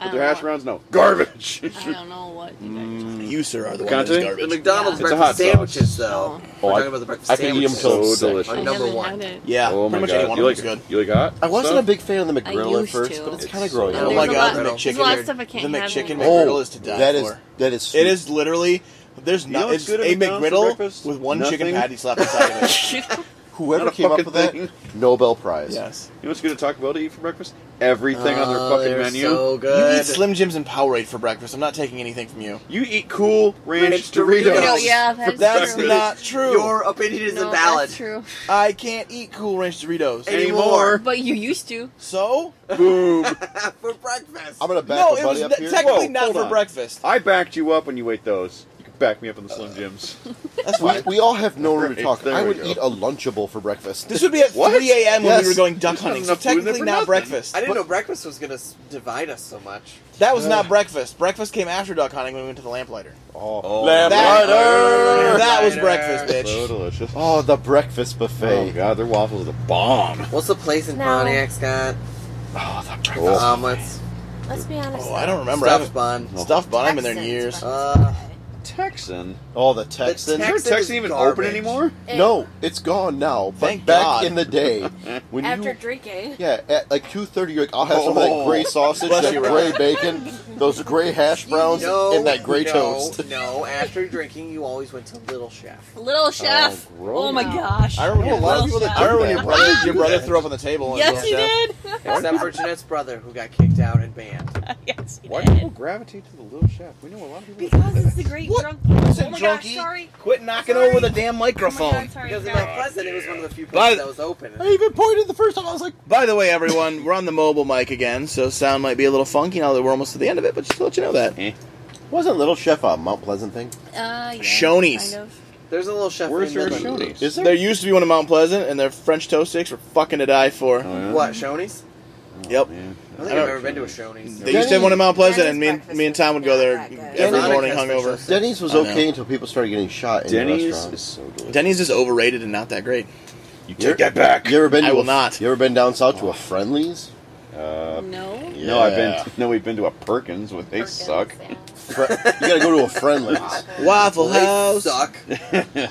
[SPEAKER 1] I don't,
[SPEAKER 5] their hash
[SPEAKER 1] know.
[SPEAKER 5] browns, no garbage.
[SPEAKER 1] I don't know what you guys are talking
[SPEAKER 4] You sir are the
[SPEAKER 5] Conte?
[SPEAKER 4] one that's
[SPEAKER 3] The
[SPEAKER 4] garbage.
[SPEAKER 3] McDonald's
[SPEAKER 1] It's a
[SPEAKER 5] hot
[SPEAKER 3] breakfast
[SPEAKER 5] sauce.
[SPEAKER 3] sandwiches, though.
[SPEAKER 6] Oh,
[SPEAKER 3] We're
[SPEAKER 6] I-
[SPEAKER 3] talking about the breakfast
[SPEAKER 6] I could eat them
[SPEAKER 3] sandwiches.
[SPEAKER 6] till
[SPEAKER 5] So
[SPEAKER 6] sick.
[SPEAKER 5] delicious.
[SPEAKER 1] about.
[SPEAKER 3] Our
[SPEAKER 1] I
[SPEAKER 3] number
[SPEAKER 1] haven't
[SPEAKER 3] one.
[SPEAKER 1] had it.
[SPEAKER 4] yeah.
[SPEAKER 5] Oh my
[SPEAKER 4] pretty much
[SPEAKER 5] god,
[SPEAKER 4] any one
[SPEAKER 5] you
[SPEAKER 4] of
[SPEAKER 5] like
[SPEAKER 4] them's good.
[SPEAKER 5] You like hot?
[SPEAKER 6] I wasn't a
[SPEAKER 5] stuff?
[SPEAKER 6] big fan of the
[SPEAKER 1] I
[SPEAKER 6] McGrill at
[SPEAKER 1] used
[SPEAKER 6] first,
[SPEAKER 1] to.
[SPEAKER 6] but it's
[SPEAKER 1] It's
[SPEAKER 6] kind of growing
[SPEAKER 3] so
[SPEAKER 6] on
[SPEAKER 4] Oh
[SPEAKER 6] me.
[SPEAKER 3] There's
[SPEAKER 4] my
[SPEAKER 3] a
[SPEAKER 4] god,
[SPEAKER 3] lot-
[SPEAKER 4] the
[SPEAKER 1] There's
[SPEAKER 4] McChicken.
[SPEAKER 1] a lot of stuff I
[SPEAKER 4] the
[SPEAKER 1] can't have.
[SPEAKER 4] McChicken
[SPEAKER 1] anymore.
[SPEAKER 4] McGriddle is to die
[SPEAKER 6] That is
[SPEAKER 4] for.
[SPEAKER 6] that is
[SPEAKER 4] It is literally there's
[SPEAKER 5] know
[SPEAKER 4] not
[SPEAKER 5] what's
[SPEAKER 4] it's
[SPEAKER 5] good at
[SPEAKER 4] a
[SPEAKER 5] McDonald's for
[SPEAKER 4] McGriddle
[SPEAKER 5] breakfast?
[SPEAKER 4] with one chicken
[SPEAKER 5] Nothing.
[SPEAKER 4] patty slapped inside of it.
[SPEAKER 6] whoever
[SPEAKER 5] Not a
[SPEAKER 6] came up
[SPEAKER 5] fucking
[SPEAKER 6] with
[SPEAKER 5] thing.
[SPEAKER 6] that Nobel Prize.
[SPEAKER 4] yes.
[SPEAKER 5] You know what's good at Taco Bell to eat for breakfast? Everything on
[SPEAKER 3] Oh,
[SPEAKER 5] their fucking
[SPEAKER 3] they're
[SPEAKER 5] menu.
[SPEAKER 3] So
[SPEAKER 4] You eat
[SPEAKER 3] good.
[SPEAKER 4] Slim Jims and Powerade for breakfast. I'm not taking anything from you.
[SPEAKER 5] You eat cool ranch
[SPEAKER 3] Ranch Doritos.
[SPEAKER 5] Doritos.
[SPEAKER 1] No, yeah, that's,
[SPEAKER 4] That's
[SPEAKER 1] true.
[SPEAKER 4] not true.
[SPEAKER 3] Your opinion is
[SPEAKER 1] no,
[SPEAKER 3] invalid.
[SPEAKER 1] That's true.
[SPEAKER 4] I can't eat Cool Ranch Doritos.
[SPEAKER 3] Hey.
[SPEAKER 5] Anymore.
[SPEAKER 1] But you used to.
[SPEAKER 4] So
[SPEAKER 5] Boom.
[SPEAKER 3] For breakfast.
[SPEAKER 6] I'm gonna back
[SPEAKER 4] no,
[SPEAKER 6] a
[SPEAKER 4] it was
[SPEAKER 6] buddy up
[SPEAKER 4] not-
[SPEAKER 6] here.
[SPEAKER 4] technically
[SPEAKER 5] Whoa,
[SPEAKER 4] not
[SPEAKER 5] hold
[SPEAKER 4] for
[SPEAKER 5] on.
[SPEAKER 4] breakfast.
[SPEAKER 5] I backed you up when you ate those. You can back me up on the Slim Jims.
[SPEAKER 4] That's
[SPEAKER 6] we,
[SPEAKER 4] fine.
[SPEAKER 6] we all have no room to
[SPEAKER 5] Right,
[SPEAKER 6] talk.
[SPEAKER 5] there
[SPEAKER 6] I
[SPEAKER 5] we
[SPEAKER 6] would
[SPEAKER 5] go.
[SPEAKER 6] eat a Lunchable for breakfast.
[SPEAKER 4] This would be at 3 a.m. when
[SPEAKER 6] Yes.
[SPEAKER 4] we were going duck
[SPEAKER 5] There's
[SPEAKER 4] hunting.
[SPEAKER 5] not
[SPEAKER 4] So
[SPEAKER 5] enough food in there
[SPEAKER 4] technically
[SPEAKER 5] for
[SPEAKER 4] not
[SPEAKER 5] nothing.
[SPEAKER 4] breakfast.
[SPEAKER 3] I didn't know breakfast was gonna s- divide us so much.
[SPEAKER 4] That was not breakfast. Breakfast came after duck hunting when we went to the lamplighter.
[SPEAKER 6] Oh,
[SPEAKER 4] That-
[SPEAKER 5] Lamplighter.
[SPEAKER 4] That was breakfast,
[SPEAKER 5] So
[SPEAKER 4] bitch.
[SPEAKER 5] delicious.
[SPEAKER 6] oh, the breakfast
[SPEAKER 5] Oh
[SPEAKER 6] buffet.
[SPEAKER 5] god, their waffles are the bomb.
[SPEAKER 3] What's the place in Um,
[SPEAKER 10] No.
[SPEAKER 3] Pontiac's got?
[SPEAKER 6] Oh, the breakfast.
[SPEAKER 5] Oh.
[SPEAKER 3] Omelets,
[SPEAKER 10] Let's be honest.
[SPEAKER 4] Oh, I don't remember.
[SPEAKER 3] stuffed
[SPEAKER 4] Stuff,
[SPEAKER 3] bun.
[SPEAKER 4] stuff bun. I've been there in
[SPEAKER 10] Texans,
[SPEAKER 4] years.
[SPEAKER 10] but-
[SPEAKER 3] Uh,
[SPEAKER 5] Um, Texan.
[SPEAKER 6] Oh, the Texan.
[SPEAKER 3] Tex-
[SPEAKER 5] Is
[SPEAKER 3] Texan
[SPEAKER 5] there a
[SPEAKER 3] is
[SPEAKER 5] Texan even
[SPEAKER 3] garbage.
[SPEAKER 5] open anymore?
[SPEAKER 10] Hey,
[SPEAKER 6] no, it's gone now. But
[SPEAKER 4] Thank
[SPEAKER 6] back
[SPEAKER 4] God.
[SPEAKER 6] in the day, when
[SPEAKER 10] After
[SPEAKER 6] you
[SPEAKER 10] drinking.
[SPEAKER 6] yeah, at like two thirty, you're like, I'll have some of that
[SPEAKER 5] Oh.
[SPEAKER 6] gray sausage,
[SPEAKER 4] Bless
[SPEAKER 6] that
[SPEAKER 4] you,
[SPEAKER 6] gray bacon, those gray hash browns,
[SPEAKER 3] no,
[SPEAKER 6] and that gray
[SPEAKER 3] no,
[SPEAKER 6] toast.
[SPEAKER 3] No, after drinking, you always went to Little Chef.
[SPEAKER 1] Little Chef.
[SPEAKER 6] gross.
[SPEAKER 1] Oh, my gosh.
[SPEAKER 4] I remember,
[SPEAKER 6] I know
[SPEAKER 4] when
[SPEAKER 6] a lot of
[SPEAKER 4] your
[SPEAKER 6] people
[SPEAKER 4] brother-
[SPEAKER 6] that
[SPEAKER 4] I remember
[SPEAKER 6] do
[SPEAKER 4] when your
[SPEAKER 6] that.
[SPEAKER 4] brother, your brother threw up on the table. and
[SPEAKER 1] Yes,
[SPEAKER 4] was
[SPEAKER 1] he
[SPEAKER 4] like,
[SPEAKER 1] did.
[SPEAKER 3] Except for Jeanette's brother, who got kicked out and banned.
[SPEAKER 1] yes, he
[SPEAKER 5] Why do people
[SPEAKER 1] did.
[SPEAKER 5] gravitate to the little chef? We know a lot of people. that do
[SPEAKER 10] Because
[SPEAKER 5] that.
[SPEAKER 10] it's the great
[SPEAKER 4] What?
[SPEAKER 10] drunk.
[SPEAKER 4] Listen,
[SPEAKER 10] oh my
[SPEAKER 4] drunkie,
[SPEAKER 10] gosh, sorry.
[SPEAKER 4] Quit knocking
[SPEAKER 10] Sorry.
[SPEAKER 4] over the damn
[SPEAKER 10] Oh my
[SPEAKER 4] microphone.
[SPEAKER 10] God, sorry,
[SPEAKER 3] Because in
[SPEAKER 10] guys.
[SPEAKER 3] Mount Pleasant, it was one of the few
[SPEAKER 4] But-
[SPEAKER 3] places that was open.
[SPEAKER 6] I even pointed the first time. I was like,
[SPEAKER 4] By the way, everyone, we're on the mobile mic again, so sound might be a little funky now that we're almost to the end of it, but just to let you know that.
[SPEAKER 5] Eh?
[SPEAKER 6] wasn't Little Chef a Mount Pleasant thing?
[SPEAKER 1] Uh, yeah,
[SPEAKER 4] Shoney's.
[SPEAKER 1] Kind of.
[SPEAKER 3] There's a little chef.
[SPEAKER 5] Where's
[SPEAKER 3] in
[SPEAKER 5] your
[SPEAKER 3] Midland.
[SPEAKER 5] Shoney's?
[SPEAKER 6] Is
[SPEAKER 4] There used to be one in Mount Pleasant, and their French toast sticks were fucking to die for.
[SPEAKER 5] Oh, yeah?
[SPEAKER 3] What Shoney's?
[SPEAKER 4] Yep.
[SPEAKER 3] I
[SPEAKER 5] Yeah.
[SPEAKER 3] don't think
[SPEAKER 4] I
[SPEAKER 3] I've
[SPEAKER 4] don't-
[SPEAKER 3] ever been to a Shoney's.
[SPEAKER 4] They used to have one in Mount Pleasant, and me and, me and Tom would go there
[SPEAKER 10] Denny's breakfast
[SPEAKER 4] every
[SPEAKER 6] is not
[SPEAKER 4] morning
[SPEAKER 3] that good.
[SPEAKER 4] hungover.
[SPEAKER 6] Denny's was
[SPEAKER 4] I know.
[SPEAKER 6] okay until people started getting shot in the
[SPEAKER 5] Denny's
[SPEAKER 6] restaurant.
[SPEAKER 5] is so delicious.
[SPEAKER 4] Denny's is overrated and not that great.
[SPEAKER 5] You take
[SPEAKER 6] You're-
[SPEAKER 5] that back.
[SPEAKER 6] You ever been?
[SPEAKER 4] I
[SPEAKER 6] to
[SPEAKER 4] will
[SPEAKER 6] a,
[SPEAKER 4] not.
[SPEAKER 6] You ever been down south to a Friendlies?
[SPEAKER 5] Uh,
[SPEAKER 1] No.
[SPEAKER 5] No, I've
[SPEAKER 6] Yeah.
[SPEAKER 5] been. No, we've been to a Perkins. With they suck.
[SPEAKER 6] Fre- you gotta go to a Friendlies.
[SPEAKER 4] Waffle
[SPEAKER 3] They
[SPEAKER 4] House.
[SPEAKER 3] suck.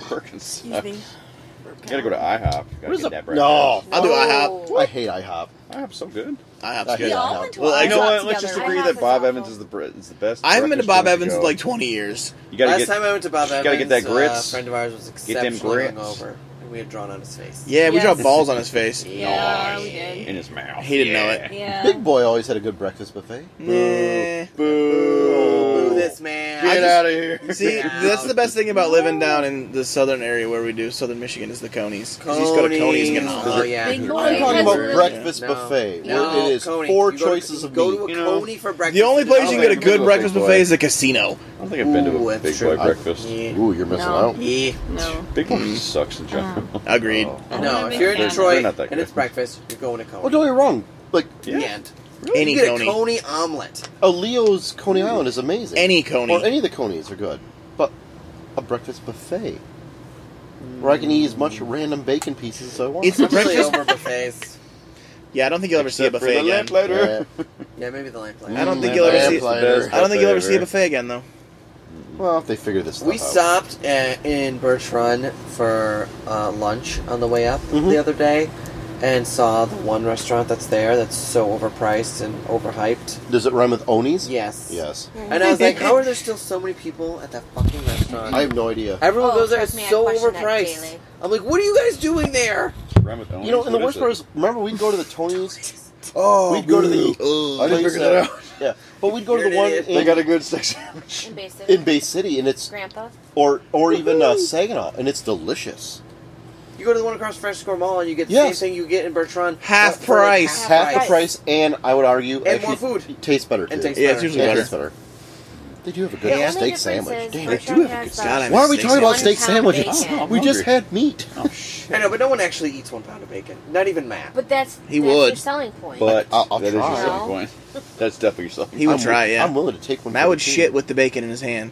[SPEAKER 5] Perkins
[SPEAKER 1] Excuse
[SPEAKER 5] suck.
[SPEAKER 1] me.
[SPEAKER 5] You gotta go to IHOP. You gotta get that breakfast.
[SPEAKER 6] No,
[SPEAKER 4] I'll do IHOP.
[SPEAKER 6] I hate IHOP.
[SPEAKER 5] IHOP's so good.
[SPEAKER 4] IHOP's
[SPEAKER 6] We
[SPEAKER 4] good.
[SPEAKER 6] all
[SPEAKER 4] IHOP.
[SPEAKER 6] went
[SPEAKER 10] to
[SPEAKER 4] Well,
[SPEAKER 10] IHOP.
[SPEAKER 4] I
[SPEAKER 5] you know
[SPEAKER 4] know-
[SPEAKER 5] what? Let's just agree
[SPEAKER 10] IHOP
[SPEAKER 5] that
[SPEAKER 10] is
[SPEAKER 5] Bob
[SPEAKER 10] awful.
[SPEAKER 5] Evans is the br- is the best.
[SPEAKER 4] I haven't been to
[SPEAKER 5] breakfast
[SPEAKER 4] Bob
[SPEAKER 5] joint
[SPEAKER 4] Evans
[SPEAKER 5] go.
[SPEAKER 4] in like 20 years.
[SPEAKER 5] You gotta
[SPEAKER 3] Last
[SPEAKER 5] get.
[SPEAKER 3] time I went to Bob
[SPEAKER 5] you
[SPEAKER 3] Evans,
[SPEAKER 5] gotta get that
[SPEAKER 3] Uh, a
[SPEAKER 5] grits.
[SPEAKER 3] friend of ours was
[SPEAKER 5] Get them
[SPEAKER 3] exceptionally
[SPEAKER 5] grits.
[SPEAKER 3] hungover, and we had drawn on his face.
[SPEAKER 4] Yeah, we
[SPEAKER 1] Yes.
[SPEAKER 4] dropped balls on his face.
[SPEAKER 1] Yeah, we did.
[SPEAKER 5] in his mouth.
[SPEAKER 4] He didn't know it.
[SPEAKER 1] Yeah.
[SPEAKER 6] Big boy always had a good breakfast buffet.
[SPEAKER 4] Nah.
[SPEAKER 5] Boo.
[SPEAKER 3] Boo this Yes, man.
[SPEAKER 5] Get
[SPEAKER 4] just-
[SPEAKER 5] out of here.
[SPEAKER 4] See, that's the best thing about living down in the southern area where we do southern Michigan is the conies. 'Cause You just go to conies and get
[SPEAKER 3] Coney's.
[SPEAKER 4] hung.
[SPEAKER 3] Oh, yeah.
[SPEAKER 1] Big boy.
[SPEAKER 6] I'm talking
[SPEAKER 1] That's
[SPEAKER 6] about
[SPEAKER 1] really-
[SPEAKER 6] breakfast
[SPEAKER 3] No.
[SPEAKER 6] buffet.
[SPEAKER 3] No,
[SPEAKER 6] where it is
[SPEAKER 3] Coney.
[SPEAKER 6] four
[SPEAKER 3] You go to-
[SPEAKER 6] choices of
[SPEAKER 3] go
[SPEAKER 6] meat.
[SPEAKER 3] to a
[SPEAKER 5] you know?
[SPEAKER 3] Coney for breakfast.
[SPEAKER 4] The only place you can get a
[SPEAKER 6] I'll
[SPEAKER 4] good
[SPEAKER 6] go
[SPEAKER 4] breakfast
[SPEAKER 6] Big Boy.
[SPEAKER 4] buffet is a casino.
[SPEAKER 2] I don't think I've been
[SPEAKER 3] Ooh,
[SPEAKER 2] to a
[SPEAKER 3] that's
[SPEAKER 2] big
[SPEAKER 3] true.
[SPEAKER 2] boy breakfast.
[SPEAKER 3] Yeah.
[SPEAKER 6] Ooh, you're missing
[SPEAKER 1] No.
[SPEAKER 6] out.
[SPEAKER 3] Yeah.
[SPEAKER 1] No.
[SPEAKER 2] Big boy sucks in general.
[SPEAKER 4] Mm. Agreed.
[SPEAKER 5] Oh.
[SPEAKER 1] I'm not
[SPEAKER 3] No,
[SPEAKER 1] a
[SPEAKER 3] if
[SPEAKER 1] big
[SPEAKER 3] you're in
[SPEAKER 1] fan.
[SPEAKER 2] They're
[SPEAKER 3] Detroit
[SPEAKER 2] not that
[SPEAKER 3] and it's
[SPEAKER 2] good.
[SPEAKER 3] breakfast, you're going to Coney.
[SPEAKER 6] Oh, don't get me wrong. Like
[SPEAKER 3] yeah.
[SPEAKER 2] Yeah.
[SPEAKER 4] Any
[SPEAKER 3] you get
[SPEAKER 4] Coney.
[SPEAKER 3] a Coney omelet.
[SPEAKER 6] a Leo's Coney Island is amazing.
[SPEAKER 4] Any Coney.
[SPEAKER 6] or any of the Coneys are good, but a breakfast buffet where I can eat as much random bacon pieces as I want.
[SPEAKER 4] It's
[SPEAKER 3] I'm really
[SPEAKER 4] breakfast.
[SPEAKER 3] over buffets.
[SPEAKER 4] Yeah, I don't think you'll ever see a
[SPEAKER 5] Except for the
[SPEAKER 4] buffet again.
[SPEAKER 5] lamplighter.
[SPEAKER 6] Yeah.
[SPEAKER 3] Yeah, maybe the lamplighter.
[SPEAKER 4] I don't
[SPEAKER 6] Mm,
[SPEAKER 4] think you'll ever see-
[SPEAKER 6] lamplighter.
[SPEAKER 4] I don't think you'll ever see a buffet again, though.
[SPEAKER 6] Well, if they figure this stuff
[SPEAKER 3] We
[SPEAKER 6] out.
[SPEAKER 3] stopped at, in Birch Run for uh, lunch on the way up the other day and saw the one restaurant that's there that's so overpriced and overhyped.
[SPEAKER 6] Does it rhyme with Onies?
[SPEAKER 3] Yes.
[SPEAKER 6] Yes.
[SPEAKER 3] And I was like, how are there still so many people at that fucking restaurant?
[SPEAKER 6] I have no idea.
[SPEAKER 3] Everyone
[SPEAKER 10] Oh,
[SPEAKER 3] goes there, it's
[SPEAKER 10] trust me, I
[SPEAKER 3] so
[SPEAKER 10] question that
[SPEAKER 3] overpriced.
[SPEAKER 10] daily.
[SPEAKER 3] I'm like, what are you guys doing there?
[SPEAKER 6] You know, and the worst part is, remember we'd go to the Tony's.
[SPEAKER 5] oh,
[SPEAKER 6] we'd go to the.
[SPEAKER 5] I didn't
[SPEAKER 6] place
[SPEAKER 5] figure that out.
[SPEAKER 6] Yeah, but we'd go
[SPEAKER 3] You're
[SPEAKER 6] to the
[SPEAKER 3] an
[SPEAKER 6] one
[SPEAKER 3] idiot.
[SPEAKER 5] They got a
[SPEAKER 6] in,
[SPEAKER 5] good section.
[SPEAKER 10] In basic.
[SPEAKER 6] in Bay City, and it's
[SPEAKER 10] Grandpa.
[SPEAKER 6] or or even uh, Saginaw, and it's delicious.
[SPEAKER 3] You go to the one across Fresh Square Mall and you get the
[SPEAKER 6] Yes.
[SPEAKER 3] same thing you get in Bertrand.
[SPEAKER 4] Half
[SPEAKER 3] but for like
[SPEAKER 4] price.
[SPEAKER 6] It's
[SPEAKER 3] half
[SPEAKER 6] half the
[SPEAKER 3] price.
[SPEAKER 6] price, and I would argue,
[SPEAKER 3] And more
[SPEAKER 6] actually,
[SPEAKER 3] food.
[SPEAKER 6] it tastes better too.
[SPEAKER 3] And tastes
[SPEAKER 4] Yeah, it's
[SPEAKER 3] better.
[SPEAKER 4] usually
[SPEAKER 6] Yeah, it
[SPEAKER 4] better.
[SPEAKER 6] tastes better. They do have a
[SPEAKER 10] The
[SPEAKER 6] good
[SPEAKER 10] only
[SPEAKER 6] steak
[SPEAKER 10] difference
[SPEAKER 6] sandwich.
[SPEAKER 10] is
[SPEAKER 6] Damn, they
[SPEAKER 10] Bertrand
[SPEAKER 6] do have a
[SPEAKER 10] has
[SPEAKER 6] good
[SPEAKER 10] the
[SPEAKER 6] steak.
[SPEAKER 4] God, I
[SPEAKER 6] Why are
[SPEAKER 4] miss
[SPEAKER 6] we
[SPEAKER 4] steak
[SPEAKER 6] talking about
[SPEAKER 10] one
[SPEAKER 6] steak
[SPEAKER 10] pound
[SPEAKER 6] sandwiches? Oh,
[SPEAKER 10] bacon.
[SPEAKER 6] We just
[SPEAKER 5] hungry.
[SPEAKER 6] had meat.
[SPEAKER 3] I know, but no one actually eats one pound of bacon. Not even Matt.
[SPEAKER 10] But that's
[SPEAKER 4] He
[SPEAKER 10] that's
[SPEAKER 4] would.
[SPEAKER 10] your selling point.
[SPEAKER 5] But
[SPEAKER 6] I'll- I'll
[SPEAKER 5] that is your
[SPEAKER 6] try.
[SPEAKER 5] selling point. That's definitely your selling point.
[SPEAKER 4] He would
[SPEAKER 6] I'm-
[SPEAKER 4] try, yeah.
[SPEAKER 6] I'm willing to take one.
[SPEAKER 4] Matt
[SPEAKER 6] for
[SPEAKER 4] would
[SPEAKER 6] the team.
[SPEAKER 4] shit with the bacon in his hand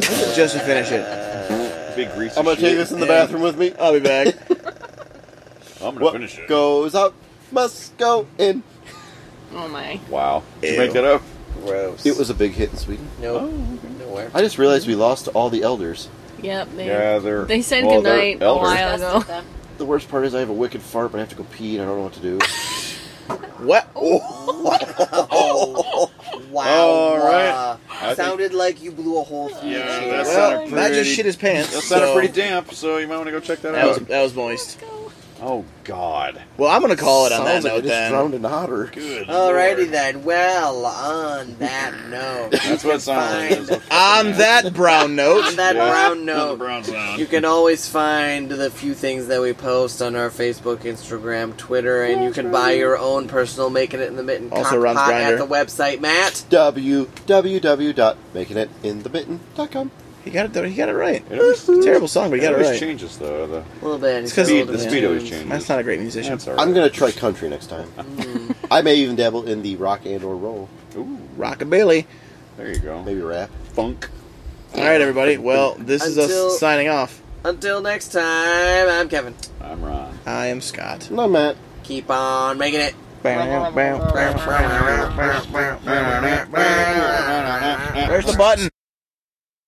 [SPEAKER 4] just to finish it.
[SPEAKER 5] Big greasy
[SPEAKER 6] I'm gonna take
[SPEAKER 5] shit.
[SPEAKER 6] this in the
[SPEAKER 4] Yeah.
[SPEAKER 6] bathroom with me.
[SPEAKER 4] I'll be back.
[SPEAKER 5] I'm gonna
[SPEAKER 6] What
[SPEAKER 5] finish it.
[SPEAKER 6] goes out must go in.
[SPEAKER 1] Oh my.
[SPEAKER 5] Wow. Did
[SPEAKER 4] Ew.
[SPEAKER 5] you make that up?
[SPEAKER 3] Gross.
[SPEAKER 6] It was a big hit in Sweden.
[SPEAKER 3] No, nowhere.
[SPEAKER 6] I just realized we lost to all the elders.
[SPEAKER 1] Yep. They,
[SPEAKER 5] Yeah, they're.
[SPEAKER 1] they said
[SPEAKER 5] well, they're
[SPEAKER 1] goodnight a
[SPEAKER 5] elders.
[SPEAKER 1] while ago.
[SPEAKER 10] Disgusted them.
[SPEAKER 6] The worst part is I have a wicked fart, but I have to go pee and I don't know what to do.
[SPEAKER 4] What?
[SPEAKER 3] Oh, wow.
[SPEAKER 5] All right.
[SPEAKER 3] Uh,
[SPEAKER 5] I think-
[SPEAKER 3] sounded like you blew a hole through your
[SPEAKER 5] Yeah,
[SPEAKER 3] chair.
[SPEAKER 5] that
[SPEAKER 4] Well,
[SPEAKER 5] sounded
[SPEAKER 4] Matt
[SPEAKER 5] pretty.
[SPEAKER 4] just shit his pants.
[SPEAKER 5] that sounded
[SPEAKER 4] so
[SPEAKER 5] pretty damp, so you might want to go check that,
[SPEAKER 4] That was
[SPEAKER 5] out.
[SPEAKER 4] that was moist.
[SPEAKER 5] oh God.
[SPEAKER 4] Well, I'm gonna call it on that
[SPEAKER 6] Sounds like I
[SPEAKER 4] note
[SPEAKER 6] just
[SPEAKER 4] then.
[SPEAKER 6] drowned an otter.
[SPEAKER 5] Good.
[SPEAKER 3] Alrighty
[SPEAKER 5] Lord.
[SPEAKER 3] then. Well, on that note,
[SPEAKER 5] That's what it sounds like.
[SPEAKER 4] On that brown
[SPEAKER 3] on
[SPEAKER 4] note,
[SPEAKER 3] that
[SPEAKER 5] Yeah.
[SPEAKER 3] brown
[SPEAKER 5] Another
[SPEAKER 3] note,
[SPEAKER 5] brown sound.
[SPEAKER 3] you can always find the few things that we post on our Facebook, Instagram, Twitter, and you can buy your own personal "Making It in the Mitten"
[SPEAKER 4] Also
[SPEAKER 3] cock
[SPEAKER 4] Ron's
[SPEAKER 3] pot
[SPEAKER 4] grinder.
[SPEAKER 3] at the website. Matt,
[SPEAKER 6] www.makingitinthemitten.com.
[SPEAKER 4] he got it. though- He got it right.
[SPEAKER 5] It always, it
[SPEAKER 4] Terrible song, but he got it
[SPEAKER 5] always
[SPEAKER 4] right.
[SPEAKER 5] changes though. The
[SPEAKER 3] a little bit.
[SPEAKER 4] It's 'cause
[SPEAKER 5] speed,
[SPEAKER 4] Speed-
[SPEAKER 5] the
[SPEAKER 4] the
[SPEAKER 5] speed always changes.
[SPEAKER 4] Matt's not a great musician.
[SPEAKER 5] That's all right.
[SPEAKER 6] I'm gonna try country next time.
[SPEAKER 4] Mm.
[SPEAKER 6] I may even dabble in the rock and or roll,
[SPEAKER 5] Ooh,
[SPEAKER 4] Rockabilly.
[SPEAKER 5] there you go.
[SPEAKER 6] maybe rap.
[SPEAKER 5] Funk.
[SPEAKER 4] All right, everybody. Well, this is
[SPEAKER 3] Until-
[SPEAKER 4] us signing off.
[SPEAKER 3] Until next time, I'm Kevin.
[SPEAKER 5] I'm Ron.
[SPEAKER 4] I am Scott.
[SPEAKER 6] No, Matt.
[SPEAKER 3] Keep on making it.
[SPEAKER 4] There's the button.